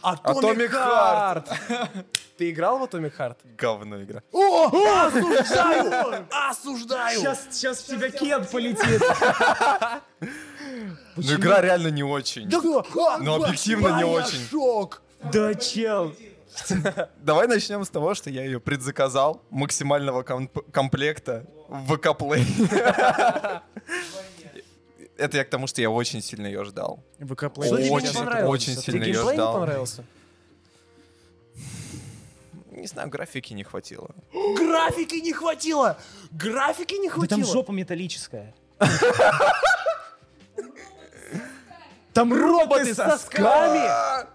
[SPEAKER 2] Атомик
[SPEAKER 1] Atomic Heart.
[SPEAKER 2] Харт! Ты играл в Атомик Харт?
[SPEAKER 1] Говно игра. Ну,
[SPEAKER 2] Осуждаю! Осуждаю!
[SPEAKER 4] Сейчас, сейчас в тебя кент полетит.
[SPEAKER 1] Ну, игра реально не очень. Ну, объективно не очень.
[SPEAKER 2] Шок!
[SPEAKER 4] Да, чел.
[SPEAKER 1] Давай начнем с того, что я ее предзаказал максимального комп- комплекта в ВК Play. (laughs) Это я к тому, что я очень сильно ее ждал.
[SPEAKER 4] Выкоплей.
[SPEAKER 2] Что тебе не
[SPEAKER 1] Очень,
[SPEAKER 2] понравилось?
[SPEAKER 1] очень
[SPEAKER 2] Тебе
[SPEAKER 1] сильно ее
[SPEAKER 2] геймплей не
[SPEAKER 1] ждал.
[SPEAKER 2] понравился?
[SPEAKER 1] Не знаю, графики не хватило.
[SPEAKER 2] Графики не хватило! Графики не
[SPEAKER 4] Да там
[SPEAKER 2] хватило!
[SPEAKER 4] жопа металлическая. Там
[SPEAKER 2] Роботы
[SPEAKER 4] роботы
[SPEAKER 2] с
[SPEAKER 4] с
[SPEAKER 2] сосками!
[SPEAKER 1] А!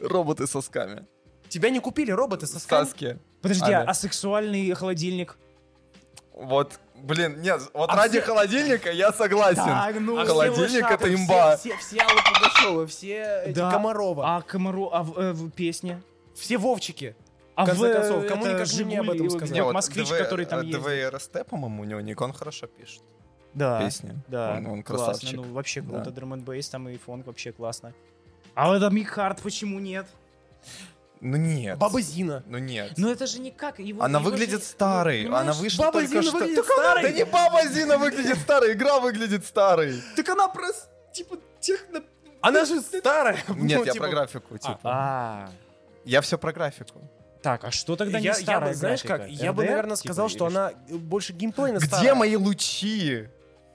[SPEAKER 1] Роботы с сосками.
[SPEAKER 2] Тебя не купили роботы со сосками?
[SPEAKER 1] Сказки.
[SPEAKER 4] Подожди,
[SPEAKER 1] А,
[SPEAKER 4] а
[SPEAKER 1] да.
[SPEAKER 4] сексуальный холодильник?
[SPEAKER 1] Вот, блин, нет, вот
[SPEAKER 2] А
[SPEAKER 1] ради
[SPEAKER 2] все-
[SPEAKER 1] холодильника я согласен.
[SPEAKER 4] Так, ну,
[SPEAKER 1] А холодильник
[SPEAKER 2] Все
[SPEAKER 1] это
[SPEAKER 2] Лошадовы,
[SPEAKER 1] имба.
[SPEAKER 2] Все, все, все Аллы Пугачёвы, все эти
[SPEAKER 4] Да.
[SPEAKER 2] Комарова,
[SPEAKER 4] А комару, а в, э, в песне?
[SPEAKER 2] все Вовчики.
[SPEAKER 4] А
[SPEAKER 2] В конце
[SPEAKER 4] э,
[SPEAKER 2] концов, кому
[SPEAKER 4] это
[SPEAKER 2] никак же не об
[SPEAKER 4] «Жигули»
[SPEAKER 2] этом
[SPEAKER 4] его
[SPEAKER 2] сказать?
[SPEAKER 1] Не,
[SPEAKER 4] ведёт
[SPEAKER 1] вот
[SPEAKER 4] москвич,
[SPEAKER 1] DV
[SPEAKER 4] который там ездит.
[SPEAKER 1] DVRST, по-моему, у него Ник, он хорошо пишет
[SPEAKER 4] Да.
[SPEAKER 1] песни.
[SPEAKER 4] Да,
[SPEAKER 1] Он, он
[SPEAKER 4] классно,
[SPEAKER 1] красавчик.
[SPEAKER 4] ну вообще круто,
[SPEAKER 1] Да.
[SPEAKER 4] Drum and Bass, там и фонг вообще классно. А вот это Микхард, почему нет?
[SPEAKER 1] Ну нет.
[SPEAKER 2] Баба Зина.
[SPEAKER 1] Ну нет.
[SPEAKER 4] Но это же никак. Его,
[SPEAKER 1] Ну, Она
[SPEAKER 4] его
[SPEAKER 1] выглядит
[SPEAKER 4] же-
[SPEAKER 1] старой.
[SPEAKER 4] Ну, понимаешь,
[SPEAKER 1] Она вышла
[SPEAKER 2] Баба
[SPEAKER 1] только
[SPEAKER 2] Зина
[SPEAKER 1] что.
[SPEAKER 2] выглядит
[SPEAKER 1] Так она-
[SPEAKER 2] старой.
[SPEAKER 1] Да не Баба Зина выглядит старой, игра выглядит старой.
[SPEAKER 2] Так она просто, типа, техно... Она же старая.
[SPEAKER 1] Нет,
[SPEAKER 2] (laughs) Ну,
[SPEAKER 1] я
[SPEAKER 2] типа,
[SPEAKER 1] про графику, типа.
[SPEAKER 4] А,
[SPEAKER 1] Я все про графику.
[SPEAKER 4] так, а что тогда
[SPEAKER 2] я,
[SPEAKER 4] не
[SPEAKER 2] я
[SPEAKER 4] старая
[SPEAKER 2] бы, знаешь как,
[SPEAKER 4] графика?
[SPEAKER 2] я бы,
[SPEAKER 4] RDR,
[SPEAKER 2] наверное,
[SPEAKER 4] типа,
[SPEAKER 2] сказал,
[SPEAKER 4] или
[SPEAKER 2] что она больше геймплейно
[SPEAKER 1] Где
[SPEAKER 2] старая.
[SPEAKER 1] мои лучи?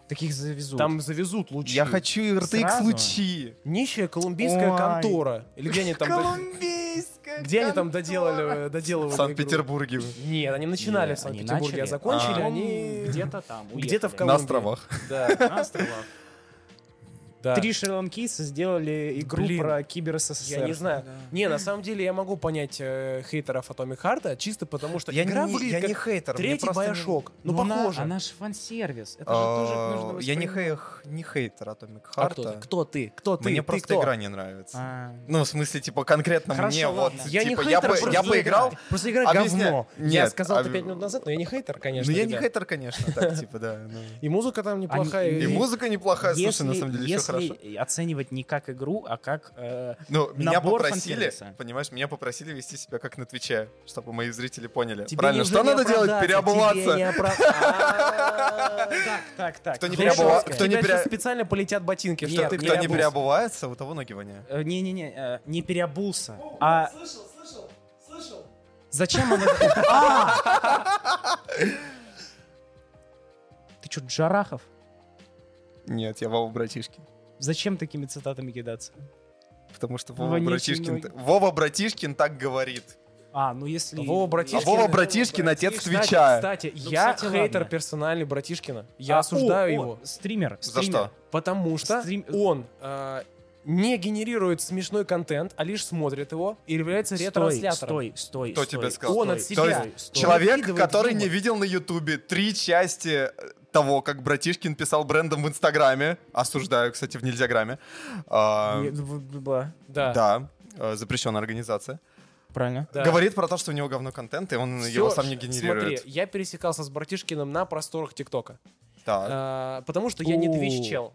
[SPEAKER 4] Таких завезут.
[SPEAKER 2] Там завезут лучи.
[SPEAKER 1] Я хочу RTX
[SPEAKER 4] Сразу?
[SPEAKER 1] лучи.
[SPEAKER 2] Нищая колумбийская
[SPEAKER 4] Ой.
[SPEAKER 2] контора. Или где они там...
[SPEAKER 4] Колумбийская
[SPEAKER 2] Где они там доделали, э, доделывали
[SPEAKER 1] В
[SPEAKER 2] игру?
[SPEAKER 1] Санкт-Петербурге.
[SPEAKER 2] Нет, они начинали
[SPEAKER 4] Нет,
[SPEAKER 2] в
[SPEAKER 4] они
[SPEAKER 2] Санкт-Петербурге, а
[SPEAKER 4] начали,
[SPEAKER 2] закончили
[SPEAKER 1] а.
[SPEAKER 2] они...
[SPEAKER 4] ну, Где-то там.
[SPEAKER 2] Где-то в
[SPEAKER 4] уехали.
[SPEAKER 2] Колумбии.
[SPEAKER 1] На островах.
[SPEAKER 2] Да,
[SPEAKER 4] (laughs) На островах.
[SPEAKER 2] да.
[SPEAKER 4] Три шри-ланкийца сделали игру
[SPEAKER 2] Блин.
[SPEAKER 4] про кибер-СССР.
[SPEAKER 2] Я не знаю. Не, на самом деле я могу понять э, хейтеров Atomic Heart чисто потому, что игра выглядит
[SPEAKER 1] я
[SPEAKER 2] как
[SPEAKER 1] не хейтер. мне
[SPEAKER 2] третий
[SPEAKER 1] просто не-
[SPEAKER 2] Bioshock. Ну,
[SPEAKER 4] Но она-
[SPEAKER 2] похоже.
[SPEAKER 4] Она, ж фан-сервис. Это же тоже
[SPEAKER 1] А,
[SPEAKER 4] нужно
[SPEAKER 1] Я не
[SPEAKER 4] воспринимать.
[SPEAKER 1] хех- не хейтер Atomic
[SPEAKER 2] А кто, ты?
[SPEAKER 1] Heart.
[SPEAKER 2] кто ты? Кто ты?
[SPEAKER 1] Мне
[SPEAKER 2] Ты
[SPEAKER 1] просто
[SPEAKER 2] кто?
[SPEAKER 1] игра не нравится.
[SPEAKER 4] А.
[SPEAKER 1] Ну, в смысле, типа, конкретно
[SPEAKER 4] Хорошо,
[SPEAKER 1] мне вот,
[SPEAKER 4] ладно.
[SPEAKER 2] Я не
[SPEAKER 1] типа,
[SPEAKER 2] хейтер,
[SPEAKER 1] я бы-
[SPEAKER 2] просто
[SPEAKER 1] я
[SPEAKER 2] игра-
[SPEAKER 1] поиграл,
[SPEAKER 2] Просто игра
[SPEAKER 1] Объясня-
[SPEAKER 2] говно. я
[SPEAKER 1] Нет,
[SPEAKER 2] сказал это
[SPEAKER 1] об-
[SPEAKER 2] пять минут назад, но я не хейтер,
[SPEAKER 1] Ну,
[SPEAKER 2] конечно.
[SPEAKER 1] я не
[SPEAKER 2] ребят.
[SPEAKER 1] хейтер, конечно, (laughs) так, типа, да. ну.
[SPEAKER 2] И музыка там неплохая.
[SPEAKER 4] Они-
[SPEAKER 1] И музыка неплохая,
[SPEAKER 4] Если-
[SPEAKER 1] Э, слушай, на самом деле, все
[SPEAKER 4] если
[SPEAKER 1] хорошо.
[SPEAKER 4] оценивать не как игру, а как... э,
[SPEAKER 1] Ну, меня
[SPEAKER 4] набор
[SPEAKER 1] попросили,
[SPEAKER 4] фан-сервиса.
[SPEAKER 1] понимаешь, меня попросили вести себя как на Твиче, чтобы мои зрители поняли.
[SPEAKER 2] Тебе
[SPEAKER 1] Правильно,
[SPEAKER 2] уже
[SPEAKER 1] что
[SPEAKER 2] не
[SPEAKER 1] надо делать?
[SPEAKER 2] оправдаться, тебе не
[SPEAKER 1] Переобуваться.
[SPEAKER 2] оправ-
[SPEAKER 4] Так, так, так.
[SPEAKER 1] Кто (laughs) не
[SPEAKER 2] Знаешь,
[SPEAKER 1] переобува-
[SPEAKER 2] у
[SPEAKER 1] кто
[SPEAKER 2] тебя
[SPEAKER 1] не пере-
[SPEAKER 2] щас специально полетят ботинки,
[SPEAKER 1] Что-
[SPEAKER 2] чтобы ты
[SPEAKER 1] Кто не
[SPEAKER 2] переобулся.
[SPEAKER 1] переобувается, у того ноги воняют.
[SPEAKER 4] Э, Не-не-не, э, не переобулся.
[SPEAKER 6] О,
[SPEAKER 4] А
[SPEAKER 6] Слышал, слышал, слышал.
[SPEAKER 1] (laughs)
[SPEAKER 4] зачем он... это- А! Ты что, Джарахов?
[SPEAKER 1] Нет, я Вова Братишкин.
[SPEAKER 4] Зачем такими цитатами кидаться?
[SPEAKER 1] Потому что Вова
[SPEAKER 4] Вонючие
[SPEAKER 1] Братишкин...
[SPEAKER 4] ноги.
[SPEAKER 1] Вова Братишкин так говорит.
[SPEAKER 4] А, ну если...
[SPEAKER 2] Вова
[SPEAKER 1] А
[SPEAKER 2] Братишкин.
[SPEAKER 1] Вова Братишкин отец
[SPEAKER 2] Кстати,
[SPEAKER 1] Твича.
[SPEAKER 2] Кстати,
[SPEAKER 4] Ну,
[SPEAKER 2] я
[SPEAKER 4] кстати,
[SPEAKER 2] хейтер
[SPEAKER 4] ладно.
[SPEAKER 2] персональный Братишкина. Я
[SPEAKER 4] А,
[SPEAKER 2] осуждаю
[SPEAKER 4] о, о,
[SPEAKER 2] его.
[SPEAKER 4] Стример.
[SPEAKER 1] За
[SPEAKER 4] стример.
[SPEAKER 1] что?
[SPEAKER 2] Потому что
[SPEAKER 4] Стрим-
[SPEAKER 2] он э, не генерирует смешной контент, а лишь смотрит его и является
[SPEAKER 4] Стой,
[SPEAKER 2] ретранслятором.
[SPEAKER 4] стой, стой.
[SPEAKER 1] Кто
[SPEAKER 4] стой,
[SPEAKER 1] тебе сказал?
[SPEAKER 2] Он от
[SPEAKER 4] стой,
[SPEAKER 2] себя.
[SPEAKER 4] стой, стой.
[SPEAKER 1] Человек,
[SPEAKER 2] выкидывает
[SPEAKER 1] который
[SPEAKER 2] юмор.
[SPEAKER 1] не видел на Ютубе три части э, того, как Братишкин писал брендом в Инстаграме. Осуждаю, кстати, в Нельзяграме. А,
[SPEAKER 4] Не, б- б- б-
[SPEAKER 2] Да.
[SPEAKER 1] Да, э, запрещенная организация.
[SPEAKER 4] Правильно.
[SPEAKER 2] Да.
[SPEAKER 1] Говорит про то, что у него говно контент, и он
[SPEAKER 2] Всё,
[SPEAKER 1] ну, его сам не
[SPEAKER 2] ш-
[SPEAKER 1] генерирует.
[SPEAKER 2] Смотри, э, я пересекался с Братишкиным на просторах ТикТока.
[SPEAKER 1] Так.
[SPEAKER 2] А, потому что я не
[SPEAKER 4] У.
[SPEAKER 2] Twitch чел.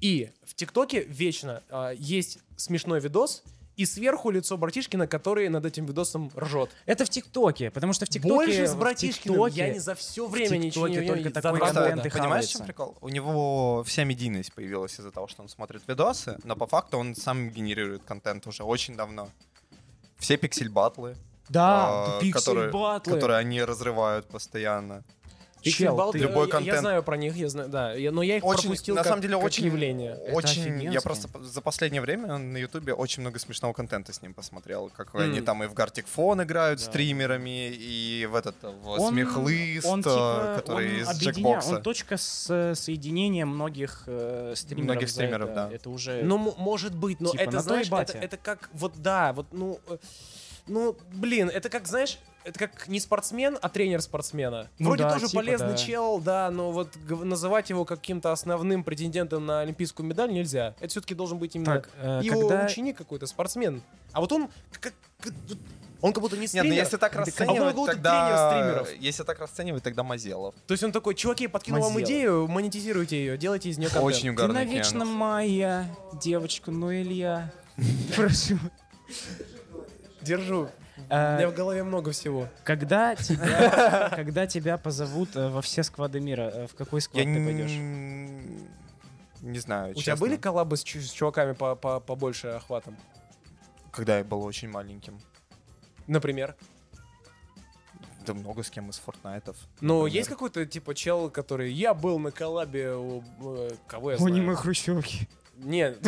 [SPEAKER 2] И в ТикТоке вечно а, есть смешной видос, и сверху лицо Братишкина, который над этим видосом ржет.
[SPEAKER 4] Это в ТикТоке, потому что в ТикТоке...
[SPEAKER 2] Больше с
[SPEAKER 4] в
[SPEAKER 2] Братишкиным
[SPEAKER 4] ТикТоке-
[SPEAKER 2] я не за все время ничего не
[SPEAKER 4] ТикТоке
[SPEAKER 2] не-
[SPEAKER 4] только
[SPEAKER 2] за
[SPEAKER 4] такой
[SPEAKER 2] два
[SPEAKER 4] контент
[SPEAKER 2] года.
[SPEAKER 4] и
[SPEAKER 1] Ты понимаешь, в
[SPEAKER 4] хавается.
[SPEAKER 1] чем прикол? У него вся медийность появилась из-за того, что он смотрит видосы, но по факту он сам генерирует контент уже очень давно. Все пиксель-батлы,
[SPEAKER 4] Да,
[SPEAKER 1] а,
[SPEAKER 4] пиксель
[SPEAKER 1] которые,
[SPEAKER 4] батлы.
[SPEAKER 1] которые они разрывают постоянно.
[SPEAKER 2] Пиксель
[SPEAKER 4] Чел,
[SPEAKER 2] Балт,
[SPEAKER 4] ты-
[SPEAKER 2] я-
[SPEAKER 1] Любой
[SPEAKER 2] я,
[SPEAKER 1] контент.
[SPEAKER 2] знаю про них, я знаю, да. Я, но я их
[SPEAKER 1] Очень,
[SPEAKER 2] пропустил
[SPEAKER 1] на
[SPEAKER 2] как-
[SPEAKER 1] самом деле,
[SPEAKER 2] как
[SPEAKER 1] очень,
[SPEAKER 2] явление.
[SPEAKER 1] очень, я
[SPEAKER 4] офигенски.
[SPEAKER 1] просто п- за последнее время на Ютубе очень много смешного контента с ним посмотрел, как
[SPEAKER 2] М.
[SPEAKER 1] они там и в Гартикфон играют
[SPEAKER 4] Да.
[SPEAKER 1] стримерами, и в этот э, в
[SPEAKER 4] Он-
[SPEAKER 1] смехлыст,
[SPEAKER 4] он, типа,
[SPEAKER 1] э, который
[SPEAKER 4] он
[SPEAKER 1] из
[SPEAKER 4] объединя-
[SPEAKER 1] джекбокса.
[SPEAKER 4] Он точка с- э, соединения многих э, стримеров.
[SPEAKER 1] Многих
[SPEAKER 4] за
[SPEAKER 1] стримеров,
[SPEAKER 4] это.
[SPEAKER 1] да.
[SPEAKER 4] Это уже...
[SPEAKER 2] Ну, м- может быть, но
[SPEAKER 4] Типа,
[SPEAKER 2] это,
[SPEAKER 4] на той
[SPEAKER 2] знаешь, это,
[SPEAKER 4] бате.
[SPEAKER 2] это как, вот да, вот, ну, э, ну, блин, это как, знаешь, это как не спортсмен, а тренер спортсмена.
[SPEAKER 4] Ну
[SPEAKER 2] Вроде
[SPEAKER 4] да,
[SPEAKER 2] тоже
[SPEAKER 4] типа,
[SPEAKER 2] полезный
[SPEAKER 4] да.
[SPEAKER 2] чел, да, но вот г- называть его каким-то основным претендентом на олимпийскую медаль нельзя. Это все-таки должен быть именно
[SPEAKER 4] Так, э,
[SPEAKER 2] его
[SPEAKER 4] когда-
[SPEAKER 2] ученик какой-то, спортсмен. А вот он как... как- Он как будто не
[SPEAKER 1] Нет,
[SPEAKER 2] стример.
[SPEAKER 1] ну если так
[SPEAKER 2] а он как
[SPEAKER 1] расценивать,
[SPEAKER 2] будто тренер
[SPEAKER 1] тогда...
[SPEAKER 2] стримеров.
[SPEAKER 1] Если так расценивать, тогда Мазелов.
[SPEAKER 2] То есть он такой, чуваки, я подкинул вам
[SPEAKER 4] Мазела.
[SPEAKER 2] идею, монетизируйте ее, делайте из нее контент.
[SPEAKER 1] Очень
[SPEAKER 4] Ты
[SPEAKER 1] угарный
[SPEAKER 4] навечно
[SPEAKER 1] Киану.
[SPEAKER 4] моя девочка, ну
[SPEAKER 1] (laughs)
[SPEAKER 4] Илья. Прошу.
[SPEAKER 2] Держу. У
[SPEAKER 4] Э,
[SPEAKER 2] меня в голове много всего.
[SPEAKER 4] Когда тебя, когда тебя позовут э, во все склады мира, э, в какой
[SPEAKER 1] Я
[SPEAKER 4] склад ты пойдешь?
[SPEAKER 1] не... Не знаю,
[SPEAKER 2] У тебя
[SPEAKER 1] честно.
[SPEAKER 2] были коллабы с, чу- с чуваками по, по- побольше охватом?
[SPEAKER 1] Когда я был очень маленьким.
[SPEAKER 2] Например?
[SPEAKER 1] Да много с кем из Фортнайтов.
[SPEAKER 2] Ну,
[SPEAKER 1] например.
[SPEAKER 2] есть какой-то, типа, чел, который... Я был на коллабе у... э, кого я
[SPEAKER 4] У
[SPEAKER 2] знаю?
[SPEAKER 4] хрущевки. (laughs)
[SPEAKER 2] Нет.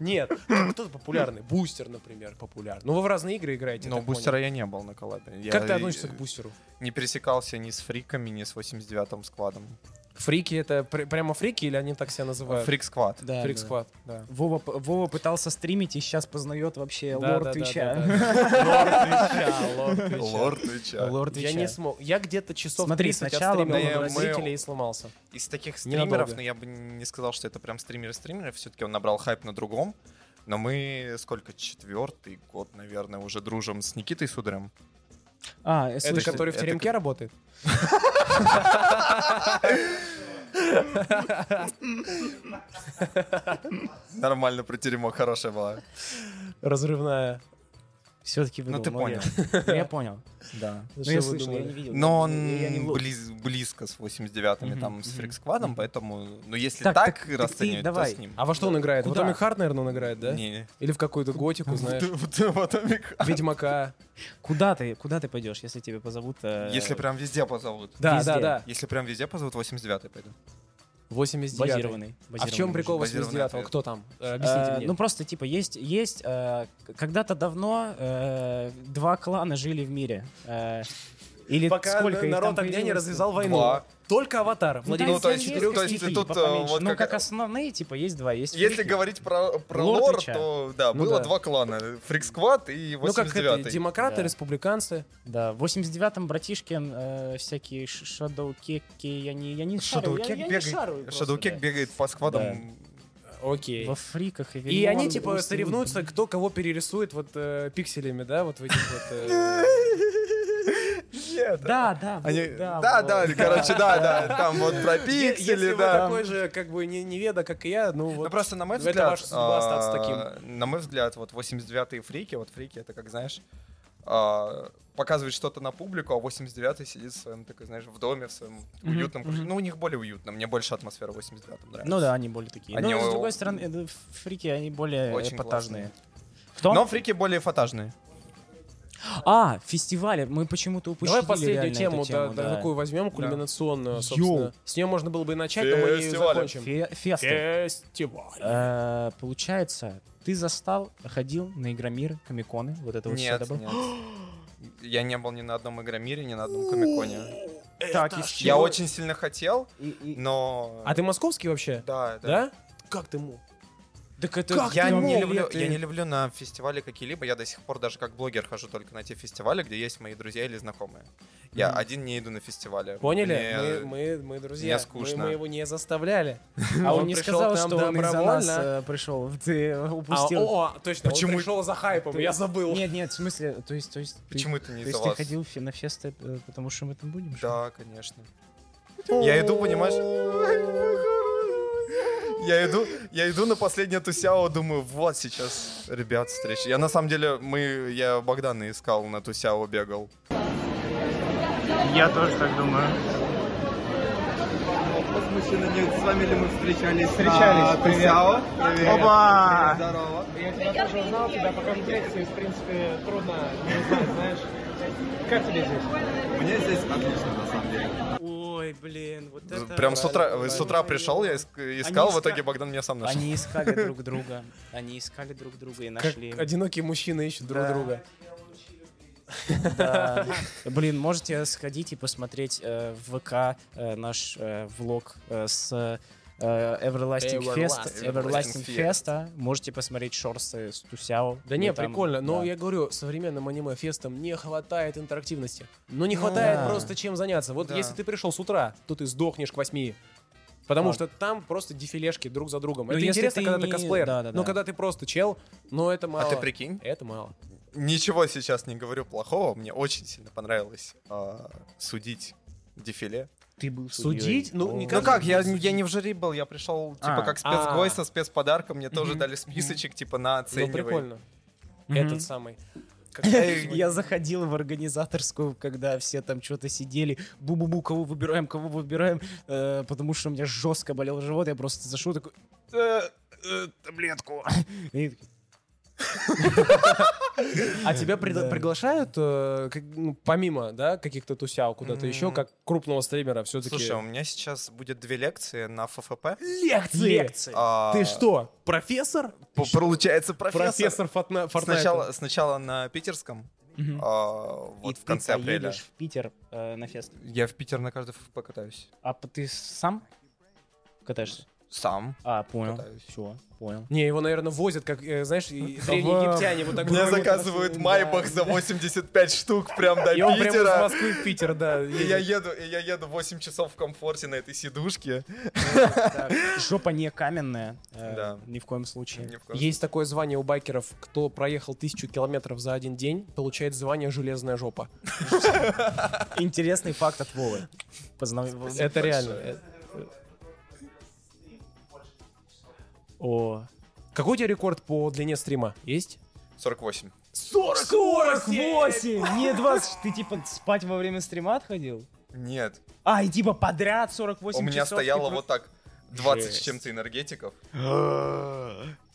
[SPEAKER 2] Нет. Кто-то популярный. Бустер, например, популярный. Ну, вы в разные игры играете, я
[SPEAKER 1] Но
[SPEAKER 2] так понял.
[SPEAKER 1] бустера я не был на коллабе. Я
[SPEAKER 2] Как ты относишься к бустеру?
[SPEAKER 1] Не пересекался ни с фриками, ни с 89-м складом.
[SPEAKER 2] Фрики — это пр- прямо фрики или они так себя называют?
[SPEAKER 1] Фрик сквад.
[SPEAKER 4] Да.
[SPEAKER 2] Фрик
[SPEAKER 4] да.
[SPEAKER 2] склад.
[SPEAKER 4] Вова, п- Вова пытался стримить и сейчас познает вообще лорд Твича.
[SPEAKER 2] Лорд
[SPEAKER 4] (laughs)
[SPEAKER 2] Твича, Лорд
[SPEAKER 1] Лорд Твича.
[SPEAKER 4] Лорд
[SPEAKER 2] Твича. Я
[SPEAKER 4] Твича.
[SPEAKER 2] не смог. Я где-то часов
[SPEAKER 4] Смотри,
[SPEAKER 2] 30
[SPEAKER 4] сначала
[SPEAKER 2] отстримил
[SPEAKER 1] было
[SPEAKER 2] на
[SPEAKER 1] мы-
[SPEAKER 2] зрителей и сломался.
[SPEAKER 1] Из таких
[SPEAKER 2] Ненадолго.
[SPEAKER 1] стримеров, но я бы не сказал, что это прям стример-стример. Все-таки он набрал хайп на другом. Но мы сколько? Четвертый год, наверное, уже дружим с Никитой Сударем.
[SPEAKER 4] А, э,
[SPEAKER 2] Это
[SPEAKER 4] слушай,
[SPEAKER 2] который в
[SPEAKER 1] это
[SPEAKER 2] теремке работает?
[SPEAKER 1] Нормально про тюрьму, хорошая была.
[SPEAKER 2] Разрывная.
[SPEAKER 4] Все-таки выдал.
[SPEAKER 1] Ну, ты
[SPEAKER 4] молодец. Ну, (laughs) Я понял.
[SPEAKER 1] Да.
[SPEAKER 4] Ну,
[SPEAKER 2] Что
[SPEAKER 4] я
[SPEAKER 2] вы
[SPEAKER 4] слышал, я
[SPEAKER 2] думали?
[SPEAKER 4] не видел.
[SPEAKER 1] Но он
[SPEAKER 4] Я- я не в лоб.
[SPEAKER 1] близ- близко с 89-ми,
[SPEAKER 4] Мгм,
[SPEAKER 1] там, с
[SPEAKER 4] мгм,
[SPEAKER 1] Фриксквадом, поэтому... Ну, если
[SPEAKER 4] Так,
[SPEAKER 1] так,
[SPEAKER 4] так, так ты
[SPEAKER 1] расценивать, то
[SPEAKER 4] давай.
[SPEAKER 1] с ним.
[SPEAKER 2] А во что он играет?
[SPEAKER 4] Куда?
[SPEAKER 2] В Atomic Heart, наверное, он играет, да?
[SPEAKER 1] Не,
[SPEAKER 2] Или в какую-то готику,
[SPEAKER 1] (laughs)
[SPEAKER 2] знаешь?
[SPEAKER 4] (laughs)
[SPEAKER 2] Ведьмака.
[SPEAKER 4] Куда ты, куда ты пойдешь, если тебя позовут? э,
[SPEAKER 1] Если прям везде позовут.
[SPEAKER 2] Да,
[SPEAKER 4] Везде.
[SPEAKER 2] да, да.
[SPEAKER 1] Если прям везде позовут, 89-й пойду.
[SPEAKER 2] 89.
[SPEAKER 4] базированный.
[SPEAKER 2] А в чем
[SPEAKER 4] базированный
[SPEAKER 2] прикол
[SPEAKER 1] базированный
[SPEAKER 2] 89-го?
[SPEAKER 1] ответ.
[SPEAKER 2] Кто там? Э,
[SPEAKER 4] Э,
[SPEAKER 2] Объясните мне.
[SPEAKER 4] Ну просто типа есть, есть. э, к- когда-то давно э, два клана жили в мире. Э, или
[SPEAKER 2] Пока
[SPEAKER 4] сколько их
[SPEAKER 2] народ
[SPEAKER 4] там
[SPEAKER 2] огня не
[SPEAKER 4] появилось?
[SPEAKER 2] развязал войну.
[SPEAKER 1] Два.
[SPEAKER 2] Только аватар. Владимир.
[SPEAKER 1] да, Ну, то есть- то есть
[SPEAKER 4] стихий,
[SPEAKER 1] тут, э,
[SPEAKER 4] поменьше.
[SPEAKER 1] вот
[SPEAKER 4] ну,
[SPEAKER 1] как-
[SPEAKER 4] как основные, типа, есть два. Есть
[SPEAKER 1] Если
[SPEAKER 4] фрики.
[SPEAKER 1] говорить про, про
[SPEAKER 4] Лорд
[SPEAKER 1] лор,
[SPEAKER 4] Рича.
[SPEAKER 1] то да,
[SPEAKER 2] Ну
[SPEAKER 1] было
[SPEAKER 2] да.
[SPEAKER 1] два клана. Фриксквад и
[SPEAKER 2] Ну как это,
[SPEAKER 1] 89-й.
[SPEAKER 2] демократы,
[SPEAKER 4] Да.
[SPEAKER 2] республиканцы.
[SPEAKER 4] Да, в 89-м Братишкин э, всякие ш- шадоукеки, я не, я не шарю, я- я не шарю
[SPEAKER 1] бегает,
[SPEAKER 4] просто,
[SPEAKER 1] Шадоукек
[SPEAKER 4] да.
[SPEAKER 1] бегает по сквадам.
[SPEAKER 2] Окей.
[SPEAKER 4] Во фриках. И,
[SPEAKER 2] И
[SPEAKER 4] Вельмон,
[SPEAKER 2] они типа
[SPEAKER 4] Рустем.
[SPEAKER 2] соревнуются, кто кого перерисует вот э, пикселями, да, вот в этих вот.
[SPEAKER 1] (laughs)
[SPEAKER 2] э,
[SPEAKER 1] Нет.
[SPEAKER 4] Да, Ну да.
[SPEAKER 1] Они-
[SPEAKER 4] вот,
[SPEAKER 1] Да,
[SPEAKER 4] вот.
[SPEAKER 1] да, короче, да, да. Там вот про
[SPEAKER 2] Е- Если
[SPEAKER 1] пиксели,
[SPEAKER 2] вы
[SPEAKER 1] да.
[SPEAKER 2] такой же, как бы, не неведа, как и я, ну
[SPEAKER 1] Ну
[SPEAKER 2] вот.
[SPEAKER 1] просто на мой
[SPEAKER 2] это
[SPEAKER 1] взгляд...
[SPEAKER 2] ваша судьба
[SPEAKER 1] а,
[SPEAKER 2] остаться таким.
[SPEAKER 1] На мой взгляд, вот 89-е фрики, вот фрики это как, знаешь, а, показывает что-то на публику, а 89-й сидит в своем, такой, знаешь, в доме, в своем уютном... кружке. Ну, у них более уютно, мне больше атмосфера 89-м нравится.
[SPEAKER 4] Ну да, они более такие.
[SPEAKER 1] Они
[SPEAKER 4] Но, с
[SPEAKER 1] о-
[SPEAKER 4] другой стороны, э, фрики, они более
[SPEAKER 1] Очень
[SPEAKER 4] эпатажные. Кто?
[SPEAKER 1] Но фрики более фатажные.
[SPEAKER 4] А, фестивали. Мы почему-то упустили
[SPEAKER 2] Давай последнюю
[SPEAKER 4] реально
[SPEAKER 2] тему,
[SPEAKER 4] эту
[SPEAKER 2] да,
[SPEAKER 4] тему,
[SPEAKER 2] да,
[SPEAKER 4] да.
[SPEAKER 2] такую возьмем, кульминационную, собственно.
[SPEAKER 4] Йоу.
[SPEAKER 2] С нее можно было бы и начать, но мы не
[SPEAKER 1] Фестивалем.
[SPEAKER 2] закончим.
[SPEAKER 4] Фе- фесты.
[SPEAKER 2] Фестиваль.
[SPEAKER 4] Э, Получается, ты застал, ходил на Игромир, Комиконы, вот это вот всё
[SPEAKER 1] Нет,
[SPEAKER 4] добро?
[SPEAKER 1] нет. Я не был ни на одном Игромире, ни на одном Комиконе.
[SPEAKER 2] Так, и с
[SPEAKER 1] Я
[SPEAKER 2] чего-
[SPEAKER 1] очень сильно хотел, но...
[SPEAKER 2] А ты московский вообще?
[SPEAKER 1] Да, да.
[SPEAKER 2] Да? Как ты мог? Так это как
[SPEAKER 1] я,
[SPEAKER 2] ты мог?
[SPEAKER 1] не люблю,
[SPEAKER 2] Ты-
[SPEAKER 1] я не люблю на фестивале какие-либо. Я до сих пор даже как блогер хожу только на те фестивали, где есть мои друзья или знакомые. Я один не иду на фестивали.
[SPEAKER 2] Поняли?
[SPEAKER 1] Мне-
[SPEAKER 2] Мы, мы, мы друзья.
[SPEAKER 1] мне скучно.
[SPEAKER 2] Мы, мы его не (laughs) заставляли.
[SPEAKER 4] А он не
[SPEAKER 2] пришел
[SPEAKER 4] сказал,
[SPEAKER 2] к нам
[SPEAKER 4] что он из-за нас
[SPEAKER 2] добровольно.
[SPEAKER 4] э, пришел. (laughs) Ты
[SPEAKER 2] А,
[SPEAKER 4] упустил.
[SPEAKER 2] о, о, точно,
[SPEAKER 1] Почему-
[SPEAKER 2] он пришел за хайпом,
[SPEAKER 4] Ты-
[SPEAKER 2] я забыл.
[SPEAKER 4] Нет, нет, в смысле, то есть, то есть, ты-
[SPEAKER 1] Почему это
[SPEAKER 4] то
[SPEAKER 1] не
[SPEAKER 4] есть
[SPEAKER 1] из-за
[SPEAKER 4] ты
[SPEAKER 1] вас?
[SPEAKER 4] ходил фе- на фесты, э, потому что мы там будем? что ли?
[SPEAKER 1] Да, конечно. Я иду, понимаешь? Я иду, я иду на последнее тусяо, думаю, вот сейчас ребят встречу. Я на самом деле, мы, я Богдана искал, на тусяо бегал.
[SPEAKER 8] Я тоже так думаю.
[SPEAKER 6] Встречались, привет.
[SPEAKER 8] Опа!
[SPEAKER 6] Я тебя тоже узнал, тебя пока не встретиться, и, в принципе, трудно не узнать, знаешь. Как тебе здесь?
[SPEAKER 4] Ой, блин, вот это...
[SPEAKER 1] Прям с утра,
[SPEAKER 4] правильно,
[SPEAKER 1] с утра
[SPEAKER 4] правильно.
[SPEAKER 1] пришел, я иск- искал, в
[SPEAKER 4] иска-
[SPEAKER 1] итоге Богдан меня сам нашел.
[SPEAKER 4] Они (laughs) искали друг друга. Они искали друг друга и
[SPEAKER 2] Как
[SPEAKER 4] нашли.
[SPEAKER 2] одинокие мужчины ищут друг
[SPEAKER 4] Да.
[SPEAKER 2] друга.
[SPEAKER 4] Да. (laughs) Блин, можете сходить и посмотреть э, в ВК э, наш э, влог э, с э, Everlasting Fest.
[SPEAKER 2] Everlasting
[SPEAKER 4] Everlasting
[SPEAKER 1] Fest.
[SPEAKER 4] Festa. Можете посмотреть шорсы с Тусяо.
[SPEAKER 2] Да
[SPEAKER 4] Мы
[SPEAKER 2] не,
[SPEAKER 4] там-
[SPEAKER 2] прикольно, но
[SPEAKER 4] да.
[SPEAKER 2] я говорю, современным аниме-фестам не хватает интерактивности. Ну не хватает
[SPEAKER 4] да.
[SPEAKER 2] просто чем заняться. Вот если ты пришел с утра, то ты сдохнешь к восьми. Потому
[SPEAKER 4] А.
[SPEAKER 2] что там просто дефилешки друг за другом.
[SPEAKER 4] Ну,
[SPEAKER 2] это
[SPEAKER 4] если
[SPEAKER 2] интересно,
[SPEAKER 4] ты
[SPEAKER 2] когда ты
[SPEAKER 4] не-
[SPEAKER 2] косплеер.
[SPEAKER 4] Да-да-да.
[SPEAKER 2] Но когда ты просто чел, ну это
[SPEAKER 1] А
[SPEAKER 2] мало.
[SPEAKER 1] ты прикинь,
[SPEAKER 2] Это мало. Ну,
[SPEAKER 1] ничего сейчас не говорю плохого, мне очень сильно понравилось а, судить дефиле.
[SPEAKER 4] Ты был
[SPEAKER 2] Судить?
[SPEAKER 4] судьей.
[SPEAKER 2] Ну,
[SPEAKER 4] О.
[SPEAKER 2] никак-
[SPEAKER 1] Ну как, я, я не в жюри был, я пришел типа
[SPEAKER 4] А.
[SPEAKER 1] как
[SPEAKER 2] А.
[SPEAKER 1] спецгой со спецподарком, мне тоже дали списочек типа на
[SPEAKER 2] Ну
[SPEAKER 1] оценивай.
[SPEAKER 2] прикольно.
[SPEAKER 4] Мгм.
[SPEAKER 2] Этот
[SPEAKER 4] (laughs)
[SPEAKER 2] самый. Как-
[SPEAKER 4] Я заходил в организаторскую, когда все там что-то сидели, бу-бу-бу, кого выбираем, кого выбираем, э, потому что у меня жестко болел живот, я просто зашел такой, «Э, э, таблетку. (laughs) И они такие,
[SPEAKER 2] А тебя при-
[SPEAKER 4] Да.
[SPEAKER 2] приглашают, э, как- ну, помимо, да, каких-то тусял куда-то
[SPEAKER 1] М.
[SPEAKER 2] еще, как крупного стримера все-таки?
[SPEAKER 1] Слушай, а
[SPEAKER 4] а
[SPEAKER 1] у меня сейчас будет две лекции на ФФП.
[SPEAKER 2] лекции!
[SPEAKER 4] Лекции.
[SPEAKER 1] А,
[SPEAKER 2] Ты что, профессор?
[SPEAKER 1] п- Получается профессор.
[SPEAKER 2] Профессор Фортна- Фортнайта.
[SPEAKER 1] Сначала, сначала на питерском,
[SPEAKER 4] Мгм.
[SPEAKER 1] а, вот
[SPEAKER 4] И
[SPEAKER 1] в
[SPEAKER 4] ты
[SPEAKER 1] конце апреля.
[SPEAKER 4] поедешь в Питер э, на фест.
[SPEAKER 1] Я в Питер на каждый ФФП катаюсь.
[SPEAKER 4] А п- ты сам катаешься?
[SPEAKER 1] Сам.
[SPEAKER 4] А, понял.
[SPEAKER 1] Катаюсь.
[SPEAKER 4] Все, понял.
[SPEAKER 2] Не, его, наверное, возят, как, э, знаешь, и древние
[SPEAKER 4] В-
[SPEAKER 2] египтяне. Вот так
[SPEAKER 1] Мне
[SPEAKER 2] вот-
[SPEAKER 1] заказывают
[SPEAKER 2] Да.
[SPEAKER 1] майбах за 85 штук прям до
[SPEAKER 2] И он прямо из
[SPEAKER 1] Питера.
[SPEAKER 2] Москвы в Питер, да.
[SPEAKER 1] И (laughs) я
[SPEAKER 2] едет.
[SPEAKER 1] еду, и я еду 8 часов в комфорте на этой сидушке.
[SPEAKER 4] Жопа не каменная. э,
[SPEAKER 1] Да.
[SPEAKER 4] Ни в коем случае.
[SPEAKER 1] Ни в коем
[SPEAKER 2] Есть такое звание у байкеров, кто проехал тысячу километров за один день, получает звание «Железная жопа».
[SPEAKER 4] Интересный факт от Вовы. Позна-
[SPEAKER 2] Это реально. Э, О. Какой у тебя рекорд по длине стрима? Есть?
[SPEAKER 1] 48.
[SPEAKER 4] 48! Не 20. Ты типа спать во время стрима отходил?
[SPEAKER 1] Нет.
[SPEAKER 4] А, и типа подряд 48
[SPEAKER 1] У меня
[SPEAKER 4] часов типа. ты
[SPEAKER 1] стояло
[SPEAKER 4] про-
[SPEAKER 1] вот так 20 с
[SPEAKER 4] Жесть.
[SPEAKER 1] чем-то (gasps) энергетиков.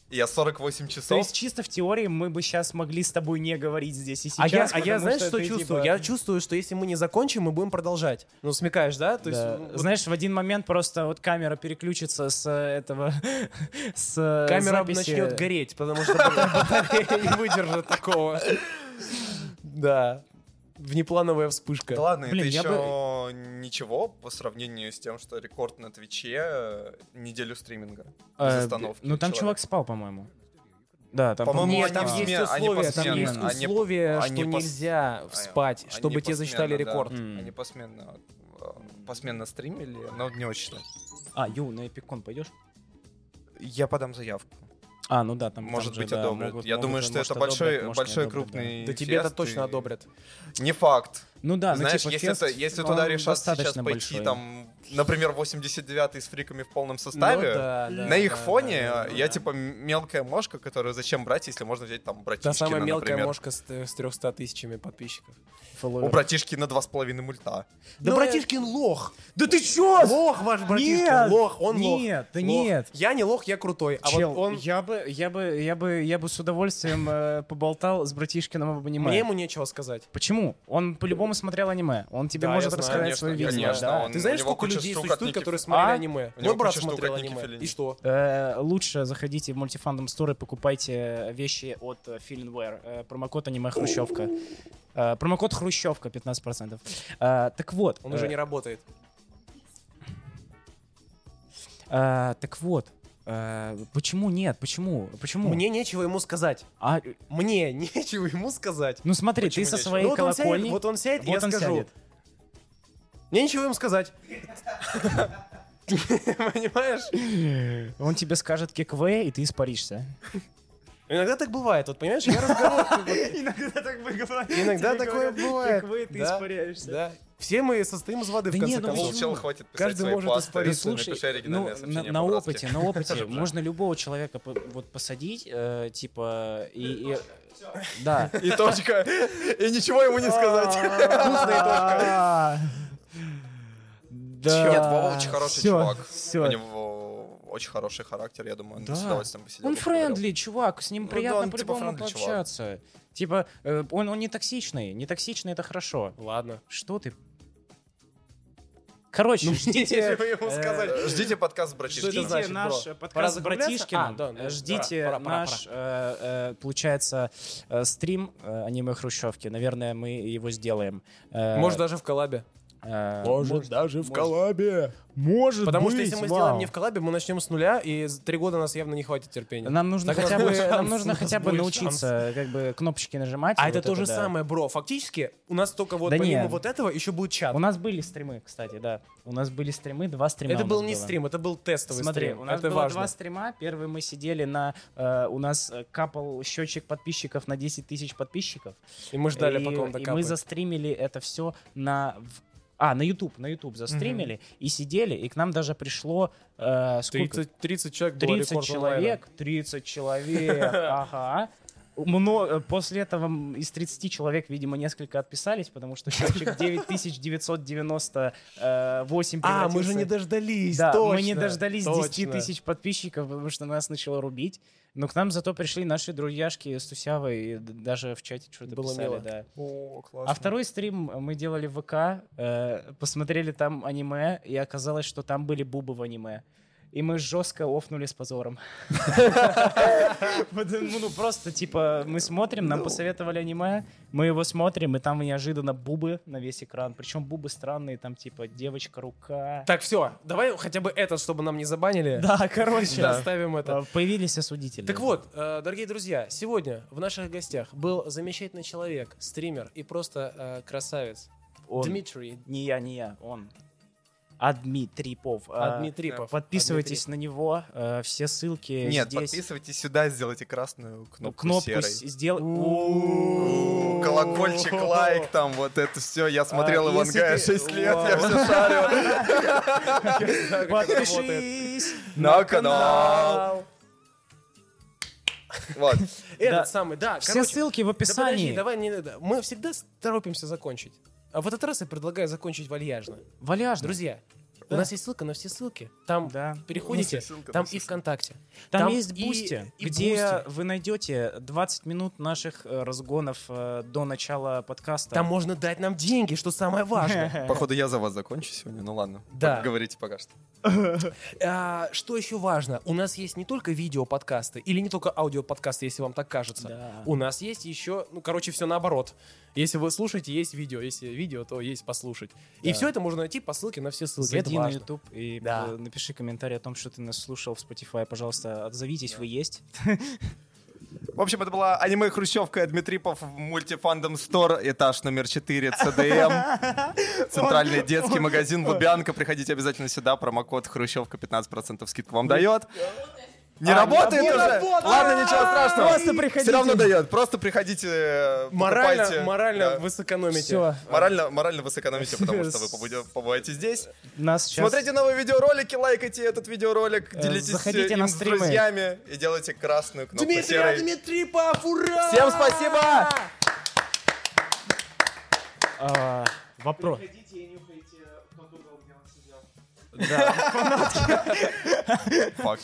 [SPEAKER 1] И я 48
[SPEAKER 4] То
[SPEAKER 1] часов.
[SPEAKER 4] есть чисто в теории мы бы сейчас могли с тобой не говорить здесь и
[SPEAKER 2] А
[SPEAKER 4] сейчас.
[SPEAKER 2] я, а я
[SPEAKER 4] потому
[SPEAKER 2] знаешь, что
[SPEAKER 4] ты,
[SPEAKER 2] чувствую?
[SPEAKER 4] типа,
[SPEAKER 2] Я чувствую, что если мы не закончим, мы будем продолжать. Ну, смекаешь, да? То есть,
[SPEAKER 4] да,
[SPEAKER 2] ну, вот
[SPEAKER 4] Знаешь, в один момент просто вот камера переключится с э, этого, (laughs) с э,
[SPEAKER 2] камера
[SPEAKER 4] записи.
[SPEAKER 2] начнет гореть, потому что потом батарея не выдержит
[SPEAKER 4] (laughs)
[SPEAKER 2] такого. Да. Внеплановая
[SPEAKER 1] Да
[SPEAKER 2] вспышка.
[SPEAKER 1] ладно,
[SPEAKER 4] Блин,
[SPEAKER 1] это
[SPEAKER 4] я
[SPEAKER 1] еще ничего по сравнению с тем, что рекорд на Твиче э, неделю стриминга.
[SPEAKER 4] Э,
[SPEAKER 1] без остановки
[SPEAKER 4] Ну там
[SPEAKER 1] человека.
[SPEAKER 4] чувак спал, по-моему. Да, там,
[SPEAKER 1] По-моему,
[SPEAKER 4] по-моему,
[SPEAKER 2] Нет, там
[SPEAKER 1] они
[SPEAKER 2] есть
[SPEAKER 1] посме- они
[SPEAKER 2] условия, там
[SPEAKER 1] посменно,
[SPEAKER 2] есть
[SPEAKER 1] они по-
[SPEAKER 2] условия, что
[SPEAKER 1] они пос-
[SPEAKER 2] нельзя
[SPEAKER 1] А,
[SPEAKER 2] спать,
[SPEAKER 1] Они
[SPEAKER 2] чтобы те засчитали
[SPEAKER 1] посменно, да.
[SPEAKER 2] рекорд.
[SPEAKER 4] М.
[SPEAKER 1] Они посменно, э, посменно стримили, но не очень.
[SPEAKER 4] А, Ю, на Эпикон пойдешь?
[SPEAKER 1] Я подам заявку.
[SPEAKER 4] А, ну да, там
[SPEAKER 1] может
[SPEAKER 4] там же,
[SPEAKER 1] быть,
[SPEAKER 4] да,
[SPEAKER 1] одобрят.
[SPEAKER 4] могут-
[SPEAKER 1] Я
[SPEAKER 4] могут-
[SPEAKER 1] думаю, что
[SPEAKER 4] может,
[SPEAKER 1] это большой,
[SPEAKER 4] одобрят, может, не
[SPEAKER 1] большой
[SPEAKER 4] одобрят, да.
[SPEAKER 1] крупный
[SPEAKER 2] Да тебе это
[SPEAKER 1] фест, и-
[SPEAKER 2] точно одобрят.
[SPEAKER 1] Не факт.
[SPEAKER 4] Ну да, ну
[SPEAKER 1] Знаешь,
[SPEAKER 4] типа
[SPEAKER 1] если,
[SPEAKER 4] фест,
[SPEAKER 1] это- если
[SPEAKER 4] он
[SPEAKER 1] туда решат сейчас
[SPEAKER 4] достаточно
[SPEAKER 1] пойти,
[SPEAKER 4] большой.
[SPEAKER 1] там, например, 89-й с фриками в полном
[SPEAKER 2] Ну
[SPEAKER 1] составе,
[SPEAKER 2] да, да,
[SPEAKER 1] на их
[SPEAKER 2] да,
[SPEAKER 1] фоне
[SPEAKER 2] да, да,
[SPEAKER 1] э,
[SPEAKER 2] да.
[SPEAKER 1] я типа м- мелкая мошка, которую зачем брать, если можно взять там братишки,
[SPEAKER 2] Та самая мелкая
[SPEAKER 1] например.
[SPEAKER 2] мошка с т- с 300 тысячами подписчиков.
[SPEAKER 1] У братишки на 2,5 мульта.
[SPEAKER 2] Да
[SPEAKER 4] Ну,
[SPEAKER 2] братишкин лох!
[SPEAKER 4] Да ты чё?
[SPEAKER 2] Лох ваш братишка!
[SPEAKER 4] Нет!
[SPEAKER 2] лох, он лох.
[SPEAKER 4] Нет, да
[SPEAKER 2] Лох.
[SPEAKER 4] нет.
[SPEAKER 2] Я не лох, я крутой. А
[SPEAKER 4] Чел,
[SPEAKER 2] вот он...
[SPEAKER 4] я бы, я бы, я бы, я бы с удовольствием э, поболтал с братишкиным об аниме.
[SPEAKER 2] Мне ему нечего сказать.
[SPEAKER 4] Почему? Он по-любому смотрел аниме. Он тебе
[SPEAKER 2] Да,
[SPEAKER 4] может
[SPEAKER 2] я знаю,
[SPEAKER 4] рассказать
[SPEAKER 1] конечно,
[SPEAKER 4] свое видение.
[SPEAKER 1] конечно,
[SPEAKER 4] да.
[SPEAKER 1] он-
[SPEAKER 2] Ты знаешь,
[SPEAKER 1] у него
[SPEAKER 2] сколько
[SPEAKER 1] куча
[SPEAKER 2] людей
[SPEAKER 1] штук от
[SPEAKER 2] существует,
[SPEAKER 1] Ники-
[SPEAKER 2] которые смотрели
[SPEAKER 4] А?
[SPEAKER 2] аниме?
[SPEAKER 1] У
[SPEAKER 2] Мой
[SPEAKER 1] него
[SPEAKER 2] брат
[SPEAKER 1] куча штук
[SPEAKER 2] смотрел
[SPEAKER 1] от Ники
[SPEAKER 2] аниме.
[SPEAKER 1] Феллини.
[SPEAKER 2] И что?
[SPEAKER 4] Э, лучше заходите в мультифандом стор и покупайте вещи от э, Filmware. Э, промокод аниме Хрущевка. Э, промокод Хрущевка 15%. Э, так вот.
[SPEAKER 2] Он уже
[SPEAKER 4] э,
[SPEAKER 2] не работает.
[SPEAKER 4] э, так вот. э, почему нет? Почему? Почему?
[SPEAKER 2] Мне нечего ему сказать.
[SPEAKER 4] А,
[SPEAKER 2] Мне (laughs) нечего ему сказать.
[SPEAKER 4] ну смотри, ты со
[SPEAKER 1] нечего?
[SPEAKER 4] своей
[SPEAKER 2] Ну вот он сядет,
[SPEAKER 4] колокольни.
[SPEAKER 2] вот он сядет, и я
[SPEAKER 4] вот он
[SPEAKER 2] скажу.
[SPEAKER 4] сядет.
[SPEAKER 2] Мне нечего им сказать. Понимаешь?
[SPEAKER 4] Он тебе скажет киквей, и ты испаришься.
[SPEAKER 2] Иногда так бывает, вот понимаешь, я разговариваю.
[SPEAKER 4] Иногда так бывает.
[SPEAKER 2] Иногда такое бывает. Да, да. Все мы состоим из воды, в
[SPEAKER 4] Да
[SPEAKER 2] конце
[SPEAKER 4] нет, ну
[SPEAKER 2] концов.
[SPEAKER 4] почему?
[SPEAKER 1] Чел, хватит писать
[SPEAKER 2] Каждый
[SPEAKER 1] свои
[SPEAKER 2] может
[SPEAKER 1] посты,
[SPEAKER 2] испарить.
[SPEAKER 1] Слушай, напиши оригинальное
[SPEAKER 4] ну, на,
[SPEAKER 1] сообщение
[SPEAKER 4] на
[SPEAKER 1] по-братски.
[SPEAKER 4] опыте, на
[SPEAKER 2] (laughs)
[SPEAKER 4] опыте можно любого человека по- вот посадить, э, типа и, и- да.
[SPEAKER 1] И точка. И ничего ему не
[SPEAKER 4] (laughs)
[SPEAKER 1] сказать.
[SPEAKER 4] Да.
[SPEAKER 1] Нет, Вова очень хороший
[SPEAKER 4] Всё,
[SPEAKER 1] чувак.
[SPEAKER 4] всё.
[SPEAKER 1] У него очень хороший характер, я думаю, он
[SPEAKER 4] Да.
[SPEAKER 1] с удовольствием посидел.
[SPEAKER 4] Он
[SPEAKER 1] бы поговорил.
[SPEAKER 4] френдли, чувак, с ним
[SPEAKER 1] Ну да,
[SPEAKER 4] приятно
[SPEAKER 1] он типа
[SPEAKER 4] по-любому
[SPEAKER 1] френдли чувак.
[SPEAKER 4] пообщаться. Типа, э, он, он не токсичный, не токсичный это хорошо.
[SPEAKER 2] Ладно.
[SPEAKER 4] Что ты? Короче,
[SPEAKER 2] (laughs)
[SPEAKER 4] ждите...
[SPEAKER 2] нечего ему
[SPEAKER 4] э,
[SPEAKER 2] сказать.
[SPEAKER 1] Э, Ждите подкаст
[SPEAKER 2] Что это
[SPEAKER 1] братишки.
[SPEAKER 4] Ждите
[SPEAKER 2] Ну, значит, бро?
[SPEAKER 4] наш э,
[SPEAKER 2] Пора
[SPEAKER 4] подкаст с
[SPEAKER 2] закругляться?
[SPEAKER 4] Братишкиным.
[SPEAKER 2] А, да, да,
[SPEAKER 4] Э, Ждите
[SPEAKER 2] пора, пора, пора,
[SPEAKER 4] наш, э, э, получается, э, стрим э, аниме Хрущевки. Наверное, мы его сделаем. Э,
[SPEAKER 2] Может, даже в коллабе.
[SPEAKER 4] э, мож-
[SPEAKER 2] даже в
[SPEAKER 4] коллабе. Может
[SPEAKER 2] Потому
[SPEAKER 4] быть,
[SPEAKER 2] что если мы
[SPEAKER 4] вау.
[SPEAKER 2] сделаем не в коллабе, мы начнем с нуля, и за три года нас явно не хватит терпения.
[SPEAKER 4] Нам нужно
[SPEAKER 2] Так у нас
[SPEAKER 4] хотя бы,
[SPEAKER 2] будет
[SPEAKER 4] нам
[SPEAKER 2] шанс, у
[SPEAKER 4] нужно
[SPEAKER 2] нас
[SPEAKER 4] хотя бы
[SPEAKER 2] будет
[SPEAKER 4] научиться как бы кнопочки нажимать.
[SPEAKER 2] А
[SPEAKER 4] и
[SPEAKER 2] это
[SPEAKER 4] вот
[SPEAKER 2] то же
[SPEAKER 4] да.
[SPEAKER 2] самое, бро. Фактически у нас только вот
[SPEAKER 4] Да
[SPEAKER 2] помимо
[SPEAKER 4] нет.
[SPEAKER 2] вот этого еще будет чат.
[SPEAKER 4] У нас были стримы, кстати, да. У нас были стримы, два стрима.
[SPEAKER 2] это
[SPEAKER 4] у
[SPEAKER 2] был
[SPEAKER 4] нас
[SPEAKER 2] не
[SPEAKER 4] было.
[SPEAKER 2] стрим, это был тестовый
[SPEAKER 4] Смотри,
[SPEAKER 2] стрим.
[SPEAKER 4] у нас
[SPEAKER 2] это
[SPEAKER 4] было
[SPEAKER 2] важно.
[SPEAKER 4] два стрима. Первый мы сидели на... э, у нас э, капал счетчик подписчиков на 10 тысяч подписчиков.
[SPEAKER 2] И мы ждали,
[SPEAKER 4] и,
[SPEAKER 2] пока он
[SPEAKER 4] и
[SPEAKER 2] докапает.
[SPEAKER 4] мы застримили это все на... в- А, на YouTube, на YouTube застримили и сидели, и к нам даже пришло э, сколько?
[SPEAKER 2] 30, 30 человек было
[SPEAKER 4] 30
[SPEAKER 2] рекорд онлайна.
[SPEAKER 4] человек, 30
[SPEAKER 2] (laughs)
[SPEAKER 4] человек, ага. Мно- э, после этого м, из 30 человек, видимо, несколько отписались, потому
[SPEAKER 2] (laughs)
[SPEAKER 4] что счетчик 9998
[SPEAKER 2] А, мы же
[SPEAKER 4] э, превратился
[SPEAKER 2] не дождались,
[SPEAKER 4] да,
[SPEAKER 2] точно,
[SPEAKER 4] мы не дождались
[SPEAKER 2] точно.
[SPEAKER 4] 10 тысяч подписчиков, потому что нас начало рубить. Но к нам зато пришли наши друзьяшки с Тусявой, и д- даже в чате что-то
[SPEAKER 2] Было
[SPEAKER 4] писали,
[SPEAKER 2] мило.
[SPEAKER 4] да.
[SPEAKER 2] О, классно.
[SPEAKER 4] А второй стрим мы делали в ВК, э, посмотрели там аниме, и оказалось, что там были бубы в аниме. И мы жестко офнули с позором. Потому- Ну, просто, типа, мы смотрим,
[SPEAKER 2] Ну.
[SPEAKER 4] нам посоветовали аниме, мы его смотрим, и там неожиданно бубы на весь экран. Причем бубы странные, там, типа, девочка-рука.
[SPEAKER 2] Так, все, давай хотя бы этот, чтобы нам не забанили.
[SPEAKER 4] Да, короче.
[SPEAKER 2] Короче, оставим это.
[SPEAKER 4] Э, Появились осудители.
[SPEAKER 2] Так вот, э, дорогие друзья, сегодня в наших гостях был замечательный человек, стример и просто э, красавец.
[SPEAKER 4] Он.
[SPEAKER 2] Дмитрий
[SPEAKER 4] Не я, не я, он. Адми Трипов.
[SPEAKER 2] А
[SPEAKER 4] Э,
[SPEAKER 2] Дмитрипов.
[SPEAKER 4] Подписывайтесь на него. э, Все ссылки
[SPEAKER 1] Нет,
[SPEAKER 4] здесь.
[SPEAKER 1] подписывайтесь сюда, сделайте красную
[SPEAKER 4] Ну,
[SPEAKER 1] кнопку,
[SPEAKER 4] Кнопку
[SPEAKER 1] серой.
[SPEAKER 4] сделай.
[SPEAKER 1] У, Колокольчик, лайк там, вот это все. Я смотрел
[SPEAKER 4] А,
[SPEAKER 1] Ивангая
[SPEAKER 4] если ты-
[SPEAKER 1] 6 лет, я все
[SPEAKER 4] Вау. (laughs)
[SPEAKER 1] шарю.
[SPEAKER 2] (laughs)
[SPEAKER 4] Подпишись
[SPEAKER 1] На канал. Вот.
[SPEAKER 2] Этот самый, да.
[SPEAKER 4] Все
[SPEAKER 2] короче.
[SPEAKER 4] ссылки в
[SPEAKER 2] Да подожди,
[SPEAKER 4] описании.
[SPEAKER 2] давай не надо. Мы всегда с- торопимся закончить. А в этот раз я предлагаю закончить вальяжно.
[SPEAKER 4] Валяжно.
[SPEAKER 2] Друзья, у нас есть ссылка на все ссылки. Там
[SPEAKER 4] Да.
[SPEAKER 2] переходите,
[SPEAKER 1] Есть ссылка на
[SPEAKER 2] там
[SPEAKER 1] все
[SPEAKER 2] и
[SPEAKER 1] ссылки.
[SPEAKER 2] ВКонтакте.
[SPEAKER 4] Там,
[SPEAKER 2] Там
[SPEAKER 4] есть
[SPEAKER 2] и-
[SPEAKER 4] Бусти,
[SPEAKER 2] и
[SPEAKER 4] где
[SPEAKER 2] Boosty.
[SPEAKER 4] вы найдете 20 минут наших э, разгонов э, до начала подкаста.
[SPEAKER 2] Там можно дать нам деньги, что самое
[SPEAKER 4] (laughs)
[SPEAKER 2] важное.
[SPEAKER 1] Походу, я за вас закончу сегодня. Ну ладно.
[SPEAKER 2] Да.
[SPEAKER 1] Говорите пока что.
[SPEAKER 2] А, Что еще важно? У нас есть не только видео-подкасты, или не только аудиоподкасты, если вам так кажется.
[SPEAKER 4] Да.
[SPEAKER 2] У нас есть еще, ну, короче, все наоборот. Если вы слушаете, есть видео. Если видео, то есть послушать. И все это можно найти по ссылке на все ссылки. это
[SPEAKER 4] Зайди на
[SPEAKER 2] важно.
[SPEAKER 4] YouTube и
[SPEAKER 2] Да.
[SPEAKER 4] э, напиши комментарий о том, что ты нас слушал в Spotify. Пожалуйста, отзовитесь, вы есть.
[SPEAKER 1] В общем, это была аниме Хрущевка и Дмитрипов в мультифандом стор, этаж номер 4,
[SPEAKER 4] (laughs)
[SPEAKER 1] ЦДМ. Центральный детский магазин Лубянка. Приходите обязательно сюда. Промокод Хрущевка 15% скидку вам дает. Не
[SPEAKER 4] А,
[SPEAKER 1] работает уже? Ладно, ничего страшного.
[SPEAKER 4] Просто приходите.
[SPEAKER 1] Все равно дает. Просто приходите, э, покупайте.
[SPEAKER 2] Морально, морально
[SPEAKER 1] Да.
[SPEAKER 2] вы сэкономите.
[SPEAKER 4] Все.
[SPEAKER 1] Морально, морально вы сэкономите, потому что вы побуде- побываете здесь.
[SPEAKER 4] Нас сейчас...
[SPEAKER 1] Смотрите новые видеоролики, лайкайте этот видеоролик,
[SPEAKER 4] Э,
[SPEAKER 1] делитесь
[SPEAKER 4] заходите
[SPEAKER 1] им
[SPEAKER 4] на
[SPEAKER 1] с
[SPEAKER 4] стримы.
[SPEAKER 1] друзьями и делайте красную кнопку
[SPEAKER 2] Дмитрий,
[SPEAKER 1] серой.
[SPEAKER 2] Дмитрий Паф, ура!
[SPEAKER 1] Всем спасибо!
[SPEAKER 4] а, вопрос.
[SPEAKER 6] Приходите и нюхайте тот угол, где он сидел.
[SPEAKER 1] Факт.